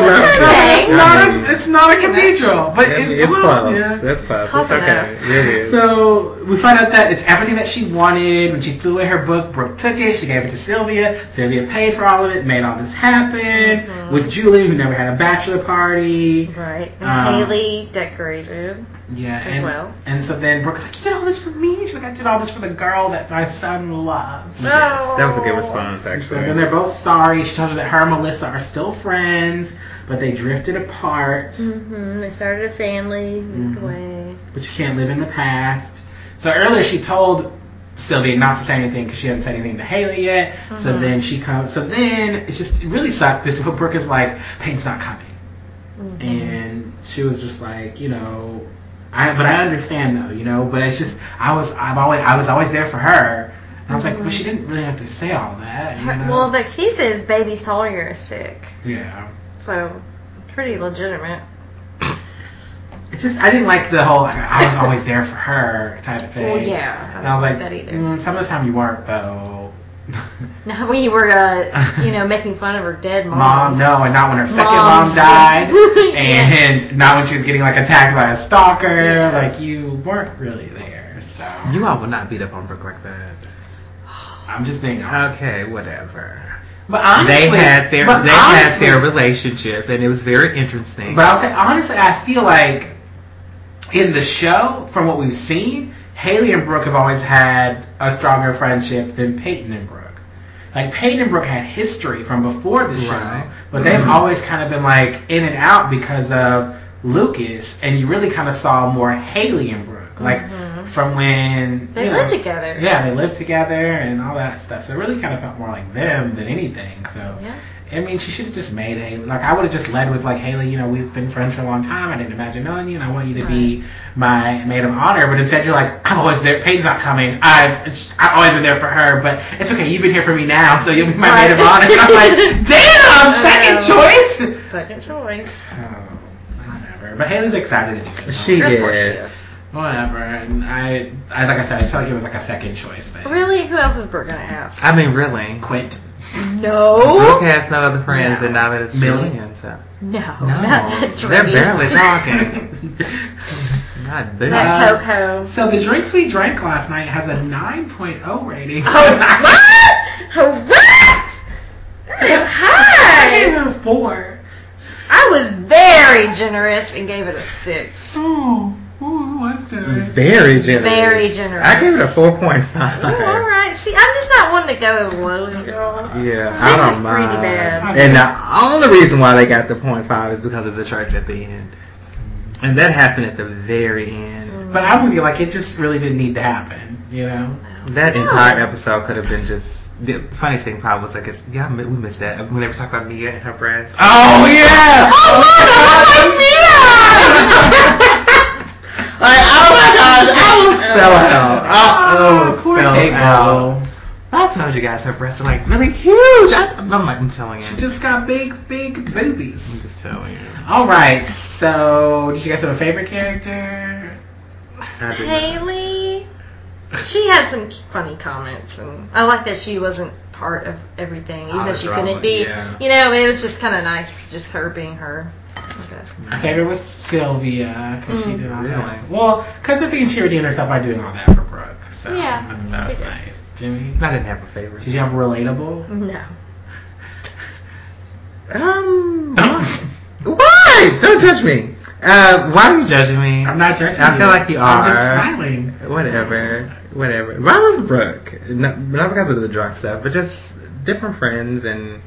Speaker 6: Cathedral,
Speaker 1: No,
Speaker 2: okay.
Speaker 1: it's, not
Speaker 6: Yeah, I mean-
Speaker 1: a, it's not a cathedral, but
Speaker 6: It's,
Speaker 1: it's,
Speaker 6: it's close.
Speaker 1: yeah.
Speaker 6: It's close.
Speaker 2: Close
Speaker 6: It's okay.
Speaker 2: enough.
Speaker 6: It is.
Speaker 1: So we find out that it's everything that she wanted. When she threw away her book, Brooke took it. She gave it to Sylvia. Sylvia paid for all of it, made all this happen
Speaker 2: Mhm.
Speaker 1: with Julie, who never had a bachelor party.
Speaker 2: Right. And
Speaker 1: Um,
Speaker 2: Haley decorated.
Speaker 1: Yeah,
Speaker 2: As
Speaker 1: and,
Speaker 2: well.
Speaker 1: And so then Brooke is like, "You did all this for me." She's like, "I did all this for the girl that my son loves."
Speaker 2: No.
Speaker 6: that was a good response,
Speaker 1: So then
Speaker 6: actually.
Speaker 1: they're both sorry. She tells her that her and Melissa are still friends, but they drifted apart.
Speaker 2: hmm They started a family, moved away.
Speaker 1: but you can't live in the past. So earlier she told Sylvia not to say anything because she hadn't said anything to Haley yet. So
Speaker 2: Mm-hmm.
Speaker 1: then she comes. So then it's just it really sucked. This but *laughs* Brooke is like, Payne's not coming,
Speaker 2: Mm-hmm.
Speaker 1: and she was just like, you know, I. But I understand though, you know. But it's just I was I've always I was always there for her. And I was like, but she didn't really have to say all that, you
Speaker 2: Mm-hmm. Her-
Speaker 1: know.
Speaker 2: Well, the key is baby Sawyer is sick,
Speaker 1: yeah.
Speaker 2: so pretty legitimate. *laughs*
Speaker 1: It just I didn't like the whole I was always there for her type of thing.
Speaker 2: Well, yeah, I
Speaker 1: And I
Speaker 2: don't
Speaker 1: was
Speaker 2: like
Speaker 1: like,
Speaker 2: that either.
Speaker 1: mm, some of the time you weren't though. *laughs*
Speaker 2: Now when you were, uh, you know, making fun of her dead mom.
Speaker 1: mom, no, and not when her second
Speaker 2: Moms,
Speaker 1: mom died,
Speaker 2: *laughs* yeah.
Speaker 1: and not when she was getting like attacked by a stalker.
Speaker 2: Yeah.
Speaker 1: Like you weren't really there, so
Speaker 5: You all will not beat up on Brooke like that.
Speaker 1: I'm just being honest.
Speaker 5: Okay, whatever.
Speaker 1: But honestly,
Speaker 5: they had their
Speaker 1: but
Speaker 5: they had
Speaker 1: honestly-
Speaker 5: their relationship, and it was very interesting.
Speaker 1: But I'll say honestly, I feel like in the show, from what we've seen, Haley and Brooke have always had a stronger friendship than Peyton and Brooke. Like Peyton and Brooke had history from before the show,
Speaker 8: Right.
Speaker 1: but they've always kind of been like in and out because of Lucas, and you really kind of saw more Haley and Brooke, like from when
Speaker 2: Mm-hmm. They
Speaker 1: you
Speaker 2: live
Speaker 1: know,
Speaker 2: together.
Speaker 1: Yeah, they lived together and all that stuff. So it really kind of felt more like them than anything. So
Speaker 2: Yeah.
Speaker 1: I mean, she should have just made Haley. Like, I would have just led with, like, Haley, you know, we've been friends for a long time. I didn't imagine knowing you, and I want you to be my maid of honor. But instead, you're like, I'm always there. Peyton's not coming. I've, I've always been there for her, but it's okay. You've been here for me now, so you'll be my maid of
Speaker 2: Right.
Speaker 1: honor. And
Speaker 2: *laughs*
Speaker 1: I'm like, damn,
Speaker 2: I
Speaker 1: second choice.
Speaker 2: Second choice.
Speaker 1: Oh, whatever. But Haley's excited to do this.
Speaker 5: She
Speaker 2: Of course she
Speaker 5: is.
Speaker 2: is.
Speaker 1: Whatever. And I, I, like I said, I just felt like it was like a second choice thing.
Speaker 2: Really? Who else is Brooke gonna ask?
Speaker 8: I mean, really.
Speaker 1: Quint.
Speaker 2: No.
Speaker 8: Brooke has no other friends,
Speaker 2: No.
Speaker 8: and now that it's
Speaker 1: Millie?
Speaker 8: Julian, so
Speaker 2: No.
Speaker 8: no,
Speaker 2: *laughs* Not that
Speaker 8: they're
Speaker 2: Drini.
Speaker 8: barely
Speaker 1: *laughs*
Speaker 8: talking. Not this.
Speaker 2: That
Speaker 1: Uh,
Speaker 2: Coco.
Speaker 1: So the drinks we drank last night has a 9.0 rating.
Speaker 2: Oh,
Speaker 1: *laughs*
Speaker 2: what? Oh, what? That is
Speaker 1: I
Speaker 2: high.
Speaker 1: gave it a four.
Speaker 2: I was very generous and gave it a six. Oh.
Speaker 1: Ooh, ooh, what's that?
Speaker 5: Very generous.
Speaker 2: Very generous.
Speaker 5: I gave it a four point
Speaker 2: Ooh, all
Speaker 5: five.
Speaker 2: right. See, I'm just not one to go low. y'all.
Speaker 5: Yeah,
Speaker 2: This
Speaker 5: I
Speaker 2: is
Speaker 5: don't
Speaker 2: pretty
Speaker 5: mind.
Speaker 2: bad.
Speaker 5: And the only reason why they got the point five is because of the church at the end, and that happened at the very end.
Speaker 2: Mm.
Speaker 1: But I'm with you, like, it just really didn't need to happen, you know?
Speaker 5: That
Speaker 2: No.
Speaker 5: entire episode could have been just. The funny thing probably was like, it's, yeah, we missed that when they were talking about Mia and her breasts.
Speaker 1: Oh, yeah! Oh,
Speaker 5: Like, oh my god, I was fell out. I,
Speaker 1: Oh,
Speaker 5: was
Speaker 1: poor
Speaker 5: fell
Speaker 1: Big
Speaker 5: out. I told you guys her breasts are like really huge. I, I'm like, I'm telling you.
Speaker 1: She *laughs* just got big, big
Speaker 8: I'm
Speaker 1: boobies.
Speaker 8: just telling you.
Speaker 1: Alright, so, did you guys have a favorite character?
Speaker 5: I did not.
Speaker 2: Haley, she had some funny comments, and I like that she wasn't part of everything, even
Speaker 5: All
Speaker 2: though
Speaker 5: the
Speaker 2: she
Speaker 5: drama,
Speaker 2: couldn't be.
Speaker 5: yeah.
Speaker 2: You know, it was just kind of nice, just her being her. I guess.
Speaker 1: My favorite was Sylvia, because
Speaker 2: Mm.
Speaker 1: she did all
Speaker 8: really?
Speaker 1: that. Well, because I think she redeemed herself by doing all that for Brooke. So,
Speaker 2: Yeah,
Speaker 1: That was
Speaker 2: she did.
Speaker 1: nice. Jimmy?
Speaker 5: I didn't have a favorite.
Speaker 1: Did you have *laughs* relatable?
Speaker 2: No.
Speaker 5: Um, why? Don't judge me. Uh, why are you judging me?
Speaker 1: I'm not judging.
Speaker 5: I feel
Speaker 1: you.
Speaker 5: like you
Speaker 1: I'm just
Speaker 5: are.
Speaker 1: smiling.
Speaker 5: Whatever, whatever. Mine was Brooke. Not, not because of the drunk stuff, but just different friends and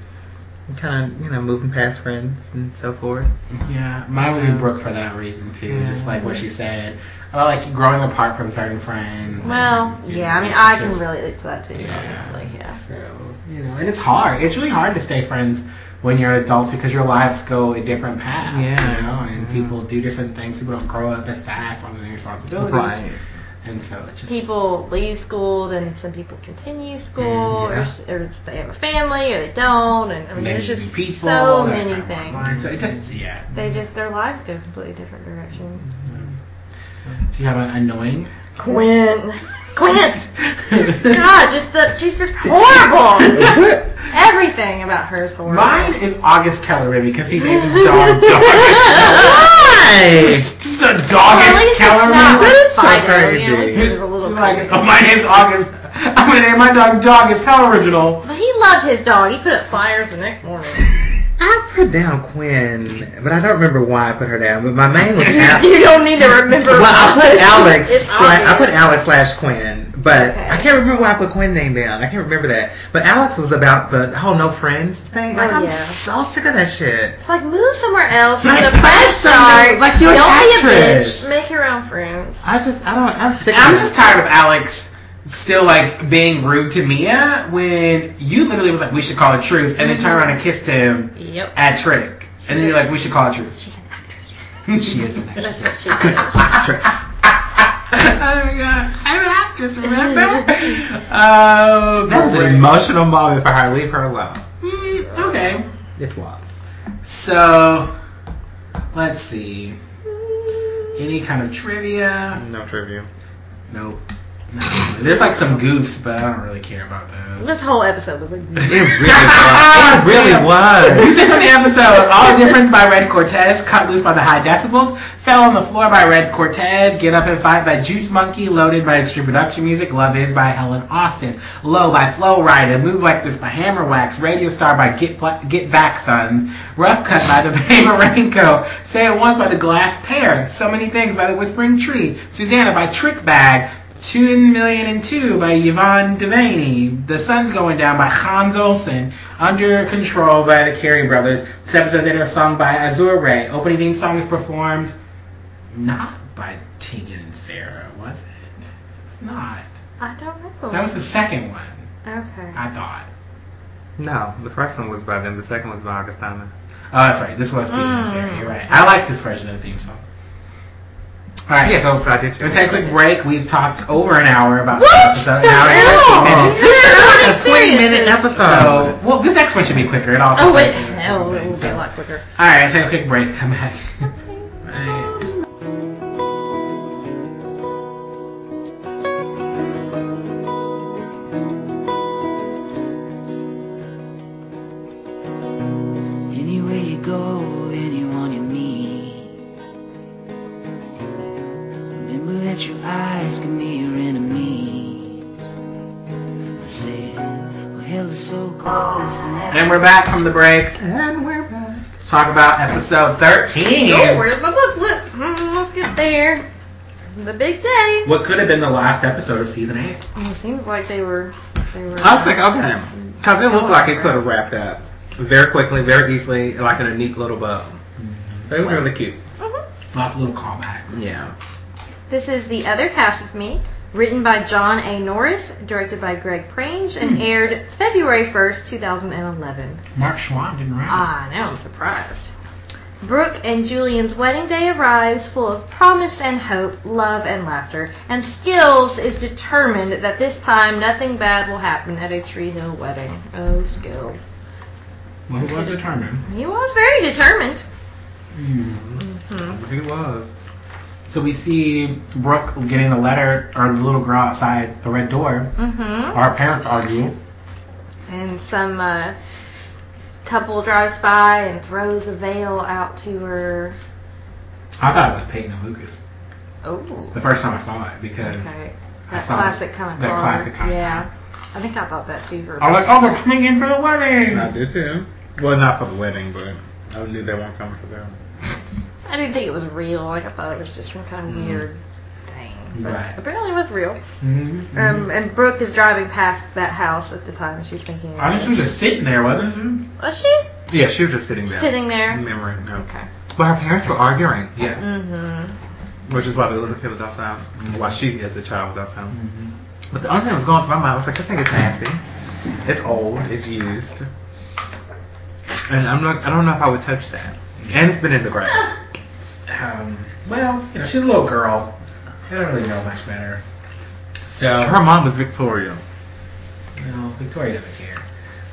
Speaker 5: kind of you know moving past friends and so forth.
Speaker 1: Yeah, mine would be Brooke for that reason too. Just like what she said about like growing apart from certain friends.
Speaker 2: Well,
Speaker 1: and, you
Speaker 2: yeah.
Speaker 1: know,
Speaker 2: I mean, I can
Speaker 1: relationships.
Speaker 2: relate to that too.
Speaker 1: Yeah.
Speaker 2: Honestly, yeah.
Speaker 1: So you know, and it's hard. It's really hard to stay friends when you're an adult because your lives go in different paths.
Speaker 8: Yeah.
Speaker 1: You know, and people do different things. People don't grow up as fast. Always new responsibilities. And so it's just.
Speaker 2: people leave school, then some people continue school, or s or, they have a family, or they don't, and I mean,
Speaker 1: and then
Speaker 2: there's
Speaker 1: you
Speaker 2: just
Speaker 1: meet people,
Speaker 2: so
Speaker 1: that
Speaker 2: many
Speaker 1: are online.
Speaker 2: things.
Speaker 1: So it just yeah.
Speaker 2: They just their lives go completely different directions.
Speaker 1: Do you have an annoying?
Speaker 2: Quinn, *laughs* Quint, God,
Speaker 1: *laughs*
Speaker 2: just the she's just horrible. Everything about her is horrible.
Speaker 1: Mine is August Kellerman because he named his dog
Speaker 2: *laughs*
Speaker 1: Dog.
Speaker 5: Why?
Speaker 1: Just a
Speaker 2: Well, at least
Speaker 1: August
Speaker 2: it's
Speaker 1: Kellerman.
Speaker 2: not like
Speaker 5: so
Speaker 2: Fido. You know, at least
Speaker 5: crazy.
Speaker 2: it was a little
Speaker 1: Like,
Speaker 2: crazy.
Speaker 1: oh, my name's August. *laughs* I'm gonna name my dog August. How original.
Speaker 2: But he loved his dog. He put up flyers the next morning.
Speaker 5: I put down Quinn, but I don't remember why I put her down. But my main
Speaker 2: *laughs*
Speaker 5: was Alex.
Speaker 2: you don't need to remember.
Speaker 5: Well, I put Alex.
Speaker 2: It's
Speaker 5: Sla- I
Speaker 2: obvious.
Speaker 5: put Alex slash Quinn, but
Speaker 2: Okay.
Speaker 5: I can't remember why I put Quinn name down. I can't remember that. But Alex was about the whole no friends thing. Like
Speaker 2: Oh,
Speaker 5: I'm
Speaker 2: yeah.
Speaker 5: so sick of that shit.
Speaker 2: It's like move somewhere else,
Speaker 5: Like,
Speaker 2: get a
Speaker 5: find
Speaker 2: fresh
Speaker 5: somebody-
Speaker 2: start.
Speaker 5: like, you're an
Speaker 2: don't
Speaker 5: actress.
Speaker 2: be a bitch. Make your own friends.
Speaker 5: I just I don't I'm sick.
Speaker 1: I'm
Speaker 5: of it.
Speaker 1: just tired of Alex still like being rude to Mia when you literally was like, we should call a truce, and then turn around and kissed him
Speaker 2: Yep.
Speaker 1: at Trick, and then you're like, we should call a truce.
Speaker 2: She's an actress.
Speaker 1: *laughs* she is. An
Speaker 2: That's
Speaker 1: actress.
Speaker 2: what she is.
Speaker 5: actress.
Speaker 1: *laughs* oh my god, I'm an actress. Remember?
Speaker 2: *laughs*
Speaker 1: um,
Speaker 5: That was an emotional moment for her. Leave her alone.
Speaker 1: Mm, okay.
Speaker 5: It was.
Speaker 1: So, let's see. Any kind of trivia?
Speaker 5: No trivia.
Speaker 1: Nope. No. There's like some goofs, but I don't really care about those.
Speaker 2: This whole episode was like
Speaker 5: It really was. It *laughs* really was.
Speaker 1: Music on the episode. All Difference by Red Cortez, Cut Loose by the High Decibels, Fell on the Floor by Red Cortez, Get Up and Fight by Juice Monkey, Loaded by Extreme Production Music, Love Is by Helen Austin, Low by Flow Rider, Move Like This by Hammer Wax, Radio Star by Get, Pla- Get Back Sons, Rough Cut by The Paper Raincoat, Say It Once by The Glass Pair, So Many Things by The Whispering Tree, Susanna by Trick Bag, Two Million and Two by Yvonne Devaney. The Sun's Going Down by Hans Olsen. Under Control by the Carey Brothers. This episode's later song by Azure Ray. Opening theme song is performed not by Tegan and Sarah, was it? It's not.
Speaker 2: I don't know.
Speaker 1: That was the second one,
Speaker 2: okay.
Speaker 1: I thought.
Speaker 5: No, the first one was by them. The second was by Augustina.
Speaker 1: Oh, that's right. This was Tegan and Sarah.
Speaker 2: Mm.
Speaker 1: You're right. I like this version of the theme song. All right, so
Speaker 5: I did.
Speaker 1: We'll take a quick break. We've talked over an hour about
Speaker 2: What
Speaker 1: this episode.
Speaker 2: the
Speaker 1: An hour and
Speaker 2: hell?
Speaker 1: 15 minutes.
Speaker 2: These are
Speaker 6: a 20 minute
Speaker 2: experiences.
Speaker 6: episode.
Speaker 1: So, well, this next one should be quicker. It all
Speaker 2: Oh, wait.
Speaker 1: takes a
Speaker 2: Hell,
Speaker 1: little
Speaker 2: it
Speaker 1: bit,
Speaker 2: will be a
Speaker 1: so.
Speaker 2: lot quicker.
Speaker 1: All right, let's take a quick break. Come back. Bye.
Speaker 9: Anywhere you go, anyone you meet. Remember that your eyes can be your
Speaker 2: Mm.
Speaker 9: enemy. I said, well, hell is so close. And that
Speaker 1: And we're back from the break. And we're back. Let's talk about episode 13.
Speaker 2: Oh, where's my booklet? Mm, let's get there. The big day.
Speaker 1: What could have been the last episode of season 8?
Speaker 2: Well, it seems like they were. They were.
Speaker 5: I was like, okay, because it looked like it could have wrapped up very quickly, very easily, like in a neat little bow. So it was really cute.
Speaker 2: Mhm.
Speaker 1: Lots of little callbacks.
Speaker 5: Mm-hmm. Yeah.
Speaker 2: This is the other half of me, written by John A. Norris, directed by Greg Prange, and aired February first, two thousand and eleven.
Speaker 1: Mark Schwann didn't write it.
Speaker 2: Ah, now I'm surprised. Brooke and Julian's wedding day arrives full of promise and hope, love and laughter. And Skills is determined that this time nothing bad will happen at a Tree Hill wedding. Oh, Skills.
Speaker 1: Well, he was determined.
Speaker 2: He was very determined. Mm-hmm.
Speaker 5: He was.
Speaker 1: Hmm. So we see Brooke getting the letter, or the little girl outside the red door.
Speaker 2: hmm
Speaker 1: Our parents argue.
Speaker 2: And some uh, couple drives by and throws a veil out to her.
Speaker 1: I thought it was Peyton and Lucas
Speaker 2: Oh.
Speaker 1: the first time I saw it because
Speaker 2: Okay.
Speaker 1: I
Speaker 2: That
Speaker 1: saw
Speaker 2: classic
Speaker 1: this-
Speaker 2: kind of
Speaker 1: that
Speaker 2: car.
Speaker 1: classic kind of
Speaker 2: Yeah. I think I thought that too for a
Speaker 1: I was like, oh, they're coming in for the wedding.
Speaker 5: I did too. Well, not for the wedding, but I knew they weren't coming for them.
Speaker 2: I didn't think it was real. Like I thought it was just some kind of weird thing. But
Speaker 1: Right.
Speaker 2: Apparently it was real.
Speaker 1: Mm-hmm.
Speaker 2: Um, and Brooke is driving past that house at the time. and She's thinking.
Speaker 1: I think she was just sitting there, wasn't she?
Speaker 2: Was she
Speaker 5: Yeah, she was just sitting there.
Speaker 2: sitting there?
Speaker 5: Memory, no.
Speaker 2: Okay.
Speaker 5: But her parents were arguing,
Speaker 1: Yeah.
Speaker 2: Mm-hmm.
Speaker 5: which is why the little kid was outside, while she as a child was outside. But the only thing that was going through my mind was like, I think it's nasty. It's old. It's used. And I'm not. I don't know if I would touch that. And it's been in the
Speaker 1: *laughs*
Speaker 5: grass.
Speaker 1: Um, well, you know, she's a little girl. I don't really know much better. So,
Speaker 5: Her mom was Victoria.
Speaker 1: no, Victoria doesn't care.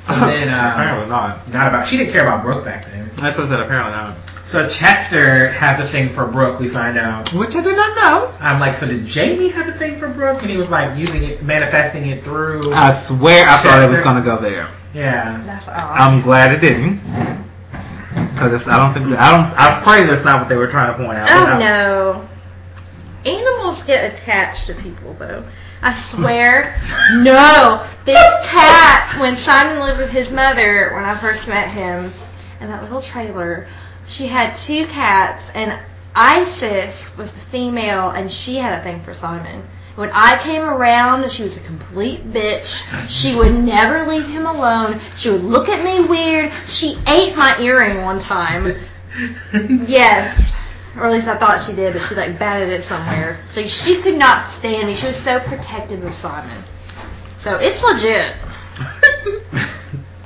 Speaker 1: So then, uh,
Speaker 5: apparently not.
Speaker 1: not about, she didn't care about Brooke back then.
Speaker 5: That's what I said. Apparently not.
Speaker 1: So Chester has a thing for Brooke, we find out.
Speaker 5: Which I did not know.
Speaker 1: I'm like, so did Jamie have a thing for Brooke? And he was like using it, manifesting it through.
Speaker 5: I swear I thought it was
Speaker 1: Chester.
Speaker 5: gonna go there.
Speaker 1: yeah.
Speaker 5: *laughs*
Speaker 2: That's odd.
Speaker 5: I'm glad it didn't. Because I don't think I don't. I pray that's not what they were trying to point out.
Speaker 2: Oh
Speaker 5: but I-
Speaker 2: no. Animals get attached to people though. I swear. no. This cat, when Simon lived with his mother, when I first met him, in that little trailer, she had two cats and Isis was the female and she had a thing for Simon. When I came around, she was a complete bitch. She would never leave him alone. She would look at me weird. She ate my earring one time. Yes. Or at least I thought she did, but she like batted it somewhere. So she could not stand me. She was so protective of Simon. So it's *laughs* legit.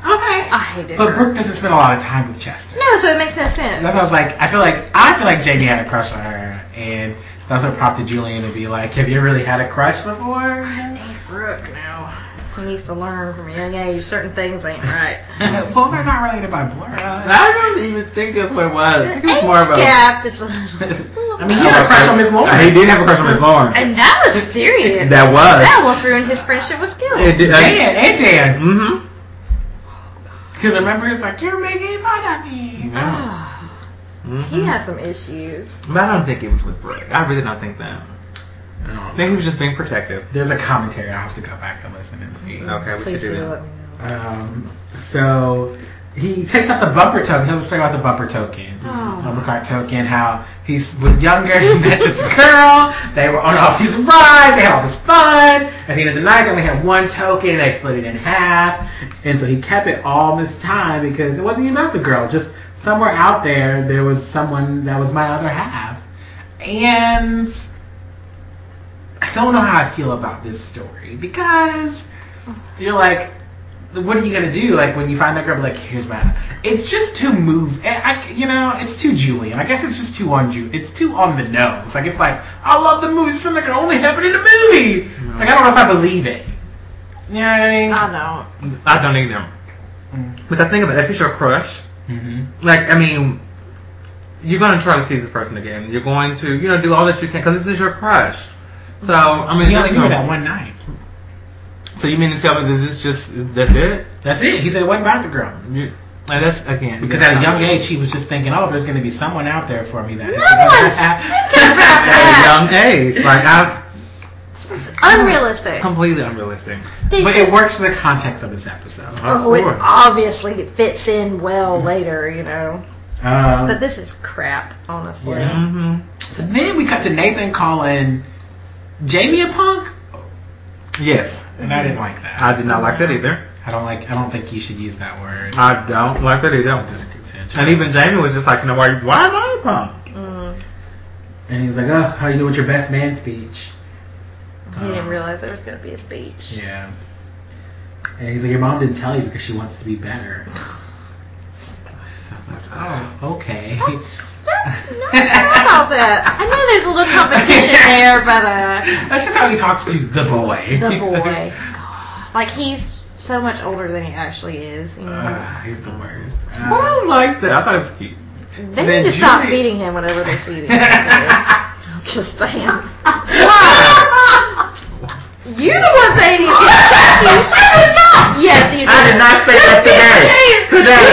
Speaker 1: Okay.
Speaker 2: I hated
Speaker 1: But
Speaker 2: her.
Speaker 1: Brooke doesn't spend a lot of time with Chester.
Speaker 2: No, so it makes no
Speaker 1: That's
Speaker 2: sense.
Speaker 1: what I was like. I feel like I feel like Jamie had a crush on her, and that's what prompted Julian to be like, "Have you really had a crush before?"
Speaker 2: *laughs* Brooke now. He needs to learn from a young age certain things ain't right.
Speaker 1: well, they're not related by blood.
Speaker 5: I don't even think that's what it was. I think *laughs* it was more of a.
Speaker 2: Gap is a little
Speaker 1: I mean, he had a crush on Miss Lauren.
Speaker 5: He did have a crush on Miss
Speaker 1: *laughs*
Speaker 5: Lauren.
Speaker 2: And that was serious.
Speaker 5: That was.
Speaker 2: That almost ruined his friendship with Gil.
Speaker 5: It did.
Speaker 1: Dan and Dan.
Speaker 5: mm-hmm.
Speaker 1: Because remember, it's like you're making fun of
Speaker 2: *sighs*
Speaker 1: me.
Speaker 2: he has some issues.
Speaker 5: Mm-hmm. But I don't think it was with Brooke. I really don't think that. I think he was just being protective.
Speaker 1: There's a commentary. I'll have to go back and listen and see.
Speaker 5: Okay, we
Speaker 2: Please
Speaker 5: should
Speaker 2: do
Speaker 5: do
Speaker 2: let
Speaker 5: that.
Speaker 2: me know.
Speaker 1: Um, so he takes out the bumper token. He doesn't say about the bumper token.
Speaker 2: Oh,
Speaker 1: Robert Token, how he was younger, *laughs* he met this girl, they were on all these rides, they had all this fun. At the end of the night, they only had one token, they split it in half. And so he kept it all this time because it wasn't even about the girl, just somewhere out there, there was someone that was my other half. And I don't know how I feel about this story because you're like, what are you gonna do? Like when you find that girl, be like here's my. It's just too move. eh, I, I- you know, it's too Julian. I guess it's just too on Ju. It's too on the nose. Like it's like I love the movie. Something that can only happen in a movie. Like I don't know if I believe it. You know what I mean?
Speaker 2: I
Speaker 5: I don't need them. But the thing about if it's your crush,
Speaker 1: mm-hmm.
Speaker 5: like I mean, you're going to try to see this person again. You're going to you know do all that you can because this is your crush. So I mean,
Speaker 1: He only
Speaker 5: there's
Speaker 1: knew
Speaker 5: no-
Speaker 1: her that one night.
Speaker 5: so you mean to tell me that this is just that's it?
Speaker 1: That's it. He said it wasn't about the girl
Speaker 5: You, like, that's again
Speaker 1: because
Speaker 5: that's
Speaker 1: at a
Speaker 5: not-
Speaker 1: young age he was just thinking, oh, there's gonna be someone out there for me that. No
Speaker 2: one's thinking about that.
Speaker 5: *laughs* at a young age, like
Speaker 1: *laughs*
Speaker 5: I
Speaker 2: don't know. Unrealistic.
Speaker 5: completely unrealistic.
Speaker 1: But it works for the context of this episode.
Speaker 2: Oh, it
Speaker 5: course.
Speaker 2: obviously fits in well later, you know.
Speaker 1: Um,
Speaker 2: But this is crap, honestly.
Speaker 1: Yeah.
Speaker 5: hmm
Speaker 1: So then we cut to Nathan calling Jamie a punk,
Speaker 5: Yes,
Speaker 1: and I didn't like that.
Speaker 5: I did not like that either.
Speaker 1: I don't like. I don't think you should use that word.
Speaker 5: I don't like that either.
Speaker 1: Just contention.
Speaker 5: And even Jamie was just like, you know, why why am I a punk?
Speaker 2: Mm,
Speaker 1: and he's like, "Oh, how you doing with your best man speech?" Um,
Speaker 2: he didn't realize there was going to be a speech.
Speaker 1: Uh-huh. Yeah. And he's like, "Your mom didn't tell you because she wants to
Speaker 2: *laughs*
Speaker 1: be better." So I was like, "Oh, okay." *laughs*
Speaker 2: That's just that's not bad about that. I know there's a little
Speaker 1: *laughs*
Speaker 2: competition there, but uh,
Speaker 1: That's just how he talks to the boy.
Speaker 2: the
Speaker 1: *laughs*
Speaker 2: boy, God. uh, like he's so much older than he actually is. You know?
Speaker 1: Ugh, Ah, he's the worst. Uh,
Speaker 5: Well, I
Speaker 1: *laughs*
Speaker 5: like that. I thought it was cute.
Speaker 2: Mm-hmm. they
Speaker 1: then
Speaker 2: need to stop
Speaker 1: Julie-
Speaker 2: feeding him whatever
Speaker 1: *laughs*
Speaker 2: they feed him. I'm just saying. You're the one saying he's getting chunky. Yes, you did.
Speaker 5: I did not say that today. Today.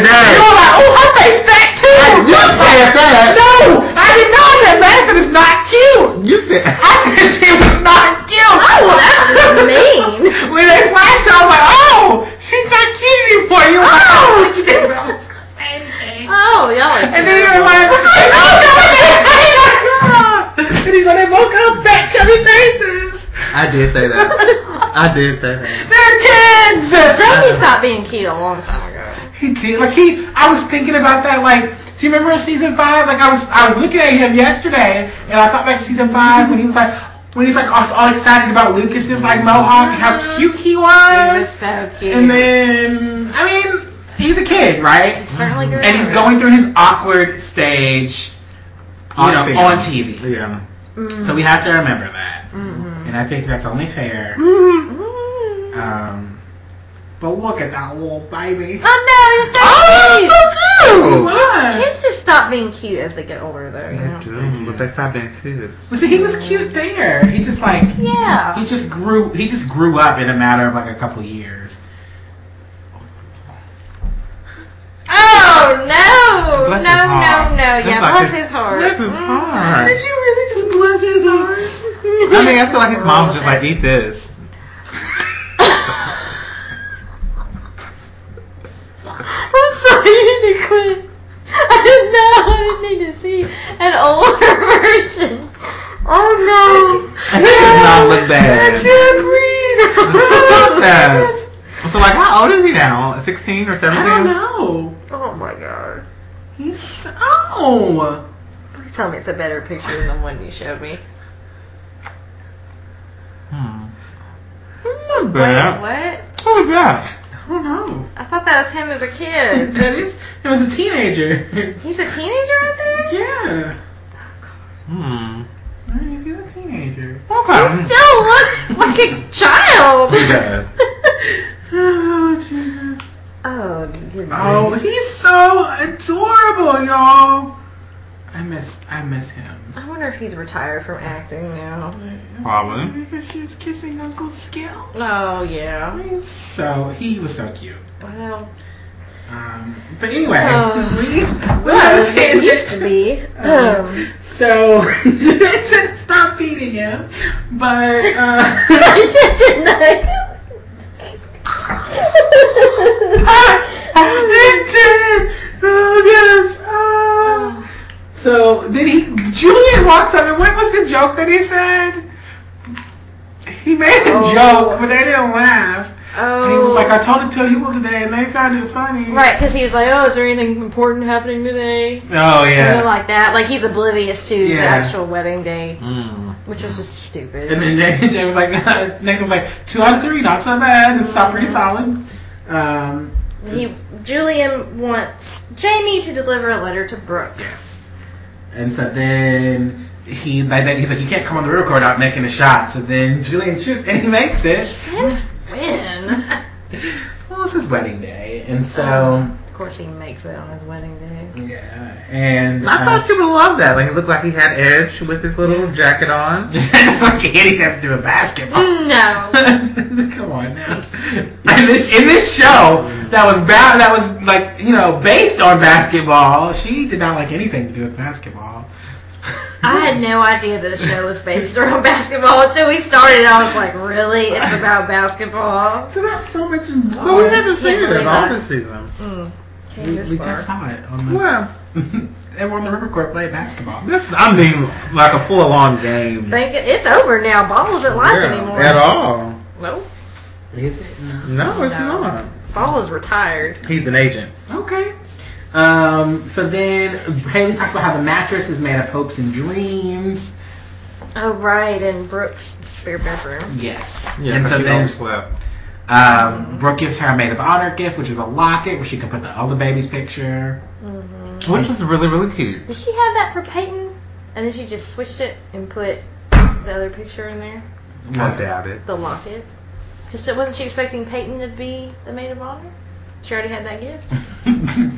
Speaker 5: Today. You were like, oh, her face fat too. You said that. No, I did not say Madison is not cute. You said. I said she was not cute.
Speaker 2: Oh, that's just mean.
Speaker 5: *laughs* When they flashed, I was like, oh, she's not cute anymore. You were like, oh, look at that.
Speaker 2: Oh, y'all are
Speaker 5: And then you were like,
Speaker 2: terrible.
Speaker 5: oh, no, no, no, no. *laughs* And he's like, they both got fat, chubby faces. *laughs* *laughs* I did say that. I did say that.
Speaker 1: They're kids.
Speaker 2: Jamie stopped being cute a long time ago.
Speaker 1: Uh, He did. Like he, I was thinking about that. Like, do you remember in season five? Like I was, I was looking at him yesterday, and I thought back to season five when he was like, when he's like all, all excited about Lucas's like mohawk and how cute he
Speaker 2: He was
Speaker 1: was.
Speaker 2: so cute.
Speaker 1: And then, I mean, he's a kid, right?
Speaker 2: Certainly grew
Speaker 1: And he's
Speaker 2: up.
Speaker 1: going through his awkward stage, you
Speaker 5: On
Speaker 1: know,
Speaker 5: film.
Speaker 1: on TV.
Speaker 5: Yeah.
Speaker 2: Mm.
Speaker 1: So we have to remember that,
Speaker 2: Mhm.
Speaker 1: and I think that's only fair.
Speaker 2: Mm.
Speaker 1: Um, but look at that little baby.
Speaker 2: Oh no, he's so cute.
Speaker 1: What?
Speaker 2: Kids just stop being cute as they get older, though. You know?
Speaker 5: But they stopped being kids.
Speaker 1: But see, he was cute there. He just like
Speaker 2: Yeah.
Speaker 1: he just grew he just grew up in a matter of like a couple years.
Speaker 2: Oh no,
Speaker 5: Bless his
Speaker 2: no,
Speaker 5: heart.
Speaker 2: no, no.
Speaker 5: It's
Speaker 2: Yeah,
Speaker 5: like
Speaker 2: bless
Speaker 5: his-
Speaker 2: his heart.
Speaker 5: This is
Speaker 2: Mm.
Speaker 5: hard.
Speaker 1: Did you really just bless his heart?
Speaker 5: I mean, I feel like his mom's just like, eat this. *laughs*
Speaker 2: I'm sorry, you need to quit. I didn't know. I didn't need to see an older *laughs* version. Oh no.
Speaker 5: It does not look bad.
Speaker 2: I can't breathe.
Speaker 5: Stop that. So like, how old is he now? 16 or 17?
Speaker 1: I don't know.
Speaker 2: Oh my god.
Speaker 1: He's oh.
Speaker 2: Please tell me it's a better picture than the one you showed me.
Speaker 5: Hmm.
Speaker 2: Wait,
Speaker 5: bad.
Speaker 2: what?
Speaker 5: What was that?
Speaker 1: I don't know.
Speaker 2: I thought that was him as a kid. *laughs*
Speaker 1: That is he was a teenager. *laughs*
Speaker 2: He's a teenager out there?
Speaker 1: yeah.
Speaker 5: Hmm.
Speaker 1: I mean, He's a teenager.
Speaker 5: Okay. Mm.
Speaker 2: Still looks like a child. *laughs*
Speaker 5: He does.
Speaker 1: Oh Jesus.
Speaker 2: Oh, goodness.
Speaker 1: Oh, he's so adorable, y'all. I miss I miss him.
Speaker 2: I wonder if he's retired from acting now.
Speaker 5: Probably.
Speaker 1: Because she was kissing Uncle Skill.
Speaker 2: Oh, yeah.
Speaker 1: So he was so cute.
Speaker 2: *laughs* Well,
Speaker 1: Um, but anyway,
Speaker 2: Oh. *laughs*
Speaker 1: *laughs* we, we had a
Speaker 2: it used to
Speaker 1: tangent.
Speaker 2: be.
Speaker 1: *laughs*
Speaker 2: *laughs*
Speaker 1: Um,
Speaker 2: Um,
Speaker 1: So *laughs* Jason stopped beating him, but uh,
Speaker 2: *laughs*
Speaker 1: *laughs*
Speaker 2: I didn't know.
Speaker 1: it did. Oh on something. What was the joke that he said? He made a
Speaker 2: Oh.
Speaker 1: joke, but they didn't laugh.
Speaker 2: Oh.
Speaker 1: And he was like, I told it to people today, and they found it funny.
Speaker 2: Right, because he was like, "Oh, is there anything important happening today?"
Speaker 1: Oh
Speaker 2: Something
Speaker 1: yeah.
Speaker 2: like that. Like he's oblivious to the
Speaker 1: Yeah.
Speaker 2: actual wedding day,
Speaker 5: Mm.
Speaker 2: which was just stupid.
Speaker 1: And then *laughs* Jay- Jay was like, Nathan was like, two out of three, not so bad. It's not pretty solid. Um,
Speaker 2: he Julian wants Jamie to deliver a letter to Brooke.
Speaker 1: Yes. And so then he, like, then he's like, you can't come on the real court without making a shot. So then Julian shoots, and he makes it.
Speaker 2: And win.
Speaker 1: Well, it's his wedding day, and so
Speaker 2: of course, he makes it on his wedding day.
Speaker 1: Oh. yeah, and
Speaker 5: I
Speaker 1: uh,
Speaker 5: thought you would love that. Like he looked like he had edge with his little jacket on.
Speaker 1: *laughs* it's like a idiot has to do a basketball.
Speaker 2: No.
Speaker 1: *laughs* Come on now. In this in this show that was ba- that was like you know based on basketball, she did not like anything to do with basketball.
Speaker 2: I
Speaker 1: *laughs*
Speaker 2: had no idea that the show was based around *laughs* basketball until we started. I was like, really? It's about basketball?
Speaker 1: So that's so much. More.
Speaker 5: But we haven't seen
Speaker 2: Yeah,
Speaker 5: it at all
Speaker 2: really.
Speaker 5: this season.
Speaker 2: Mm. Can't
Speaker 1: We,
Speaker 2: go
Speaker 1: we
Speaker 2: far.
Speaker 1: just saw it on the *laughs*
Speaker 5: Well,
Speaker 1: and we're on the river court playing basketball.
Speaker 5: Mm. this I mean like a full on game.
Speaker 2: Think it- it's over now. Ball isn't live
Speaker 5: Yeah,
Speaker 2: anymore.
Speaker 5: At all.
Speaker 2: Nope.
Speaker 1: Is it?
Speaker 5: No, it's
Speaker 2: No.
Speaker 5: not.
Speaker 2: Ball is retired.
Speaker 5: He's an agent.
Speaker 1: Okay. Um, so then Haley talks about how the mattress is made of hopes and dreams.
Speaker 2: Oh right, in Brooks' spare bedroom.
Speaker 1: Yes.
Speaker 5: Yeah,
Speaker 1: and
Speaker 5: but
Speaker 1: so
Speaker 5: she
Speaker 1: then
Speaker 5: overslept.
Speaker 1: um, Brooke gives her a maid of honor gift, which is a locket where she can put the other baby's picture.
Speaker 2: hmm
Speaker 5: Which was really, really cute.
Speaker 2: Did she have that for Peyton? And then she just switched it and put the other picture in there,
Speaker 5: I doubt it.
Speaker 2: the locket. Because wasn't she expecting Peyton to be the maid of honor? She already had that gift.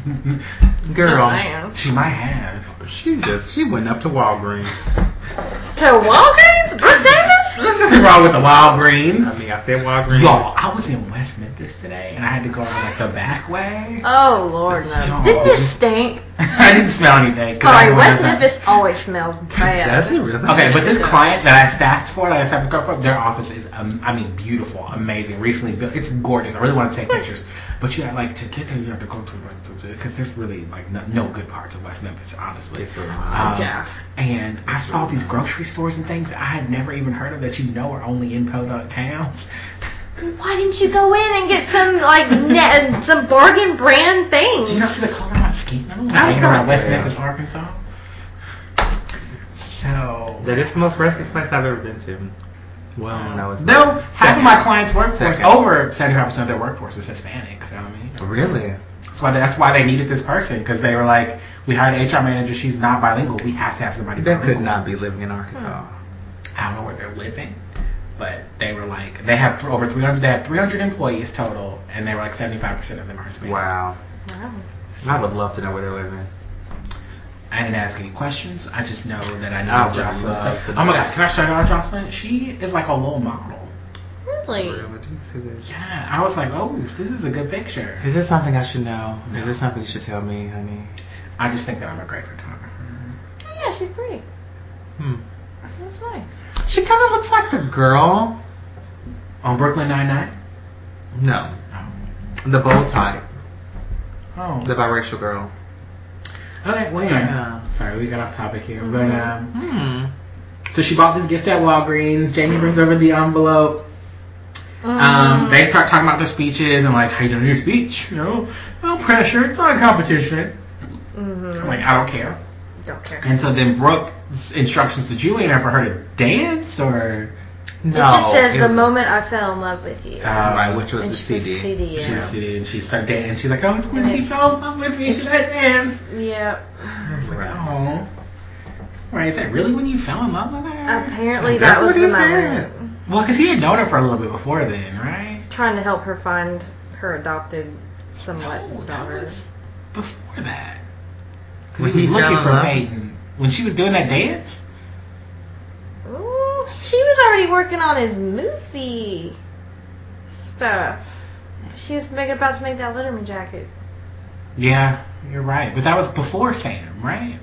Speaker 2: Just
Speaker 5: Girl,
Speaker 2: saying.
Speaker 1: she might have.
Speaker 5: she just she went up to Walgreens.
Speaker 2: To Walgreens, Brooke Davis.
Speaker 1: There's nothing wrong with the wild greens.
Speaker 5: I mean, I said Walgreens.
Speaker 1: Y'all, I was in West Memphis today, and I had to go around like the back way.
Speaker 2: Oh lord, no!
Speaker 1: Y'all.
Speaker 2: Didn't it stink?
Speaker 1: *laughs* I didn't smell anything. 'cause I
Speaker 2: Sorry,
Speaker 1: didn't
Speaker 2: Oh, West
Speaker 1: wanna-
Speaker 2: Memphis always smells bad.
Speaker 5: Does he really?
Speaker 1: Okay, but this client that I staffed for, that I staffed the for, their office is, um, I mean, beautiful, amazing, recently built. It's gorgeous. I really want to take pictures. But you have, like, to get there, you have to go through, because there's really, like, no, no good parts of West Memphis, honestly.
Speaker 5: It's really
Speaker 1: Um,
Speaker 5: not.
Speaker 2: Yeah.
Speaker 1: And I saw these grocery stores and things that I had never even heard of that you know are only in podunk towns.
Speaker 2: Why didn't you go in and get some like net, some bargain brand things?
Speaker 1: Do you not see the color on my skin? I don't
Speaker 5: I was
Speaker 1: hang around
Speaker 5: gonna-
Speaker 1: West
Speaker 5: yeah.
Speaker 1: Memphis, Arkansas. So.
Speaker 5: That is the most restless place I've ever been to. Well, no, it's
Speaker 1: No, half of my clients' workforce,
Speaker 5: Second.
Speaker 1: over 75% of their workforce is Hispanic. So I mean,
Speaker 5: Really?
Speaker 1: that's why that's why they needed this person because they were like, we hired an HR manager. She's not bilingual. We have to have somebody.
Speaker 5: That could
Speaker 1: bilingual."
Speaker 5: not be living in Arkansas.
Speaker 1: I don't know where they're living, but they were like, they have th- over 300. They had 300 employees total, and they were like 75% of them are Hispanic.
Speaker 5: Wow.
Speaker 2: Wow.
Speaker 5: I would love to know where they're living.
Speaker 1: I didn't ask any questions. I just know that I
Speaker 5: I
Speaker 1: know
Speaker 5: would
Speaker 1: Jocelyn.
Speaker 5: love to
Speaker 1: oh my
Speaker 5: know.
Speaker 1: gosh, can I show y'all Jocelyn? She is like a little model.
Speaker 2: Really?
Speaker 5: Really? Do you see this?
Speaker 1: Yeah, I was like, oh, this is a good picture.
Speaker 5: Is there something I should know? Is there something you should tell me, honey?
Speaker 1: I just think that I'm a great photographer.
Speaker 2: Yeah, she's pretty.
Speaker 5: Hmm.
Speaker 2: That's nice.
Speaker 5: She kind of looks like the girl.
Speaker 1: On Brooklyn Nine Nine.
Speaker 5: No,
Speaker 1: Oh.
Speaker 5: the bow type,
Speaker 1: Oh.
Speaker 5: the biracial girl.
Speaker 1: okay, well, anyway.
Speaker 5: Yeah.
Speaker 1: Sorry, we got off topic here. But um,
Speaker 5: Hmm.
Speaker 1: so she bought this gift at Walgreens. Jamie brings over the envelope. Um, they start talking about their speeches and like, how you doing your speech? You know, no pressure. It's not a competition. I'm
Speaker 2: hmm
Speaker 1: like, I don't care.
Speaker 2: Don't care.
Speaker 1: And so then Brooke's instructions to Julian are for her to dance or
Speaker 5: No.
Speaker 2: it just says
Speaker 5: it
Speaker 2: the
Speaker 5: was-
Speaker 2: moment I fell in love with you.
Speaker 5: Right, which was
Speaker 2: And
Speaker 5: the
Speaker 2: she was
Speaker 5: CD.
Speaker 2: CD,
Speaker 1: She
Speaker 2: yeah.
Speaker 1: was sitting and she started dancing. She's like, oh, it's going to
Speaker 2: Okay.
Speaker 1: be so fun with me. Should I dance?
Speaker 2: Yeah.
Speaker 1: I was like,
Speaker 5: Right.
Speaker 1: oh. Right? Is that really when you fell in love with her?
Speaker 2: Apparently
Speaker 5: That's
Speaker 2: that was
Speaker 5: what he
Speaker 2: the moment.
Speaker 1: Well, because he had known her for a little bit before then, right?
Speaker 2: Trying to help her find her adopted somewhat
Speaker 1: No, that
Speaker 2: daughter.
Speaker 1: was before that. Because
Speaker 5: When
Speaker 1: he was
Speaker 5: he fell
Speaker 1: looking
Speaker 5: in
Speaker 1: for
Speaker 5: love?
Speaker 1: Peyton when she was doing that dance.
Speaker 2: Ooh, she was already working on his movie stuff. She was making, about to make that Letterman jacket.
Speaker 1: Yeah, you're right. But that was before Sam, right?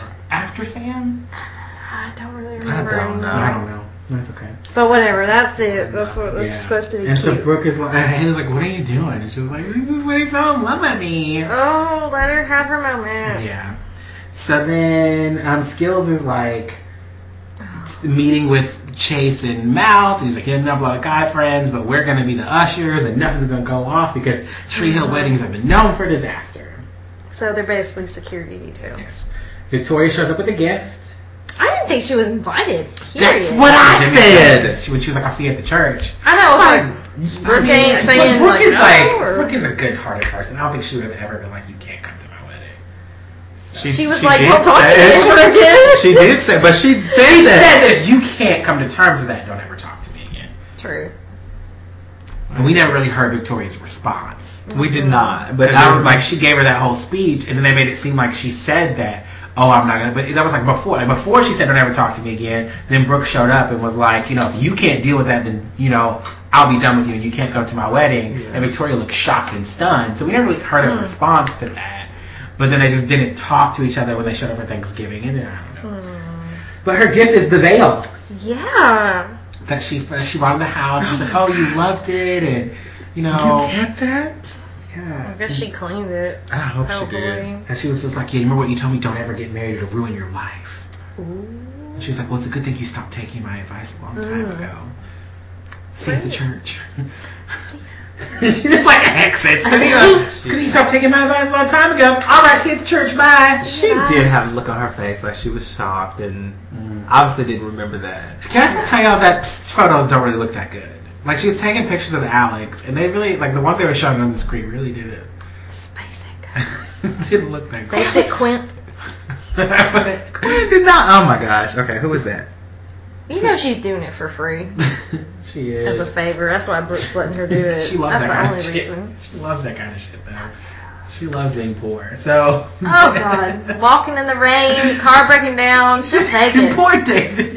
Speaker 1: Or after Sam?
Speaker 2: I don't really remember.
Speaker 5: don't know.
Speaker 1: I don't know. That's okay.
Speaker 2: But whatever, that's the that's what was
Speaker 1: Yeah.
Speaker 2: supposed to be
Speaker 1: And
Speaker 2: cute.
Speaker 1: so Brooke is like, and Hannah's like, "What are you doing?" And she was like, "This is when he fell in love with me."
Speaker 2: Oh, let her have her moment.
Speaker 1: Yeah. So then um, Skills is like, meeting with Chase and Mouth. He's like, yeah, we have a lot of guy friends, but we're going to be the ushers and nothing's going to go off because Tree
Speaker 2: Mm-hmm.
Speaker 1: Hill weddings have been known for disaster.
Speaker 2: So they're basically security detail.
Speaker 1: Yes. Victoria shows up with a gift.
Speaker 2: I didn't think she was invited.
Speaker 6: That's
Speaker 2: Period.
Speaker 6: what I said.
Speaker 1: She, when she was like, I'll see you at the church.
Speaker 2: I know. I was like, Brooke ain't saying
Speaker 1: Brooke
Speaker 2: like,
Speaker 1: is
Speaker 2: no,
Speaker 1: like,
Speaker 2: or-
Speaker 1: Brooke is a good-hearted person. I don't think she would have ever been like, you can't come to my wedding.
Speaker 2: she was like,
Speaker 6: did
Speaker 2: well, talk to
Speaker 6: say-
Speaker 2: me for again.
Speaker 6: She did say, but she
Speaker 2: *laughs*
Speaker 1: She
Speaker 6: said
Speaker 1: said that
Speaker 6: that.
Speaker 1: if you can't come to terms with that, don't ever talk to me again.
Speaker 2: True.
Speaker 1: And we never really heard Victoria's response.
Speaker 6: We did not,
Speaker 1: But
Speaker 6: but
Speaker 1: I
Speaker 6: I
Speaker 1: was like, she gave her that whole speech, and then they made it seem like she said that. Oh, I'm not gonna. But that was like before. Like before she said, "Don't ever talk to me again." Then Brooke showed up and was like, "You know, if you can't deal with that, then you know, I'll be done with you, and you can't come to my wedding." And Victoria looked shocked and stunned. So we never really heard a response to that. But then they just didn't talk to each other when they showed up for Thanksgiving, and then I don't know. But her gift is the veil
Speaker 2: Yeah.
Speaker 1: that she she brought in the house. She's like, "Oh, *laughs* you loved it," and you know,
Speaker 6: kept that.
Speaker 1: yeah.
Speaker 2: I guess she cleaned it.
Speaker 6: I hope she did.
Speaker 2: Hopefully.
Speaker 1: And she was just like, Yeah, remember what you told me? Don't ever get married, it'll ruin your life. And she was like, Well, it's a good thing you stopped taking my advice a long time
Speaker 2: Mm.
Speaker 1: ago. Save the church. *laughs* she just like exits. And *laughs* he's like, uh, It's good you stopped taking my advice a long time ago. All right, see you at the church. Bye.
Speaker 6: She did have a look on her face like she was shocked and
Speaker 1: Mm.
Speaker 6: obviously didn't remember that. *laughs*
Speaker 1: Can I just tell y'all that photos don't really look that good? Like, she was taking pictures of Alex, and they really, like, the ones they were showing on the screen really *laughs* didn't.
Speaker 2: Basic.
Speaker 1: didn't look that
Speaker 2: Basic Quint.
Speaker 1: good.
Speaker 6: I did not. Oh my gosh. Okay, who was that?
Speaker 2: You know she's doing it for free
Speaker 1: *laughs* she
Speaker 2: as
Speaker 1: is.
Speaker 2: a favor. That's why Brooke's letting her
Speaker 1: *laughs*
Speaker 2: do it.
Speaker 1: She loves
Speaker 2: That's
Speaker 1: that
Speaker 2: the
Speaker 1: kind
Speaker 2: only
Speaker 1: of shit.
Speaker 2: reason.
Speaker 1: She loves that kind of shit, though. She loves being poor. So.
Speaker 2: Oh
Speaker 1: *laughs*
Speaker 2: God! Walking in the rain, car breaking down. She'll take it.
Speaker 1: poor David.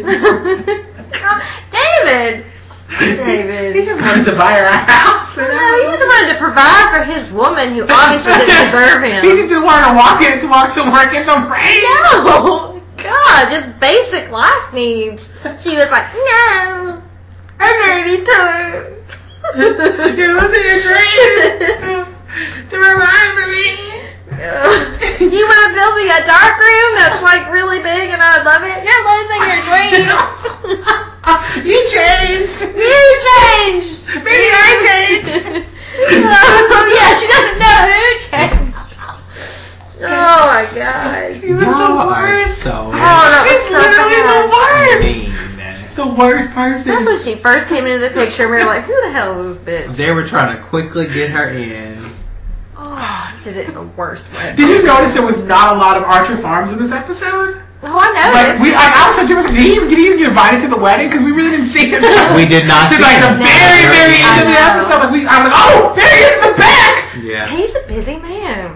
Speaker 2: God, *laughs* David. *laughs* David.
Speaker 1: he just wanted to buy her a house. and
Speaker 2: No, he just wanted to provide for his woman who obviously
Speaker 1: *laughs*
Speaker 2: didn't deserve him.
Speaker 1: He just didn't want to walk in to walk to work in the rain.
Speaker 2: No! God, just basic life needs. She was like, no! I'm already
Speaker 1: *laughs*
Speaker 2: tired.
Speaker 1: You're losing your dreams. to remind me.
Speaker 2: you want to build me a dark room that's like really big and I would love it? You're losing your dreams!
Speaker 1: *laughs* You changed.
Speaker 2: you changed!
Speaker 1: Maybe I changed.
Speaker 2: oh, *laughs* yeah, she doesn't know who changed. *laughs* Oh my
Speaker 1: *laughs*
Speaker 2: god.
Speaker 1: She was the
Speaker 6: Y'all are
Speaker 1: worst.
Speaker 6: so
Speaker 2: Oh, that was so
Speaker 1: She's literally the
Speaker 2: bad.
Speaker 1: worst.
Speaker 6: mean.
Speaker 1: She's the worst person.
Speaker 2: That's when she first came into the picture. We were like, who the hell is this bitch?
Speaker 6: They were trying to quickly get her in.
Speaker 2: Oh, did it the worst way.
Speaker 1: Did you notice there was not a lot of Archer Farms in this episode?
Speaker 2: Oh, I
Speaker 1: Like
Speaker 2: noticed.
Speaker 1: we, like I was so jealous. Did he, even- did he even get invited to the wedding? Because *laughs* we really didn't see him.
Speaker 6: We did not.
Speaker 1: Just
Speaker 6: see
Speaker 1: like the
Speaker 6: her.
Speaker 1: very, very end
Speaker 2: I
Speaker 1: of the
Speaker 2: know.
Speaker 1: episode. Like we, I was like, oh, there he is in the back.
Speaker 6: *laughs* Yeah.
Speaker 2: He's a busy man.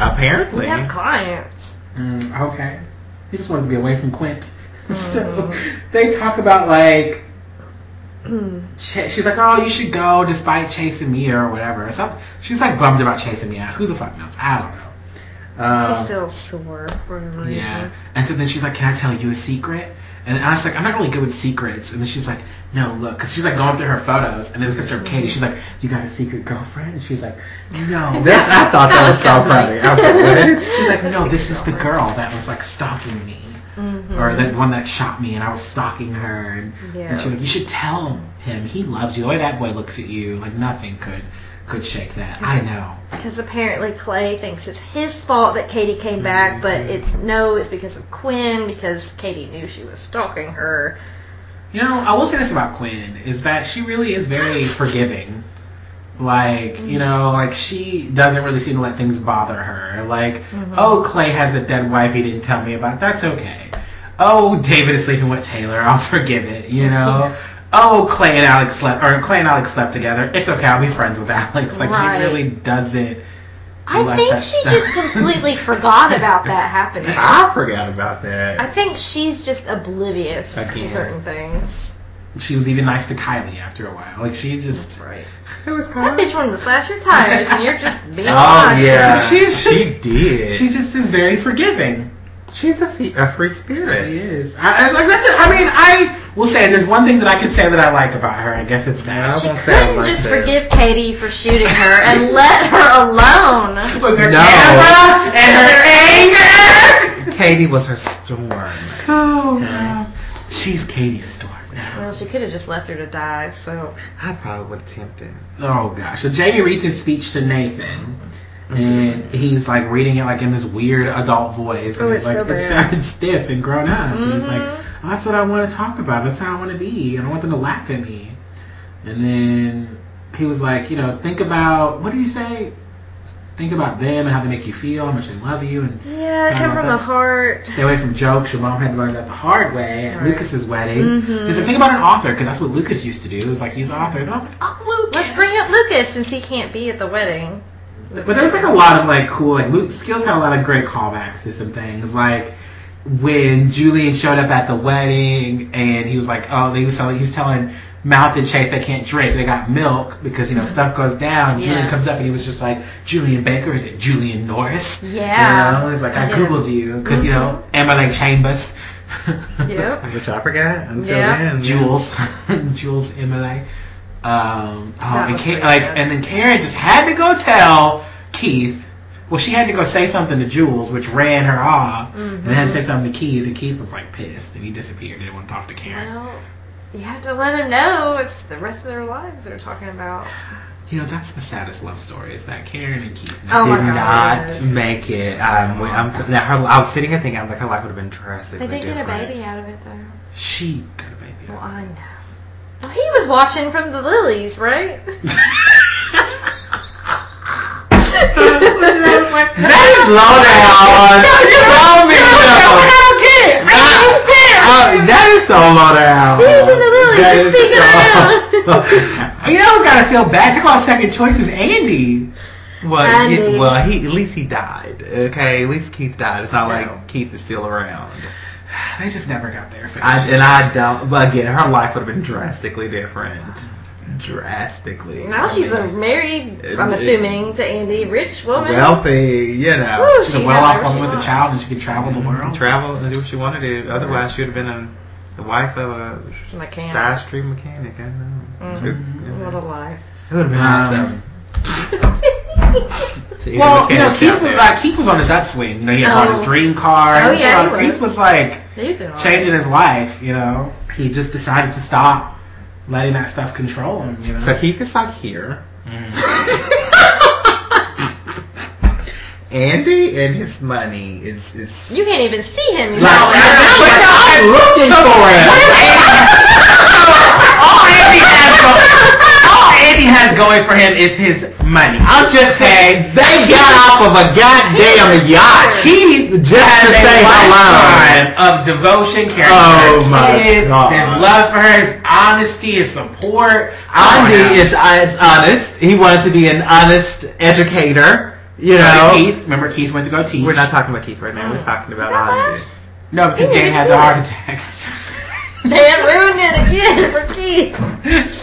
Speaker 6: Apparently.
Speaker 2: He has clients.
Speaker 1: Mm, okay, he just wanted to be away from Quint. *laughs* so
Speaker 2: Mm-hmm.
Speaker 1: they talk about like.
Speaker 2: Hmm.
Speaker 1: Ch- She's like, oh, you should go despite chasing me or whatever. Or something. She's like bummed about chasing me out. Who the fuck knows? I don't know. Um,
Speaker 2: She's still sore for no reason.
Speaker 1: Yeah. And so then she's like, "Can I tell you a secret?" And I was like, "I'm not really good with secrets." And then she's like, "No, look," because she's like going through her photos, and there's a picture of Katie. She's like, "You got a secret girlfriend?" And she's like,
Speaker 5: *laughs*
Speaker 1: "No."
Speaker 6: That's, I thought that was so funny. I was like, what?
Speaker 1: she's like, "No, this is the girl that was like stalking me, or the one that shot me, and I was stalking her." And,
Speaker 2: Yeah.
Speaker 1: and she's like, "You should tell him. He loves you. The way that boy looks at you, like nothing could could shake that. I know."
Speaker 2: Because apparently Clay thinks it's his fault that Katie came back, but
Speaker 1: Mm-hmm.
Speaker 2: it's no, it's because of Quinn, because Katie knew she was stalking her.
Speaker 1: You know, I will say this about Quinn is that she really is very forgiving. Like, you know, like she doesn't really seem to let things bother her. Like, oh, Clay has a dead wife he didn't tell me about. That's okay. Oh, David is sleeping with Taylor. I'll forgive it, you know. Oh, Clay and Alex slept or Clay and Alex slept together. It's okay. I'll be friends with Alex. Like
Speaker 2: Right.
Speaker 1: she really doesn't
Speaker 2: I
Speaker 1: like
Speaker 2: think
Speaker 1: that
Speaker 2: she
Speaker 1: stuff.
Speaker 2: just
Speaker 1: *laughs*
Speaker 2: completely forgot about that happening.
Speaker 6: I forgot about that.
Speaker 2: I think she's just oblivious to
Speaker 6: Again.
Speaker 2: certain things.
Speaker 1: she was even nice to Kylie after a while. Like she just
Speaker 2: Right.
Speaker 1: it was
Speaker 2: That bitch wanted to slash your tires, and you're just being
Speaker 6: Oh
Speaker 2: honest.
Speaker 6: yeah,
Speaker 1: She-
Speaker 6: she did.
Speaker 1: She just is very forgiving.
Speaker 6: she's a, fe- a free spirit.
Speaker 1: She is. I, I- like that's. It. I mean, I will say there's one thing that I can say that I like about her. I guess it's that.
Speaker 6: I
Speaker 2: She
Speaker 6: won't say I
Speaker 2: couldn't
Speaker 6: like
Speaker 2: just
Speaker 6: that.
Speaker 2: forgive Katie for shooting her and *laughs* let her alone.
Speaker 1: With her
Speaker 6: No.
Speaker 1: camera and her anger.
Speaker 6: Katie was her storm.
Speaker 1: Oh,
Speaker 6: Okay.
Speaker 1: wow. She's Katie Storm now.
Speaker 2: Well, she could have just left her to die. So
Speaker 5: I probably would attempt it.
Speaker 1: Oh gosh. So Jamie reads his speech to Nathan.
Speaker 2: Mm-hmm.
Speaker 1: And he's like reading it like in this weird adult voice. And
Speaker 2: Oh,
Speaker 1: he's
Speaker 2: it's
Speaker 1: like,
Speaker 2: so
Speaker 1: it
Speaker 2: bad.
Speaker 1: sounds *laughs* stiff and grown up. And he's like,
Speaker 2: Mhm.
Speaker 1: "Oh, that's what I want to talk about. That's how I want to be. And I want them to laugh at me. And then he was like, you know, think about, what did he say? Think about them and how they make you feel, how much they love you. And
Speaker 2: yeah,
Speaker 1: Sorry
Speaker 2: come
Speaker 1: about
Speaker 2: from
Speaker 1: that.
Speaker 2: the heart.
Speaker 1: stay away from jokes. Your mom had to learn that the hard way at
Speaker 2: Right.
Speaker 1: Lucas's wedding.
Speaker 2: Mhm.
Speaker 1: He's like, think about an author, because that's what Lucas used to do. Is like he's authors. And I was like, oh, Lucas.
Speaker 2: Let's bring up Lucas since he can't be at the wedding.
Speaker 1: But there's like a lot of like cool like Luke Skills had a lot of great callbacks to some things like when Julian showed up at the wedding and he was like oh he was telling he was telling Mouth and Chase they can't drink they got milk because you know stuff goes down Julian
Speaker 2: Yeah.
Speaker 1: comes up and he was just like Julian Baker is it Julian Norris
Speaker 2: Yeah.
Speaker 1: you know? he's like I
Speaker 2: Yeah. Mm-hmm.
Speaker 1: googled you because you know am I like Chambers *laughs*
Speaker 2: Yep.
Speaker 5: Which I forgot until
Speaker 2: Yeah.
Speaker 5: then.
Speaker 1: Jules, *laughs* Jules Emily. Um, oh,
Speaker 2: That
Speaker 1: and
Speaker 2: was
Speaker 1: Ka-
Speaker 2: pretty
Speaker 1: like,
Speaker 2: good.
Speaker 1: and then Karen just had to go tell Keith. Well, she had to go say something to Jules, which ran her off, and then
Speaker 2: Mm-hmm.
Speaker 1: had to say something to Keith, and Keith was like pissed, and he disappeared. Didn't want to talk to Karen.
Speaker 2: Well, you have to let them know it's the rest of their lives they're talking about.
Speaker 1: You know, that's the saddest love story is that Karen and Keith
Speaker 2: Oh my
Speaker 5: did
Speaker 2: God.
Speaker 5: not make it. Um, when- I'm, now her, I was sitting here thinking, I was like, her life would have been drastically
Speaker 2: They did get a
Speaker 5: different.
Speaker 2: baby out of it though.
Speaker 1: She got a baby.
Speaker 2: Well, I know. Well, he was watching from the lilies,
Speaker 1: *laughs*
Speaker 2: right? *laughs*
Speaker 5: That is low down. Tell me no. Oh, that is so low down.
Speaker 2: He's in the lilies.
Speaker 5: That
Speaker 2: He's
Speaker 5: is
Speaker 2: thinking
Speaker 5: so-
Speaker 1: you know, I gotta feel bad. Took all second choice is Andy.
Speaker 5: *laughs* Well,
Speaker 2: I
Speaker 5: it,
Speaker 2: knew.
Speaker 5: well, he at least he died. Okay, at least Keith died. It's not
Speaker 2: No.
Speaker 5: like Keith is still around.
Speaker 1: They just never got there. for
Speaker 5: I,
Speaker 1: that
Speaker 5: and I don't. But again, her life would have been drastically different. Drastically.
Speaker 2: Now
Speaker 5: I
Speaker 2: she's
Speaker 5: mean,
Speaker 2: a married,
Speaker 5: it-
Speaker 2: I'm
Speaker 5: it-
Speaker 2: assuming, to Andy, rich woman.
Speaker 5: wealthy. You know.
Speaker 2: Woo,
Speaker 1: She's a
Speaker 2: she
Speaker 1: well
Speaker 2: had
Speaker 1: off
Speaker 2: whatever
Speaker 1: woman
Speaker 2: she
Speaker 1: with a
Speaker 2: wants.
Speaker 1: child and she can travel
Speaker 2: Mm-hmm.
Speaker 1: the world.
Speaker 5: travel and do what she wanted to do. Otherwise, she would have been a, the wife of a
Speaker 2: Mechanic.
Speaker 5: side street mechanic. I know.
Speaker 2: Mhm. What a life.
Speaker 5: It would have been awesome.
Speaker 1: Mm-hmm. Um,
Speaker 5: to eat a
Speaker 1: well, you know,
Speaker 5: mechanic
Speaker 1: Keith
Speaker 5: out
Speaker 1: was
Speaker 5: there.
Speaker 1: like Keith was on his upswing. You know, he had
Speaker 2: Oh.
Speaker 1: bought his dream car.
Speaker 2: Oh, yeah, he
Speaker 1: Keith
Speaker 2: was.
Speaker 1: Keith was like
Speaker 2: They used it all.
Speaker 1: changing his life. You know, he just decided to stop letting that stuff control him. You know, Mm.
Speaker 5: So Keith is like here. Andy and his money is is.
Speaker 2: You can't even see him. You
Speaker 5: Like,
Speaker 2: know.
Speaker 5: that's what I'm looking for
Speaker 1: all Andy has go- all Andy has going for him is his money.
Speaker 5: I'm just saying they got off of a goddamn yacht. Keith just to
Speaker 1: has a
Speaker 5: say hello.
Speaker 1: lifetime of devotion, caring
Speaker 5: Oh
Speaker 1: for her
Speaker 5: my
Speaker 1: kids,
Speaker 5: God.
Speaker 1: his love for her, his honesty, his support.
Speaker 5: Oh,
Speaker 1: Come on now.
Speaker 5: Andy is uh, is honest. He wanted to be an honest educator. You
Speaker 1: Remember
Speaker 5: know.
Speaker 1: Keith. Mm. Remember Keith went to go teach.
Speaker 5: We're not talking about Keith right now. We're talking about Andy.
Speaker 1: no, because
Speaker 2: He
Speaker 1: Dan
Speaker 2: didn't
Speaker 1: had
Speaker 2: do
Speaker 1: the
Speaker 2: it.
Speaker 1: heart attack. *laughs*
Speaker 2: Man ruined it again for Keith.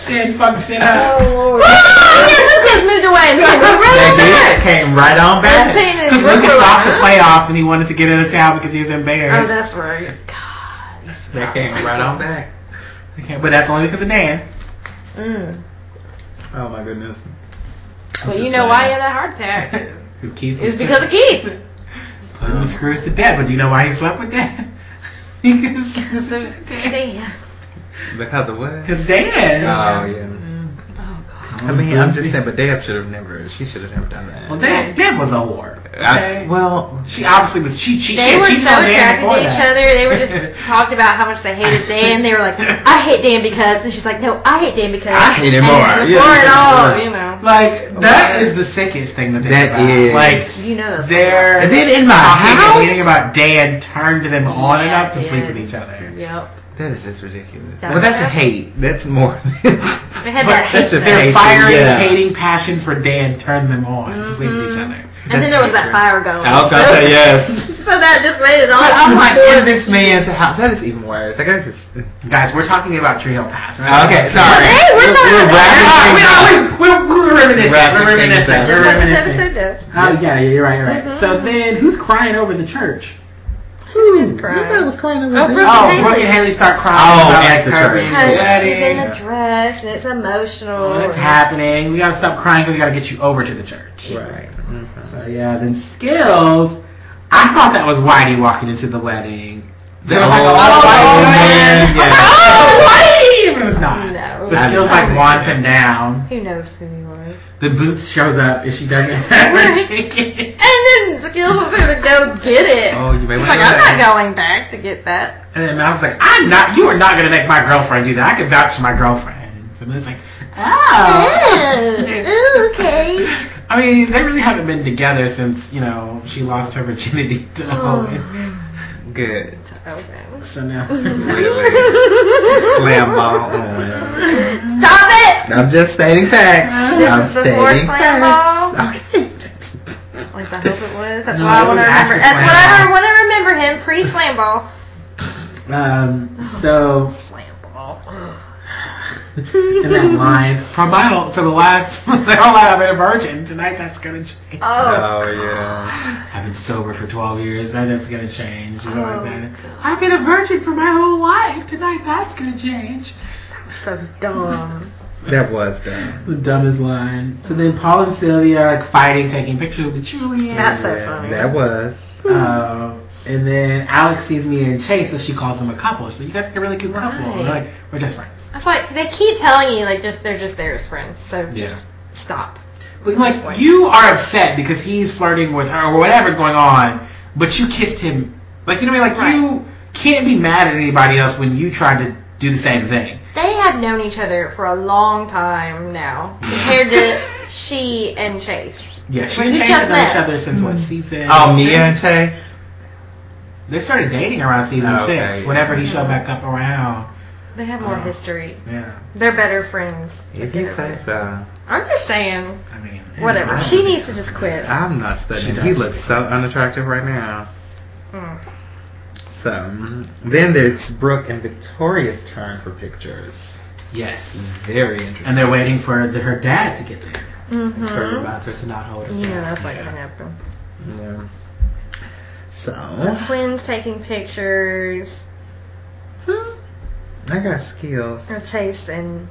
Speaker 1: Dan fucked shit
Speaker 2: *laughs*
Speaker 1: up. *laughs*
Speaker 2: Oh, Lord. Lucas moved away. And like, we're
Speaker 5: They
Speaker 2: running
Speaker 5: did.
Speaker 2: back.
Speaker 5: Came right on
Speaker 2: And
Speaker 5: back.
Speaker 2: Peyton and
Speaker 1: Because
Speaker 2: Brooke
Speaker 1: Lucas
Speaker 2: were
Speaker 1: lost the
Speaker 2: like,
Speaker 1: playoffs and he wanted to get out of town because he was
Speaker 2: Oh,
Speaker 1: embarrassed.
Speaker 2: that's right.
Speaker 5: They came right on back.
Speaker 1: Okay, but that's only because of Dan.
Speaker 2: Mm.
Speaker 5: Oh my goodness.
Speaker 2: Well, you know why he had that heart
Speaker 5: *laughs*
Speaker 2: attack.
Speaker 1: Because Keith
Speaker 2: It's because of Keith.
Speaker 1: he screws to death. But do you know why he slept with Dan? *laughs* because
Speaker 2: Because of Dan.
Speaker 5: Because of what?
Speaker 1: because Dan.
Speaker 5: Oh yeah. I mean, I'm just saying, but Deb should have never. She should have never done that.
Speaker 1: Well, Dan, Dan was a whore.
Speaker 5: I,
Speaker 1: Okay?
Speaker 5: well,
Speaker 1: she obviously was. She cheated.
Speaker 2: They
Speaker 1: she
Speaker 2: were
Speaker 1: cheated
Speaker 2: so
Speaker 1: on Dan
Speaker 2: attracted
Speaker 1: before
Speaker 2: to each
Speaker 1: that.
Speaker 2: other. They were
Speaker 5: *laughs*
Speaker 1: *laughs*
Speaker 2: just talked about how much they hated Dan. They were like, I hate Dan because. And she's like, no, I hate Dan because.
Speaker 5: I hate him
Speaker 2: And
Speaker 5: more.
Speaker 2: Before
Speaker 5: Yeah.
Speaker 2: it all, you know.
Speaker 1: Like that is the sickest thing to think
Speaker 5: That
Speaker 1: about.
Speaker 5: is.
Speaker 1: Like
Speaker 2: You know that's
Speaker 1: they're
Speaker 5: and then in my
Speaker 1: talking and
Speaker 5: house,
Speaker 1: reading about Dan turned them on and
Speaker 2: Yeah,
Speaker 1: up to sleep
Speaker 2: Dan.
Speaker 1: with each other.
Speaker 2: Yep.
Speaker 5: that is just ridiculous.
Speaker 2: That's-
Speaker 5: well, that's hate. That's more. *laughs*
Speaker 2: They had
Speaker 1: But
Speaker 2: that
Speaker 5: that's
Speaker 2: hatred.
Speaker 5: just
Speaker 1: Their
Speaker 5: Hating,
Speaker 1: fiery,
Speaker 5: yeah. Mm-hmm.
Speaker 1: hating passion for Dan turned them on to sleep with each other.
Speaker 2: And then there was that fire going.
Speaker 5: I was gonna
Speaker 2: so,
Speaker 5: say yes.
Speaker 2: *laughs* so that just made it all.
Speaker 5: But
Speaker 2: oh
Speaker 5: *laughs* I'm like
Speaker 2: more
Speaker 5: in this man's house. That is even worse. Like that's just.
Speaker 1: Guys, we're talking about Tree Hill Pass. Right?
Speaker 5: Okay, sorry.
Speaker 2: Hey, we're talking
Speaker 5: we're
Speaker 2: about-
Speaker 5: wrapping things up.
Speaker 1: We're, we're, we're, we're reminiscing.
Speaker 5: Wrapping
Speaker 1: We're reminiscing.
Speaker 5: things up.
Speaker 1: We're
Speaker 2: Just like this
Speaker 1: reminiscing.
Speaker 2: episode does.
Speaker 1: Oh yeah, yeah, you're right, you're right.
Speaker 5: Mm-hmm.
Speaker 1: So then, who's crying over the church?
Speaker 2: She's crying.
Speaker 5: was crying over
Speaker 2: Oh,
Speaker 5: there.
Speaker 2: Brooke
Speaker 1: Oh,
Speaker 2: and
Speaker 1: Brooke
Speaker 2: Haley.
Speaker 1: and Haley start crying.
Speaker 5: Oh,
Speaker 1: about,
Speaker 5: at the
Speaker 1: her
Speaker 5: church.
Speaker 1: being
Speaker 5: Hey,
Speaker 2: Because
Speaker 1: wedding.
Speaker 2: she's in a dress and it's emotional.
Speaker 1: What's
Speaker 2: and-
Speaker 1: happening? We gotta stop crying because we gotta get you over to the church.
Speaker 5: Right.
Speaker 1: So yeah, then skills. I thought that was Whitey walking into the wedding. There
Speaker 5: was
Speaker 1: was like a
Speaker 5: Oh,
Speaker 1: lot of white
Speaker 5: man,
Speaker 1: women.
Speaker 5: yes. *laughs*
Speaker 1: Oh, white! It was not.
Speaker 2: No.
Speaker 1: But still, like, wants him down.
Speaker 2: Who knows who you are?
Speaker 1: The boots shows up and she doesn't have her ticket.
Speaker 2: And then Skills is gonna go get it.
Speaker 5: Oh, you may
Speaker 2: He's
Speaker 5: want
Speaker 2: like,
Speaker 5: to
Speaker 2: I'm not going back to get that.
Speaker 1: And then Mal's like, I'm not, you are not going to make my girlfriend do that. I can vouch for my girlfriend. And Samantha's like, oh. okay. I mean, they really haven't been together since, you know, she lost her virginity to Owen.
Speaker 5: Good.
Speaker 2: Okay.
Speaker 1: So now.
Speaker 5: Slam ball *laughs* on.
Speaker 2: *laughs* Stop it!
Speaker 5: I'm just stating facts.
Speaker 2: This
Speaker 5: I'm
Speaker 2: is before
Speaker 5: stating facts.
Speaker 2: slam ball.
Speaker 5: Okay.
Speaker 2: At least I hope it was. That's
Speaker 1: No,
Speaker 2: why I
Speaker 1: it
Speaker 2: want to
Speaker 1: was after
Speaker 2: remember. That's
Speaker 1: slam
Speaker 2: what I
Speaker 1: ball.
Speaker 2: want to remember him pre slam ball.
Speaker 1: um, so.
Speaker 2: Slam ball.
Speaker 1: in that line from my whole, *laughs* for the last *laughs* for the whole I've been a virgin tonight that's gonna
Speaker 2: Oh.
Speaker 1: change.
Speaker 5: *laughs* Oh yeah.
Speaker 1: I've been sober for twelve years and that's gonna change. You know,
Speaker 2: Oh,
Speaker 1: like that. I've been a virgin for my whole life tonight that's gonna change.
Speaker 2: So dumb.
Speaker 5: That was dumb.
Speaker 1: The dumbest line. So then Paul and Sylvia are like fighting, taking pictures with the Julian.
Speaker 2: That's so
Speaker 5: Yeah,
Speaker 2: funny.
Speaker 5: That was.
Speaker 1: Um, and then Alex sees me and Chase, so she calls them a couple. So you guys are a really cute couple.
Speaker 2: Right.
Speaker 1: And they're like, we're just friends.
Speaker 2: It's like they keep telling you like just they're just there as friends. So just stop.
Speaker 1: But like you are upset because he's flirting with her or whatever's going on, but you kissed him. Like you know what I mean? Like
Speaker 2: Right.
Speaker 1: you can't be mad at anybody else when you tried to do the same thing.
Speaker 2: They have known each other for a long time now, compared to she and Chase.
Speaker 1: Yeah, she
Speaker 2: Well,
Speaker 1: and
Speaker 2: you
Speaker 1: Chase
Speaker 2: just
Speaker 1: have known each
Speaker 2: met.
Speaker 1: other since what season?
Speaker 5: Oh, Mia and Chase.
Speaker 1: They started dating around season
Speaker 5: Okay,
Speaker 1: six.
Speaker 5: yeah.
Speaker 1: Whenever he showed back up around.
Speaker 2: They have more
Speaker 1: Oh.
Speaker 2: history.
Speaker 1: Yeah,
Speaker 2: They're better friends.
Speaker 5: If you say so.
Speaker 2: I'm just saying,
Speaker 1: I mean
Speaker 2: whatever.
Speaker 5: I
Speaker 2: She
Speaker 5: don't
Speaker 2: needs to just quit.
Speaker 5: I'm not
Speaker 1: She
Speaker 5: studying.
Speaker 1: does.
Speaker 5: He looks so unattractive right now.
Speaker 2: Mm.
Speaker 5: So then there's Brooke and Victoria's turn for pictures.
Speaker 1: Yes.
Speaker 5: Very interesting.
Speaker 1: And they're waiting for the, her dad to get there. Hmm.
Speaker 5: For
Speaker 2: Mm-hmm.
Speaker 5: Roger to not hold her.
Speaker 2: Yeah, that's not gonna happen.
Speaker 5: Yeah. So
Speaker 2: The twins taking pictures.
Speaker 5: I got skills.
Speaker 2: Or Chase and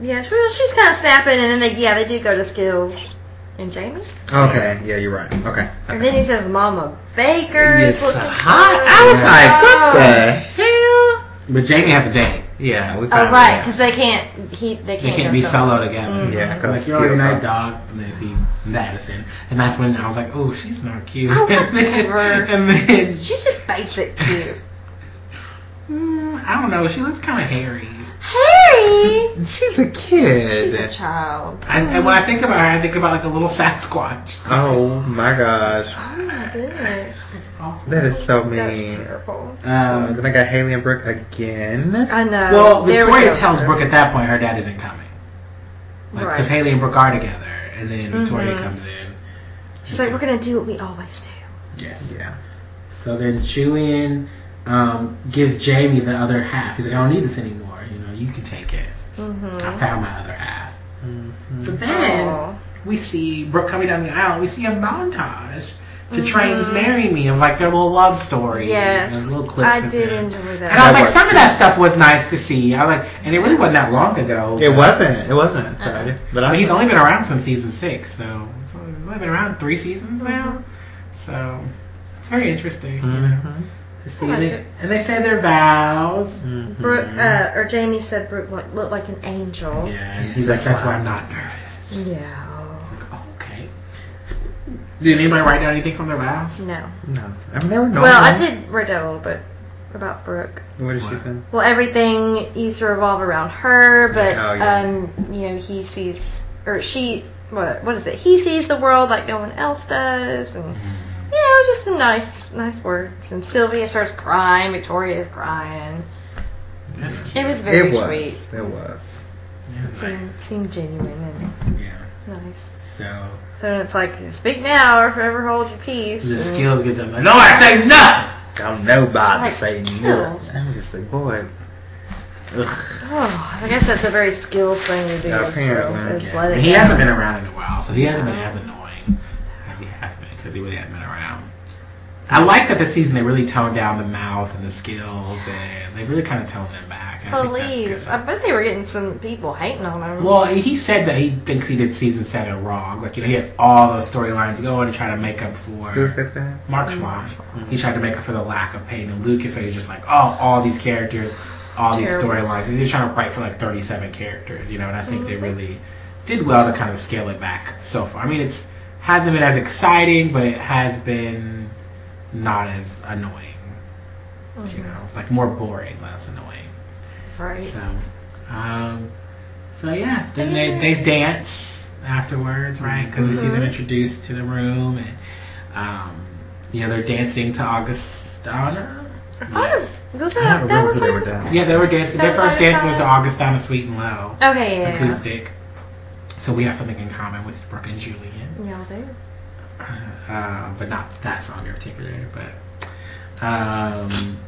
Speaker 2: yeah, she, well, she's kind of snapping, and then they yeah they do go to Skills and Jamie,
Speaker 5: Okay, yeah, you're right. Okay.
Speaker 2: and then he says Mama Baker
Speaker 5: Yes, uh-huh.
Speaker 2: is looking
Speaker 5: hot.
Speaker 2: good."
Speaker 5: I was like, what
Speaker 2: Oh.
Speaker 5: the hell?
Speaker 1: But Jamie has a date.
Speaker 5: Yeah, we
Speaker 2: Oh
Speaker 5: found
Speaker 2: right,
Speaker 5: out.
Speaker 2: because they can't he they
Speaker 1: They
Speaker 2: can't,
Speaker 1: can't
Speaker 2: go
Speaker 1: be
Speaker 2: solo.
Speaker 1: solo together.
Speaker 5: Yeah,
Speaker 1: I'm
Speaker 5: because
Speaker 1: like, you're already night
Speaker 5: skills.
Speaker 1: dog. And then see Madison. And that's when I was like, oh, she's not cute.
Speaker 2: Oh,
Speaker 1: *laughs* and,
Speaker 2: whatever.
Speaker 1: then, and then she,
Speaker 2: She's just basic cute.
Speaker 1: mm, I don't know, she looks kind of hairy.
Speaker 5: *laughs*
Speaker 2: Harry,
Speaker 5: She's a kid.
Speaker 2: she's a child.
Speaker 1: And, and when I think about her, I think about like a little fat squatch.
Speaker 5: oh my gosh,
Speaker 2: Oh my goodness,
Speaker 5: that is so
Speaker 2: that's
Speaker 5: mean.
Speaker 2: terrible.
Speaker 5: So then
Speaker 1: Um,
Speaker 5: I got Haley and Brooke again.
Speaker 2: I know.
Speaker 1: well,
Speaker 2: Uh, There we
Speaker 1: Victoria
Speaker 2: go.
Speaker 1: tells Brooke at that point her dad isn't coming. Because
Speaker 2: Right.
Speaker 1: Haley and Brooke are together. And then Victoria
Speaker 2: Mhm.
Speaker 1: comes in.
Speaker 2: she's like, we're gonna do what we always do.
Speaker 1: Yes.
Speaker 5: Yeah.
Speaker 1: So then Julian um, gives Jamie the other half. He's like, I don't need this anymore. You know, you can take it. I
Speaker 2: Mm-hmm.
Speaker 1: found my other half. So then.
Speaker 2: Oh.
Speaker 1: we see Brooke coming down the aisle. We see a montage to Trains Marry Me of like their little love story. and
Speaker 2: Mm-hmm.
Speaker 1: those
Speaker 2: Yes,
Speaker 1: little clips
Speaker 2: I
Speaker 1: of
Speaker 2: did
Speaker 1: them.
Speaker 2: enjoy
Speaker 1: And I
Speaker 2: that.
Speaker 1: was
Speaker 5: That
Speaker 1: like,
Speaker 5: was
Speaker 1: some of that stuff was nice to see. I like, and it really wasn't that long ago.
Speaker 5: It wasn't. It wasn't.
Speaker 2: Uh-huh.
Speaker 5: Sorry. But
Speaker 1: I
Speaker 5: I
Speaker 1: mean, he's only been around since season six, so it's only, it's only been around three seasons now.
Speaker 2: Mm-hmm.
Speaker 1: So it's very interesting, you know,
Speaker 5: Mhm.
Speaker 1: to see.
Speaker 2: I liked
Speaker 1: And
Speaker 2: it.
Speaker 1: they, and they say their vows.
Speaker 5: Mhm.
Speaker 2: Brooke, uh, or Jamie said Brooke looked, looked like an angel.
Speaker 1: Yeah, and he's like, that's why I'm not nervous.
Speaker 2: Yeah.
Speaker 1: It's like, oh, okay. Did anybody write down anything from their vows?
Speaker 2: No.
Speaker 5: No. I mean, they were normal.
Speaker 2: Well, I did write down a little bit about Brooke.
Speaker 5: What did she
Speaker 1: What?
Speaker 5: say?
Speaker 2: Well, everything used to revolve around her, but
Speaker 5: Oh, yeah.
Speaker 2: um, you know, he sees or she what what is it? He sees the world like no one else does, and you know, just some nice nice words. And Sylvia starts crying. Victoria is crying.
Speaker 1: That's cute.
Speaker 2: It was very
Speaker 5: it was.
Speaker 2: sweet.
Speaker 5: It was.
Speaker 1: Yeah, it's
Speaker 2: Seemed,
Speaker 1: nice.
Speaker 2: seemed genuine
Speaker 1: Yeah.
Speaker 2: and nice.
Speaker 1: So
Speaker 2: So it's like speak now or forever hold your peace.
Speaker 1: the
Speaker 2: and-
Speaker 1: skills gets up. Like, no, I say nothing.
Speaker 5: Don't nobody
Speaker 2: Like,
Speaker 5: say
Speaker 2: chills.
Speaker 5: nothing. I'm just like, boy. Ugh.
Speaker 2: Oh, I guess that's a very skilled thing to do.
Speaker 5: Yeah, apparently,
Speaker 2: so it's
Speaker 5: yeah.
Speaker 2: let it
Speaker 1: He
Speaker 2: go.
Speaker 1: hasn't Oh. been around in a while, so he hasn't been as annoying as he has been because he really hasn't been around. I like that this season they really toned down the mouth and the skills, and they really kind of toned them back. I think that's
Speaker 2: Please.
Speaker 1: good.
Speaker 2: I bet they were getting some people hating on them.
Speaker 1: Well, he said that he thinks he did season seven wrong. Like you know, he had all those storylines going to try to make up for.
Speaker 5: Who said that?
Speaker 1: Mark Schwab. He tried to make up for the lack of Peyton and Lucas, so he's just like, oh, all these characters, all these
Speaker 2: Terrible.
Speaker 1: storylines. He's just trying to write for like 37 characters, you know, and I think they really did well to kind of scale it back so far. I mean, it's hasn't been as exciting, but it has been not as annoying, you know, like more boring, less annoying.
Speaker 2: right.
Speaker 1: So, um, so yeah, then they, they dance afterwards, right? Because we see
Speaker 2: Mm-hmm.
Speaker 1: them introduced to the room, and um, you know they're dancing to Augustana.
Speaker 2: I thought it was
Speaker 5: I
Speaker 2: that,
Speaker 5: don't
Speaker 2: that
Speaker 5: remember
Speaker 2: was
Speaker 5: who they were
Speaker 2: like,
Speaker 5: dancing.
Speaker 1: Yeah, they were dancing. Their
Speaker 2: That was
Speaker 1: first dance was to
Speaker 2: Augustana.
Speaker 1: Augustana, Sweet and Low,
Speaker 2: Okay, yeah, yeah.
Speaker 1: acoustic. So we have something in common with Brooke and Julian,
Speaker 2: Y'all do.
Speaker 1: uh, but not that song in particular. But um,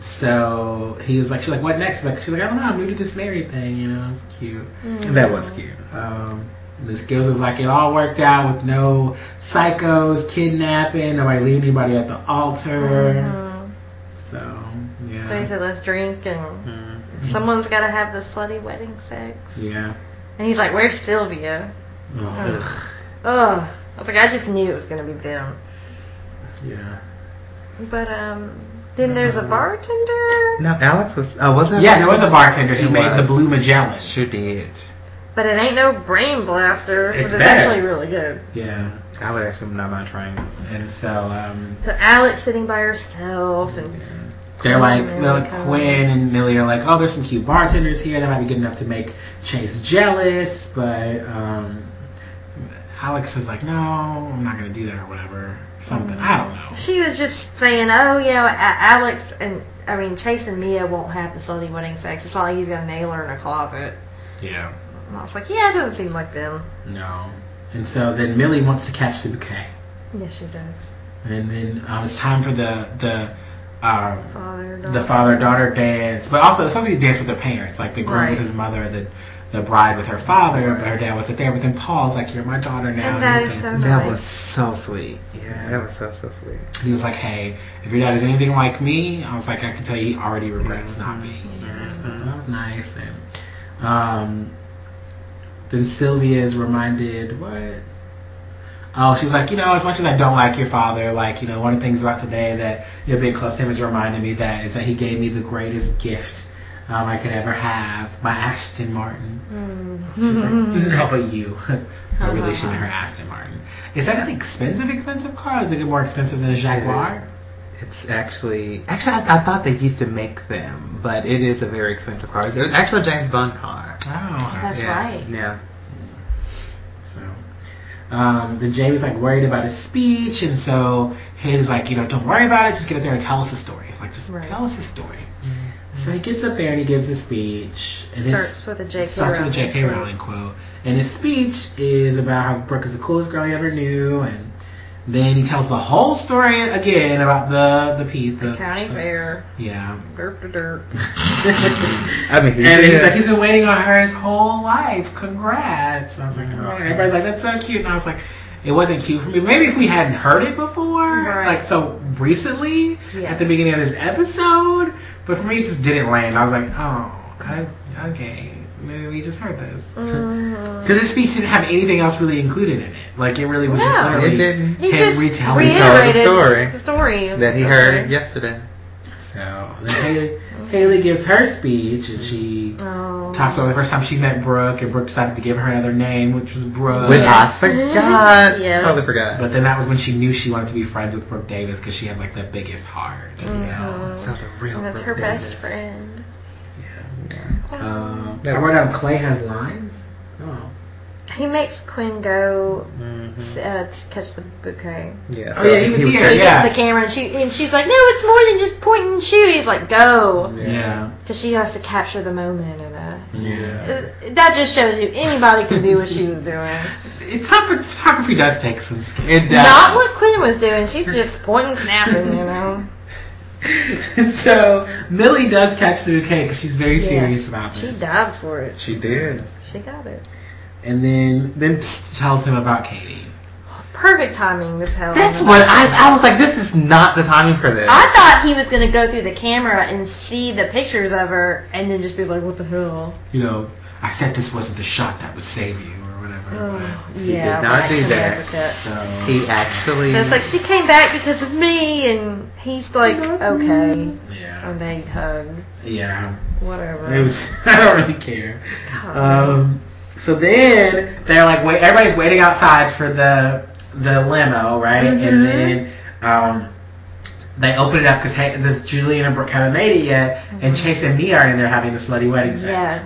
Speaker 1: so he was like, she's like, what next? She's like, she's like, I don't know. I'm new to this married thing, you know. It's cute.
Speaker 5: That was cute.
Speaker 1: Um, the skills is like it all worked out with no psychos, kidnapping, nobody leaving anybody at the altar.
Speaker 2: Mhm.
Speaker 1: So yeah, Mm-hmm.
Speaker 2: So he said, let's drink, and
Speaker 5: Mm.
Speaker 2: someone's got to have the slutty wedding sex.
Speaker 1: yeah.
Speaker 2: And he's like, where's Sylvia?
Speaker 1: Oh,
Speaker 2: Ugh. Ugh. I was like, I just knew it was going to be them.
Speaker 1: yeah.
Speaker 2: But, um, then there's
Speaker 5: Mm-hmm.
Speaker 2: a bartender,
Speaker 5: No, Alex was. Oh, was that?
Speaker 1: Yeah, there was a bartender who uh,
Speaker 5: It
Speaker 1: made
Speaker 5: was.
Speaker 1: the Blue Magellan.
Speaker 5: Sure did.
Speaker 2: but it ain't no brain blaster,
Speaker 1: It's
Speaker 2: which is
Speaker 1: better.
Speaker 2: actually really good.
Speaker 1: Yeah.
Speaker 5: I would actually not mind trying. it.
Speaker 1: And so um,
Speaker 2: So Alex sitting by herself, and
Speaker 1: they're like,
Speaker 2: Quinn,
Speaker 1: they're like
Speaker 2: Millie,
Speaker 1: Quinn and Millie are like, oh, there's some cute bartenders here that might be good enough to make Chase jealous, but um, Alex is like, no, I'm not gonna do that or whatever. Something I don't know.
Speaker 2: she was just saying, "Oh, you know, A- Alex and I mean Chase and Mia won't have the slutty wedding sex. It's not like he's gonna nail her in a closet."
Speaker 1: Yeah.
Speaker 2: And I was like, "Yeah, it doesn't seem like them."
Speaker 1: No. And so then Millie wants to catch the bouquet,
Speaker 2: Yes, she does.
Speaker 1: and then um, it's time for the the um,
Speaker 2: Father,
Speaker 1: the
Speaker 2: daughter.
Speaker 1: father daughter dance, but also it's supposed to be a dance with their parents, like the groom
Speaker 2: Right.
Speaker 1: with his mother, the the bride with her father, but her dad wasn't there. But then Paul's like, "You're my daughter now."
Speaker 2: and that
Speaker 1: you
Speaker 2: is
Speaker 1: can-
Speaker 2: so
Speaker 5: That
Speaker 2: nice.
Speaker 5: was so sweet. Yeah, that was so so sweet.
Speaker 1: he was like, "Hey, if your dad is anything like me," I was like, "I can tell you, he already regrets not being here." So that was nice. And um, then Sylvia is reminded what? Oh, she's like, you know, as much as I don't like your father, like, you know, one of the things about today that you know being close to him has reminded me that is that he gave me the greatest gift um, I could ever have, my Ashton Martin.
Speaker 2: Hmm.
Speaker 1: She's
Speaker 2: *laughs*
Speaker 1: like, no, but you. *laughs* Her relation to her Aston Martin. Is that an expensive, expensive car? Is it more expensive than a Jaguar?
Speaker 5: It's actually actually I, I thought they used to make them, but it is a very expensive car. It's an actual James Bond car.
Speaker 1: Oh.
Speaker 2: That's
Speaker 5: yeah.
Speaker 2: right.
Speaker 5: Yeah.
Speaker 1: So, um, then Jay was like worried about his speech, and so he's like, you know, don't worry about it. Just get up there and tell us a story. Like, just
Speaker 2: Right. Mm-hmm.
Speaker 1: tell us a story. So he gets up there and he gives his speech. And his-
Speaker 2: Starts with a J.K.
Speaker 1: Starts with a
Speaker 2: Rowling
Speaker 1: J.K.
Speaker 2: quote.
Speaker 1: Rowling quote, and his speech is about how Brooke is the coolest girl he ever knew, and then he tells the whole story again about the the piece. The,
Speaker 2: The county fair.
Speaker 1: Yeah.
Speaker 2: Derp, derp, derp.
Speaker 1: *laughs*
Speaker 5: I mean, he
Speaker 1: And
Speaker 5: did.
Speaker 1: he's like, he's been waiting on her his whole life. Congrats. I was like, oh. and everybody's like, that's so cute. And I was like, it wasn't cute for me. Maybe if we hadn't heard it before,
Speaker 2: Right.
Speaker 1: like so recently
Speaker 2: Yes.
Speaker 1: at the beginning of this episode. But for me, it just didn't land. I was like, oh, I, okay. Maybe we just heard this.
Speaker 2: Mhm.
Speaker 1: Because his speech didn't have anything else really included in it. Like, it really was
Speaker 2: No.
Speaker 1: just literally
Speaker 5: It didn't.
Speaker 2: He
Speaker 1: him
Speaker 2: just
Speaker 1: retelling
Speaker 5: He told the
Speaker 2: reiterated
Speaker 5: story
Speaker 2: the story
Speaker 5: that he
Speaker 2: Okay.
Speaker 5: heard yesterday.
Speaker 1: So then Haley, Haley gives her speech and she
Speaker 2: Oh.
Speaker 1: talks about the first time she met Brooke and Brooke decided to give her another name, which was Brooke.
Speaker 5: Which
Speaker 2: *laughs* Yes.
Speaker 5: I forgot.
Speaker 2: Uh, Yeah.
Speaker 5: Totally forgot.
Speaker 1: but then that was when she knew she wanted to be friends with Brooke Davis because she had like the biggest heart. You
Speaker 2: Mm-hmm.
Speaker 1: know?
Speaker 5: so the real
Speaker 2: And that's her
Speaker 5: Brooke
Speaker 2: best
Speaker 5: Davis.
Speaker 2: friend.
Speaker 1: Um,
Speaker 5: That
Speaker 1: I
Speaker 5: was-
Speaker 1: wrote down Clay has lines. Oh,
Speaker 2: He makes Quinn go
Speaker 5: Mhm.
Speaker 2: uh, to catch the bouquet.
Speaker 5: Yeah.
Speaker 1: Oh, yeah, he was here.
Speaker 2: He
Speaker 1: Yeah.
Speaker 2: gets the camera and she and she's like, no, it's more than just point and shoot. He's like, go,
Speaker 1: yeah,
Speaker 2: because she has to capture the moment and uh,
Speaker 1: yeah.
Speaker 2: it- that just shows you anybody can do what she was doing.
Speaker 5: *laughs*
Speaker 1: It's tough. Photography does take some skill.
Speaker 5: It does.
Speaker 2: Not what Quinn was doing. She's just pointing, snapping, you
Speaker 5: *laughs*
Speaker 2: know.
Speaker 1: *laughs* so Millie does catch the bouquet because she's very
Speaker 2: Yes.
Speaker 1: serious about
Speaker 2: She
Speaker 1: this.
Speaker 2: died for it.
Speaker 5: She did.
Speaker 2: She got it.
Speaker 1: And then then tells him about Katie.
Speaker 2: perfect timing with Helen.
Speaker 5: That's what I, I was like. This is not the timing for this.
Speaker 2: I thought he was gonna go through the camera and see the pictures of her, and then just be like, "What the hell?"
Speaker 1: You know, I said this wasn't the shot that would save you or whatever. um,
Speaker 2: Oh, yeah.
Speaker 5: did not
Speaker 2: right,
Speaker 5: do
Speaker 2: she
Speaker 5: that.
Speaker 2: never did.
Speaker 1: but, so-
Speaker 5: he actually.
Speaker 2: So it's like she came back because of me, and he's like, "Okay,"
Speaker 1: yeah,
Speaker 2: and they hug,
Speaker 1: yeah.
Speaker 2: whatever.
Speaker 1: It was. *laughs* I don't really care.
Speaker 2: God.
Speaker 1: Um, so then they're like, wait, everybody's waiting outside for the the limo, right?
Speaker 2: Mhm.
Speaker 1: And then um, they open it up because hey, this Julian and Brooke haven't made it yet, and Chase and Mia are in there having the slutty wedding sex.
Speaker 2: yes.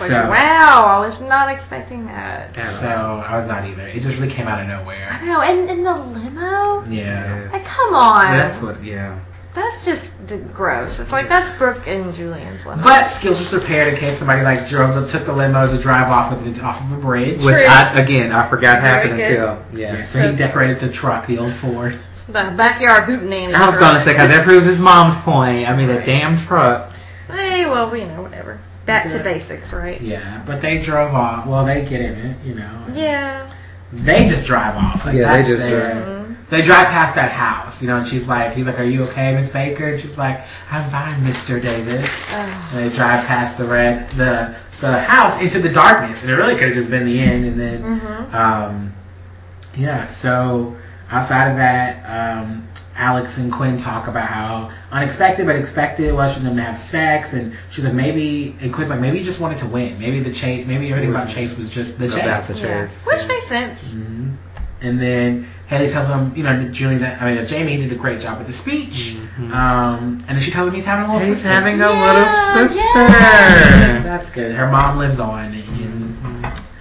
Speaker 2: Like,
Speaker 1: So,
Speaker 2: wow, I was not expecting that.
Speaker 1: so I was not either. It just really came out of nowhere.
Speaker 2: I know, and in the limo.
Speaker 1: Yeah.
Speaker 5: Yes.
Speaker 2: Like, come on.
Speaker 5: That's what. Yeah.
Speaker 2: That's just d- gross. It's like that's Brooke and Julian's limo.
Speaker 1: But skills was prepared in case somebody like drove the, took the limo to drive off of the, off of a bridge.
Speaker 5: Which
Speaker 2: True.
Speaker 5: I again I forgot
Speaker 2: Very
Speaker 5: happened
Speaker 2: good.
Speaker 5: until yeah.
Speaker 1: Yeah, so he decorated the truck, the old Ford.
Speaker 2: the backyard hootenanny.
Speaker 5: I was
Speaker 2: truck.
Speaker 5: gonna say because that proves his mom's point. I mean that damn truck.
Speaker 2: Hey, well, you know, whatever. Back to basics, right?
Speaker 1: Yeah, but they drove off. Well, they get in it, you know.
Speaker 2: Yeah.
Speaker 1: They just drive off. Like,
Speaker 5: Yeah, they
Speaker 1: that's
Speaker 5: just
Speaker 1: their-
Speaker 5: drive.
Speaker 2: Mhm.
Speaker 1: They drive past that house, you know, and she's like, he's like, "Are you okay, Miss Baker?" And she's like, "I'm fine, Mister Davis."
Speaker 2: Ugh.
Speaker 1: And they drive past the red, the the house into the darkness, and it really could have just been the end. And then,
Speaker 2: Mhm.
Speaker 1: um, yeah. So outside of that, um, Alex and Quinn talk about how unexpected but expected it was for them to have sex, and she's like, maybe, and Quinn's like, maybe you just wanted to win. Maybe the chase, maybe everything about Chase was just the
Speaker 5: About
Speaker 1: chase.
Speaker 5: the
Speaker 2: Yeah.
Speaker 5: chase.
Speaker 2: Which makes sense.
Speaker 1: Mhm. And then Haley tells him, you know, Julie that I mean, that Jamie did a great job with the speech.
Speaker 5: Mhm.
Speaker 1: Um, and then she tells him he's having a little
Speaker 5: He's
Speaker 1: sister.
Speaker 5: having a
Speaker 2: Yeah,
Speaker 5: little sister.
Speaker 2: yeah.
Speaker 1: That's good. Her mom lives on in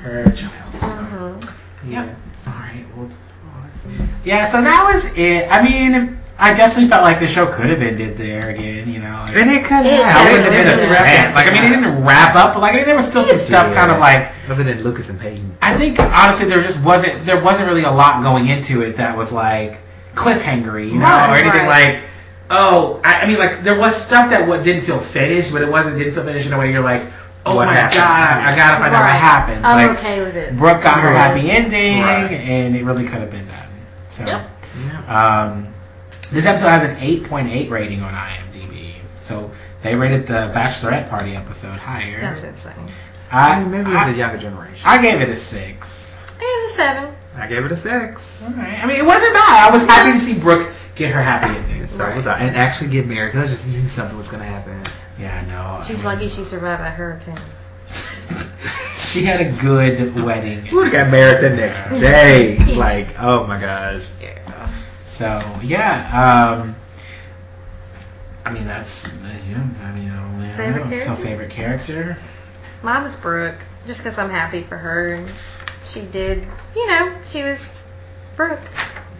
Speaker 1: her child. So.
Speaker 2: Mhm.
Speaker 1: Yeah. All right. Well, yeah. So that was it. I mean, I definitely felt like the show could have ended there again. You know, like,
Speaker 5: And it could
Speaker 2: It
Speaker 5: have.
Speaker 1: I
Speaker 2: could
Speaker 1: wouldn't have been
Speaker 2: It was
Speaker 1: upset. Like I mean, it didn't wrap up. But like I mean, there was still some stuff kind of like
Speaker 5: Other than Lucas and Peyton.
Speaker 1: I think honestly there just wasn't there wasn't really a lot going into it that was like cliffhangery, you know,
Speaker 2: Right,
Speaker 1: or anything
Speaker 2: right.
Speaker 1: like oh I, I mean like there was stuff that what didn't feel finished, but it wasn't didn't feel finished in a way you're like oh
Speaker 5: What
Speaker 1: my
Speaker 5: happened?
Speaker 1: god I gotta find out what
Speaker 2: Right.
Speaker 1: happened.
Speaker 2: I'm
Speaker 1: like
Speaker 2: okay with it.
Speaker 1: Brooke got her
Speaker 5: Right.
Speaker 1: happy ending,
Speaker 5: Right.
Speaker 1: and it really could have been done. So
Speaker 2: Yep.
Speaker 1: um, this episode has an 8.8 rating on IMDb, so they rated the Bachelorette party episode higher.
Speaker 2: That's insane.
Speaker 5: I
Speaker 1: I,
Speaker 5: mean, maybe it was a
Speaker 1: I,
Speaker 5: younger generation.
Speaker 1: I gave it a six.
Speaker 2: I gave it a seven.
Speaker 5: I gave it a six.
Speaker 1: Alright. I mean, it wasn't bad. I was happy to see Brooke get her happy ending.
Speaker 5: So was I. And actually get married because I just knew something was going to happen.
Speaker 1: Yeah, no.
Speaker 2: She's
Speaker 1: I
Speaker 2: lucky she survived that hurricane.
Speaker 1: *laughs* She had a good wedding.
Speaker 5: We would have got married the next day. *laughs* like, oh my gosh.
Speaker 2: Yeah.
Speaker 1: So yeah. Um, I mean, that's yeah. I mean, I don't know.
Speaker 2: Favorite
Speaker 1: So
Speaker 2: character?
Speaker 1: favorite character.
Speaker 2: Mine was Brooke, just 'cause I'm happy for her. And she did, you know, she was Brooke.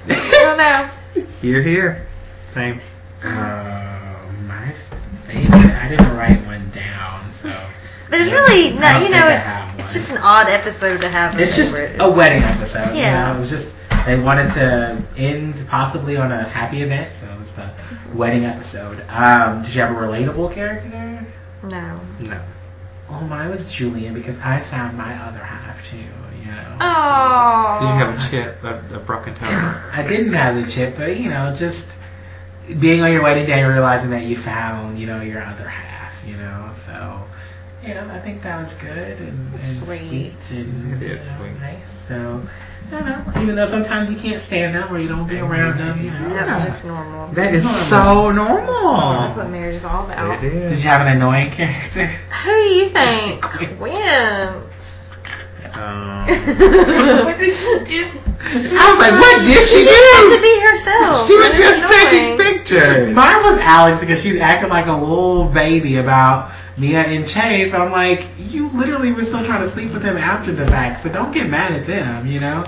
Speaker 2: I don't know.
Speaker 5: Here, here. Same.
Speaker 1: Uh, my favorite. I didn't write one down, so
Speaker 2: There's really
Speaker 1: I
Speaker 2: no,
Speaker 1: don't
Speaker 2: you
Speaker 1: think
Speaker 2: know,
Speaker 1: I
Speaker 2: it's,
Speaker 1: have
Speaker 2: it's
Speaker 1: one.
Speaker 2: just an odd episode to have. a
Speaker 1: it's just
Speaker 2: favorite.
Speaker 1: a wedding episode. you
Speaker 2: Yeah.
Speaker 1: know? it was just they wanted to end possibly on a happy event, so it was the wedding episode. Um, did you have a relatable character?
Speaker 2: no.
Speaker 5: No.
Speaker 1: Oh, mine was Julian because I found my other half too. You know.
Speaker 2: Oh.
Speaker 5: Did you have a chip, a, a broken toe?
Speaker 1: I didn't have the chip, but you know, just being on your wedding day and realizing that you found, you know, your other half. You know, so. You know, I think that was good and, and
Speaker 2: Sweet.
Speaker 1: sweet. and
Speaker 5: It is
Speaker 1: you know,
Speaker 5: sweet.
Speaker 1: nice. So, I don't know. Even though sometimes you can't stand up or you don't be around them, you know.
Speaker 2: That was just normal.
Speaker 5: That is so normal.
Speaker 2: That's what marriage is all about.
Speaker 5: It
Speaker 2: Who
Speaker 5: is.
Speaker 1: Did you have an annoying character?
Speaker 2: do
Speaker 5: *laughs*
Speaker 2: you think wins?
Speaker 5: Um,
Speaker 2: what did she do?
Speaker 5: I was like, what did she
Speaker 2: Had to
Speaker 5: do?
Speaker 2: be herself.
Speaker 5: She was
Speaker 2: That
Speaker 5: just
Speaker 2: is
Speaker 5: taking
Speaker 2: annoying.
Speaker 5: pictures.
Speaker 1: Mine was Alex because she's acting like a little baby about Mia and Chase. I'm like, you literally were still trying to sleep with him after the fact, so don't get mad at them, you know?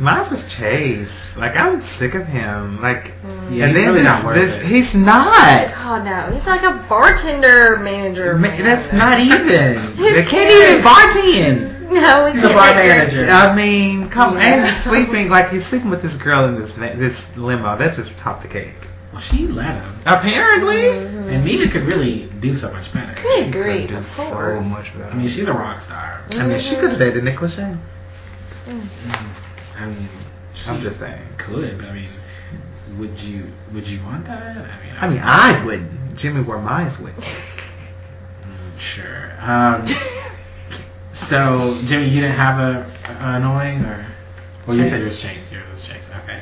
Speaker 5: Mine was Chase. Like, I'm sick of him. Like,
Speaker 2: Mm.
Speaker 1: Yeah,
Speaker 5: and
Speaker 1: he's
Speaker 5: then
Speaker 1: really
Speaker 5: this,
Speaker 1: not worth
Speaker 5: this
Speaker 1: it.
Speaker 5: he's not.
Speaker 2: Oh no, he's like a bartender manager.
Speaker 5: Ma-
Speaker 2: man.
Speaker 5: that's not e- even. They can't
Speaker 2: cares?
Speaker 5: even bartend.
Speaker 2: *laughs* No, we
Speaker 1: He's
Speaker 2: can't.
Speaker 1: a bar
Speaker 2: make drinks.
Speaker 1: manager.
Speaker 5: I mean, come on.
Speaker 2: Yeah.
Speaker 5: and sleeping like you're sleeping with this girl in this va- this limo. That just topped the cake.
Speaker 1: Well, she let him.
Speaker 5: Apparently,
Speaker 2: Mhm.
Speaker 1: And Mia could really do so much better.
Speaker 2: Good
Speaker 5: She
Speaker 2: grief,
Speaker 5: could've done
Speaker 2: of course.
Speaker 5: so much better.
Speaker 1: I mean, she's a rock star.
Speaker 5: I mean, she could have dated Nick Lachey.
Speaker 1: I I mean, she
Speaker 5: I'm just saying.
Speaker 1: could, but I mean, would you would you want that? I mean,
Speaker 5: I mean, I wouldn't. Jimmy wore mine with.
Speaker 1: I'm sure.
Speaker 5: *laughs*
Speaker 1: Um, so Jimmy, you didn't have a, a annoying or well, you said yours Chase. Yours was Chase. Okay.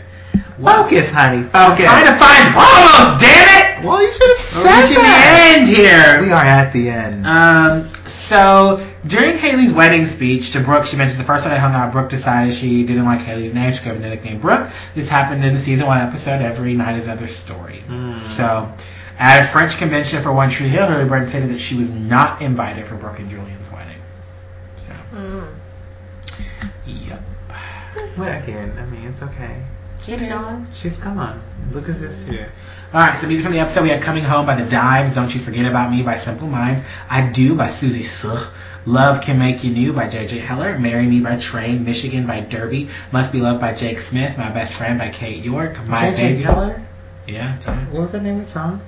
Speaker 5: Focus, honey. Focus.
Speaker 1: Trying to find follows, damn it!
Speaker 5: well, you should have
Speaker 1: We're
Speaker 5: said
Speaker 1: reaching
Speaker 5: that.
Speaker 1: the end here.
Speaker 5: We are at the end.
Speaker 1: Um, so during Haley's wedding speech to Brooke, she mentioned the first time they hung out, Brooke decided she didn't like Haley's name. She gave her the nickname Brooke. This happened in the season one episode, Every Night is Other Story.
Speaker 5: Hmm.
Speaker 1: So at a French convention for One Tree Hill, Haley Brent stated that she was not invited for Brooke and Julian's wedding. So,
Speaker 2: Mm.
Speaker 1: yep.
Speaker 5: But again, I mean, it's okay.
Speaker 2: She's gone.
Speaker 5: She's gone. Look at this here.
Speaker 1: All right, so music from the episode we had "Coming Home" by The Dives, "Don't You Forget About Me" by Simple Minds, "I Do" by Susie Sugh, "Love Can Make You New" by J.J. Heller, "Marry Me" by Train, "Michigan" by Derby, "Must Be Loved" by Jake Smith, "My Best Friend" by Kate York, "My Baby."
Speaker 5: Heller?
Speaker 1: Yeah, tell me.
Speaker 5: What was the name of the song?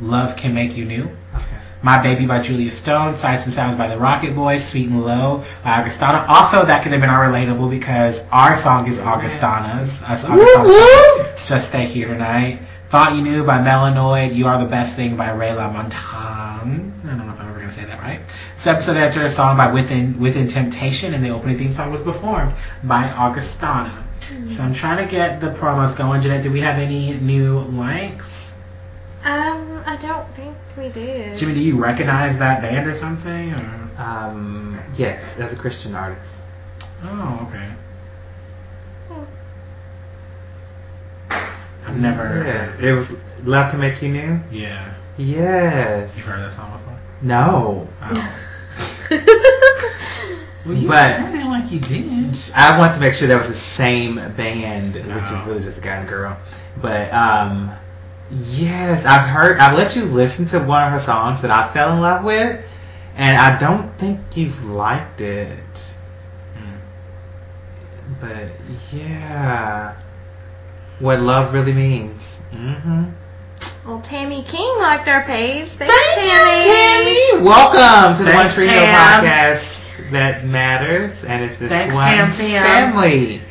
Speaker 1: "Love Can Make You New."
Speaker 5: Okay.
Speaker 1: My Baby by Julia Stone, Sights and Sounds by the Rocket Boys, Sweet and Low by Augustana. Also, that could have been our relatable because our song is Augustana's. Us Augustana's. Just Stay Here Tonight. Thought You Knew by Melanoid. You Are the Best Thing by Ray LaMontagne. I don't know if I'm ever going to say that right. This episode after a song by Within, Within Temptation and the opening theme song was performed by Augustana. So I'm trying to get the promos going. Jeanette, do we have any new likes?
Speaker 2: Um, I don't think we did. *laughs*
Speaker 1: Jimmy, do you recognize that band or something? Or?
Speaker 5: Um, yes, as a Christian artist.
Speaker 1: Oh, okay.
Speaker 2: Hmm.
Speaker 1: I've never.
Speaker 5: Yes. It was Love Can Make You New?
Speaker 1: Yeah.
Speaker 5: Yes.
Speaker 1: You've heard that song before?
Speaker 5: No.
Speaker 1: Oh. *laughs* Well,
Speaker 5: you
Speaker 1: you
Speaker 5: But-
Speaker 1: sounded like you did.
Speaker 5: I want to make sure that was the same band, which is
Speaker 1: No.
Speaker 5: really just a guy and a girl. But um, yes, I've heard. I've let you listen to one of her songs that I fell in love with, and I don't think you liked it.
Speaker 1: Hmm.
Speaker 5: But yeah, what love really means. Mm-hmm.
Speaker 2: well, Tammy King liked our page. Thanks,
Speaker 5: Tammy, welcome to the One
Speaker 1: Thanks,
Speaker 5: Tree Hill
Speaker 1: Tam.
Speaker 5: podcast that matters, and it's this
Speaker 1: Thanks,
Speaker 5: one
Speaker 1: Tam Tam.
Speaker 5: family.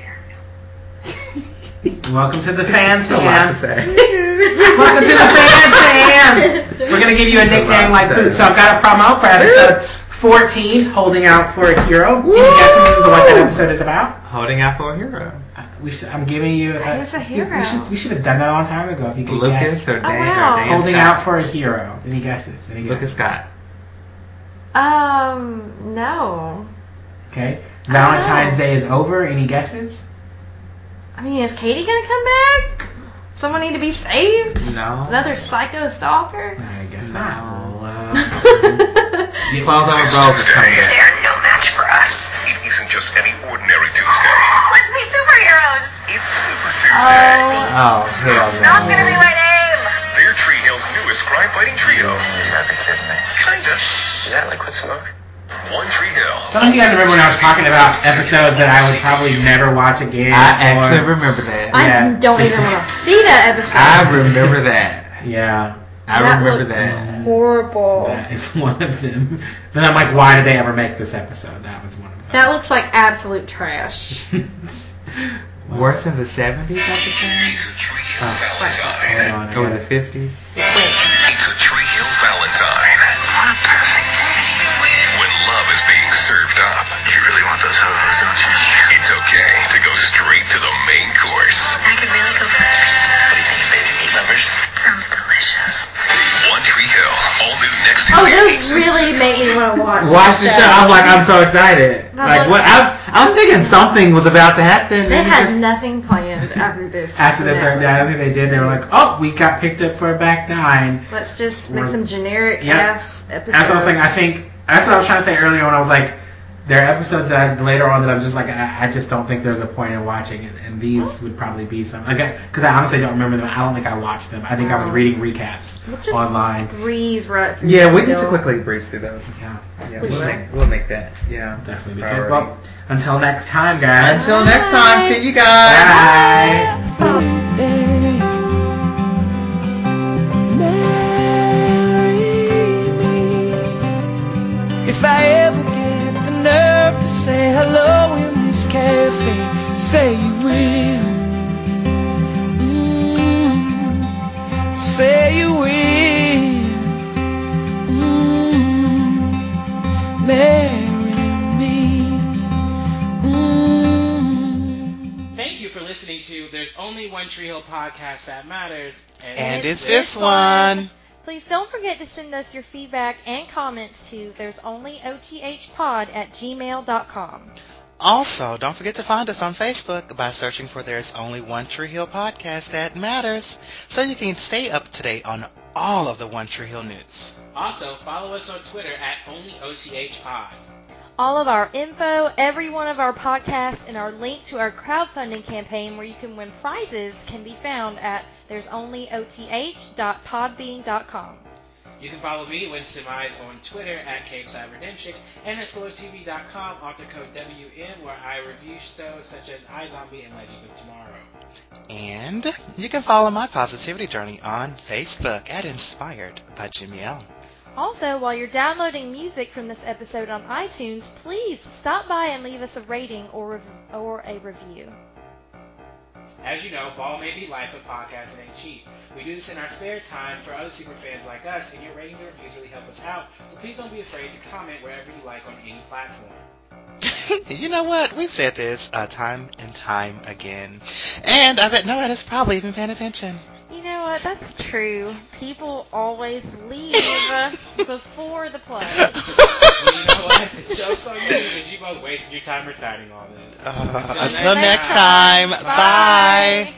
Speaker 1: Welcome to the fan
Speaker 5: *laughs* That's a lot to
Speaker 1: tam.
Speaker 5: say.
Speaker 1: *laughs* Welcome to the fan tam. We're gonna give you a nickname like Poop. So I've got a promo for episode 14, holding out for a hero. Can you guess what that episode is about? Uh,
Speaker 5: Holding out for a hero.
Speaker 1: We should, I'm giving you. A,
Speaker 2: That is a hero.
Speaker 1: We should, we should have done that a long time ago if you could
Speaker 5: Lucas
Speaker 1: guess.
Speaker 5: or Dan
Speaker 2: Oh, wow.
Speaker 5: or Dan
Speaker 1: Holding
Speaker 5: Scott.
Speaker 1: out for a hero. Any guesses? Any guesses?
Speaker 5: Lucas Scott.
Speaker 2: Um, no.
Speaker 1: Okay. Valentine's Day is over. Any guesses?
Speaker 2: I mean, is Katie gonna come back? Someone need to be saved?
Speaker 5: No.
Speaker 2: Another psycho
Speaker 1: *laughs*
Speaker 2: stalker? Oh,
Speaker 1: I guess
Speaker 5: No.
Speaker 1: not. Well, uh, *laughs*
Speaker 2: That's
Speaker 1: you-
Speaker 5: Close over Rose is coming back.
Speaker 10: They're no match for us.
Speaker 11: It isn't just any ordinary Tuesday.
Speaker 10: Let's be superheroes.
Speaker 11: It's Super Tuesday.
Speaker 5: Oh,
Speaker 10: Not gonna
Speaker 5: hell
Speaker 10: be
Speaker 5: no.
Speaker 10: my name.
Speaker 11: They're Tree Hill's newest crime-fighting trio.
Speaker 10: Records, didn't they?
Speaker 11: Kinda.
Speaker 10: Is that liquid smoke?
Speaker 11: One Tree Hill.
Speaker 1: Some of you guys remember when I was talking about episodes that I would probably never watch again.
Speaker 5: I actually
Speaker 1: or,
Speaker 5: remember that.
Speaker 2: I
Speaker 1: Yeah,
Speaker 2: don't
Speaker 1: just-
Speaker 2: even want to see that episode.
Speaker 5: I remember that.
Speaker 1: yeah,
Speaker 5: I
Speaker 2: That
Speaker 5: remember
Speaker 2: looks
Speaker 5: that.
Speaker 2: Horrible. That.
Speaker 1: that is *laughs* one of them. Then I'm like, why did they ever make this episode? That was one of them.
Speaker 2: looks like
Speaker 5: *laughs*
Speaker 2: absolute trash.
Speaker 1: *laughs*
Speaker 5: Worse than the 70s, I think.
Speaker 11: It's a Tree Hill
Speaker 1: Hold
Speaker 11: Valentine.
Speaker 1: on, I
Speaker 5: Or the
Speaker 1: gotta-
Speaker 5: 50s.
Speaker 11: It's a Tree Hill Valentine.
Speaker 10: What a perfect day.
Speaker 11: When love is being served up.
Speaker 10: You really want those hoes, don't you?
Speaker 11: It's okay to go straight to the main course.
Speaker 10: I could really go for it. What do you think, baby meat lovers? Sounds delicious.
Speaker 11: One Tree Hill. All new next
Speaker 2: Oh,
Speaker 11: Tuesday.
Speaker 2: those really make me want to watch.
Speaker 5: Watch the
Speaker 2: that
Speaker 5: show. I'm like, I'm so excited.
Speaker 2: That
Speaker 5: Like, what?
Speaker 2: looks-
Speaker 5: I'm, I'm thinking something was about to happen.
Speaker 2: They
Speaker 5: and
Speaker 2: had
Speaker 5: it's
Speaker 2: nothing planned after this.
Speaker 5: *laughs*
Speaker 1: After the
Speaker 2: No.
Speaker 1: third day, I think they did. They were like, oh, we got picked up for a back nine.
Speaker 2: Let's just make some generic
Speaker 1: Yeah.
Speaker 2: ass episode.
Speaker 1: That's what I was saying. I think that's what I was trying to say earlier when I was like, there are episodes that I, later on that I'm just like, I, I just don't think there's a point in watching, and, and these would probably be some like because I honestly don't remember them. I don't think I watched them. I think I was reading recaps
Speaker 2: We'll just
Speaker 1: online.
Speaker 2: breeze right through.
Speaker 5: Yeah, we
Speaker 2: that
Speaker 5: need to
Speaker 2: show.
Speaker 5: quickly breeze through those.
Speaker 1: Yeah,
Speaker 5: Yeah,
Speaker 2: We
Speaker 5: we'll
Speaker 2: should.
Speaker 5: make, we'll make that. Yeah.
Speaker 1: definitely. Be good.
Speaker 5: Priority.
Speaker 1: Well, until next time, guys.
Speaker 5: Until next time, see you guys.
Speaker 1: Bye.
Speaker 4: Marry me. If I ever get the nerve to say hello in this cafe, Say you will. Mm. Say you will. Mm. Marry me. Mm.
Speaker 1: Thank you for listening to There's Only One Tree Hill Podcast That Matters.
Speaker 5: And it's this one.
Speaker 3: Please don't forget to send us your feedback and comments to there's only othpod at gmail.com.
Speaker 5: Also, don't forget to find us on Facebook by searching for There's Only One Tree Hill Podcast That Matters so you can stay up to date on all of the One Tree Hill news.
Speaker 1: Also, follow us on Twitter at OnlyOTHPod.
Speaker 3: All of our info, every one of our podcasts, and our link to our crowdfunding campaign where you can win prizes can be found at there's only oth.podbean.com.
Speaker 1: You can follow me, Winston Mize, on Twitter at CapeSide Redemption and at SlowTV.com, author code WN, where I review shows such as iZombie and Legends of Tomorrow.
Speaker 5: And you can follow my positivity journey on Facebook at Inspired by Jimmy L.
Speaker 3: Also, while you're downloading music from this episode on iTunes, please stop by and leave us a rating or, rev- or a review.
Speaker 1: As you know, ball may be life, but podcasting ain't cheap. We do this in our spare time for other super fans like us, and your ratings and reviews really help us out. So please don't be afraid to comment wherever you like on any platform.
Speaker 5: *laughs* you know what? We've said this uh, time and time again. And I bet nobody's probably even paying attention.
Speaker 3: You know what? That's true. People always
Speaker 2: *laughs*
Speaker 3: leave before the play.
Speaker 1: Well, you know what? *laughs* The joke's on you because you both wasted your time reciting all this.
Speaker 5: Uh,
Speaker 1: Until
Speaker 5: until
Speaker 1: next
Speaker 5: next time, bye.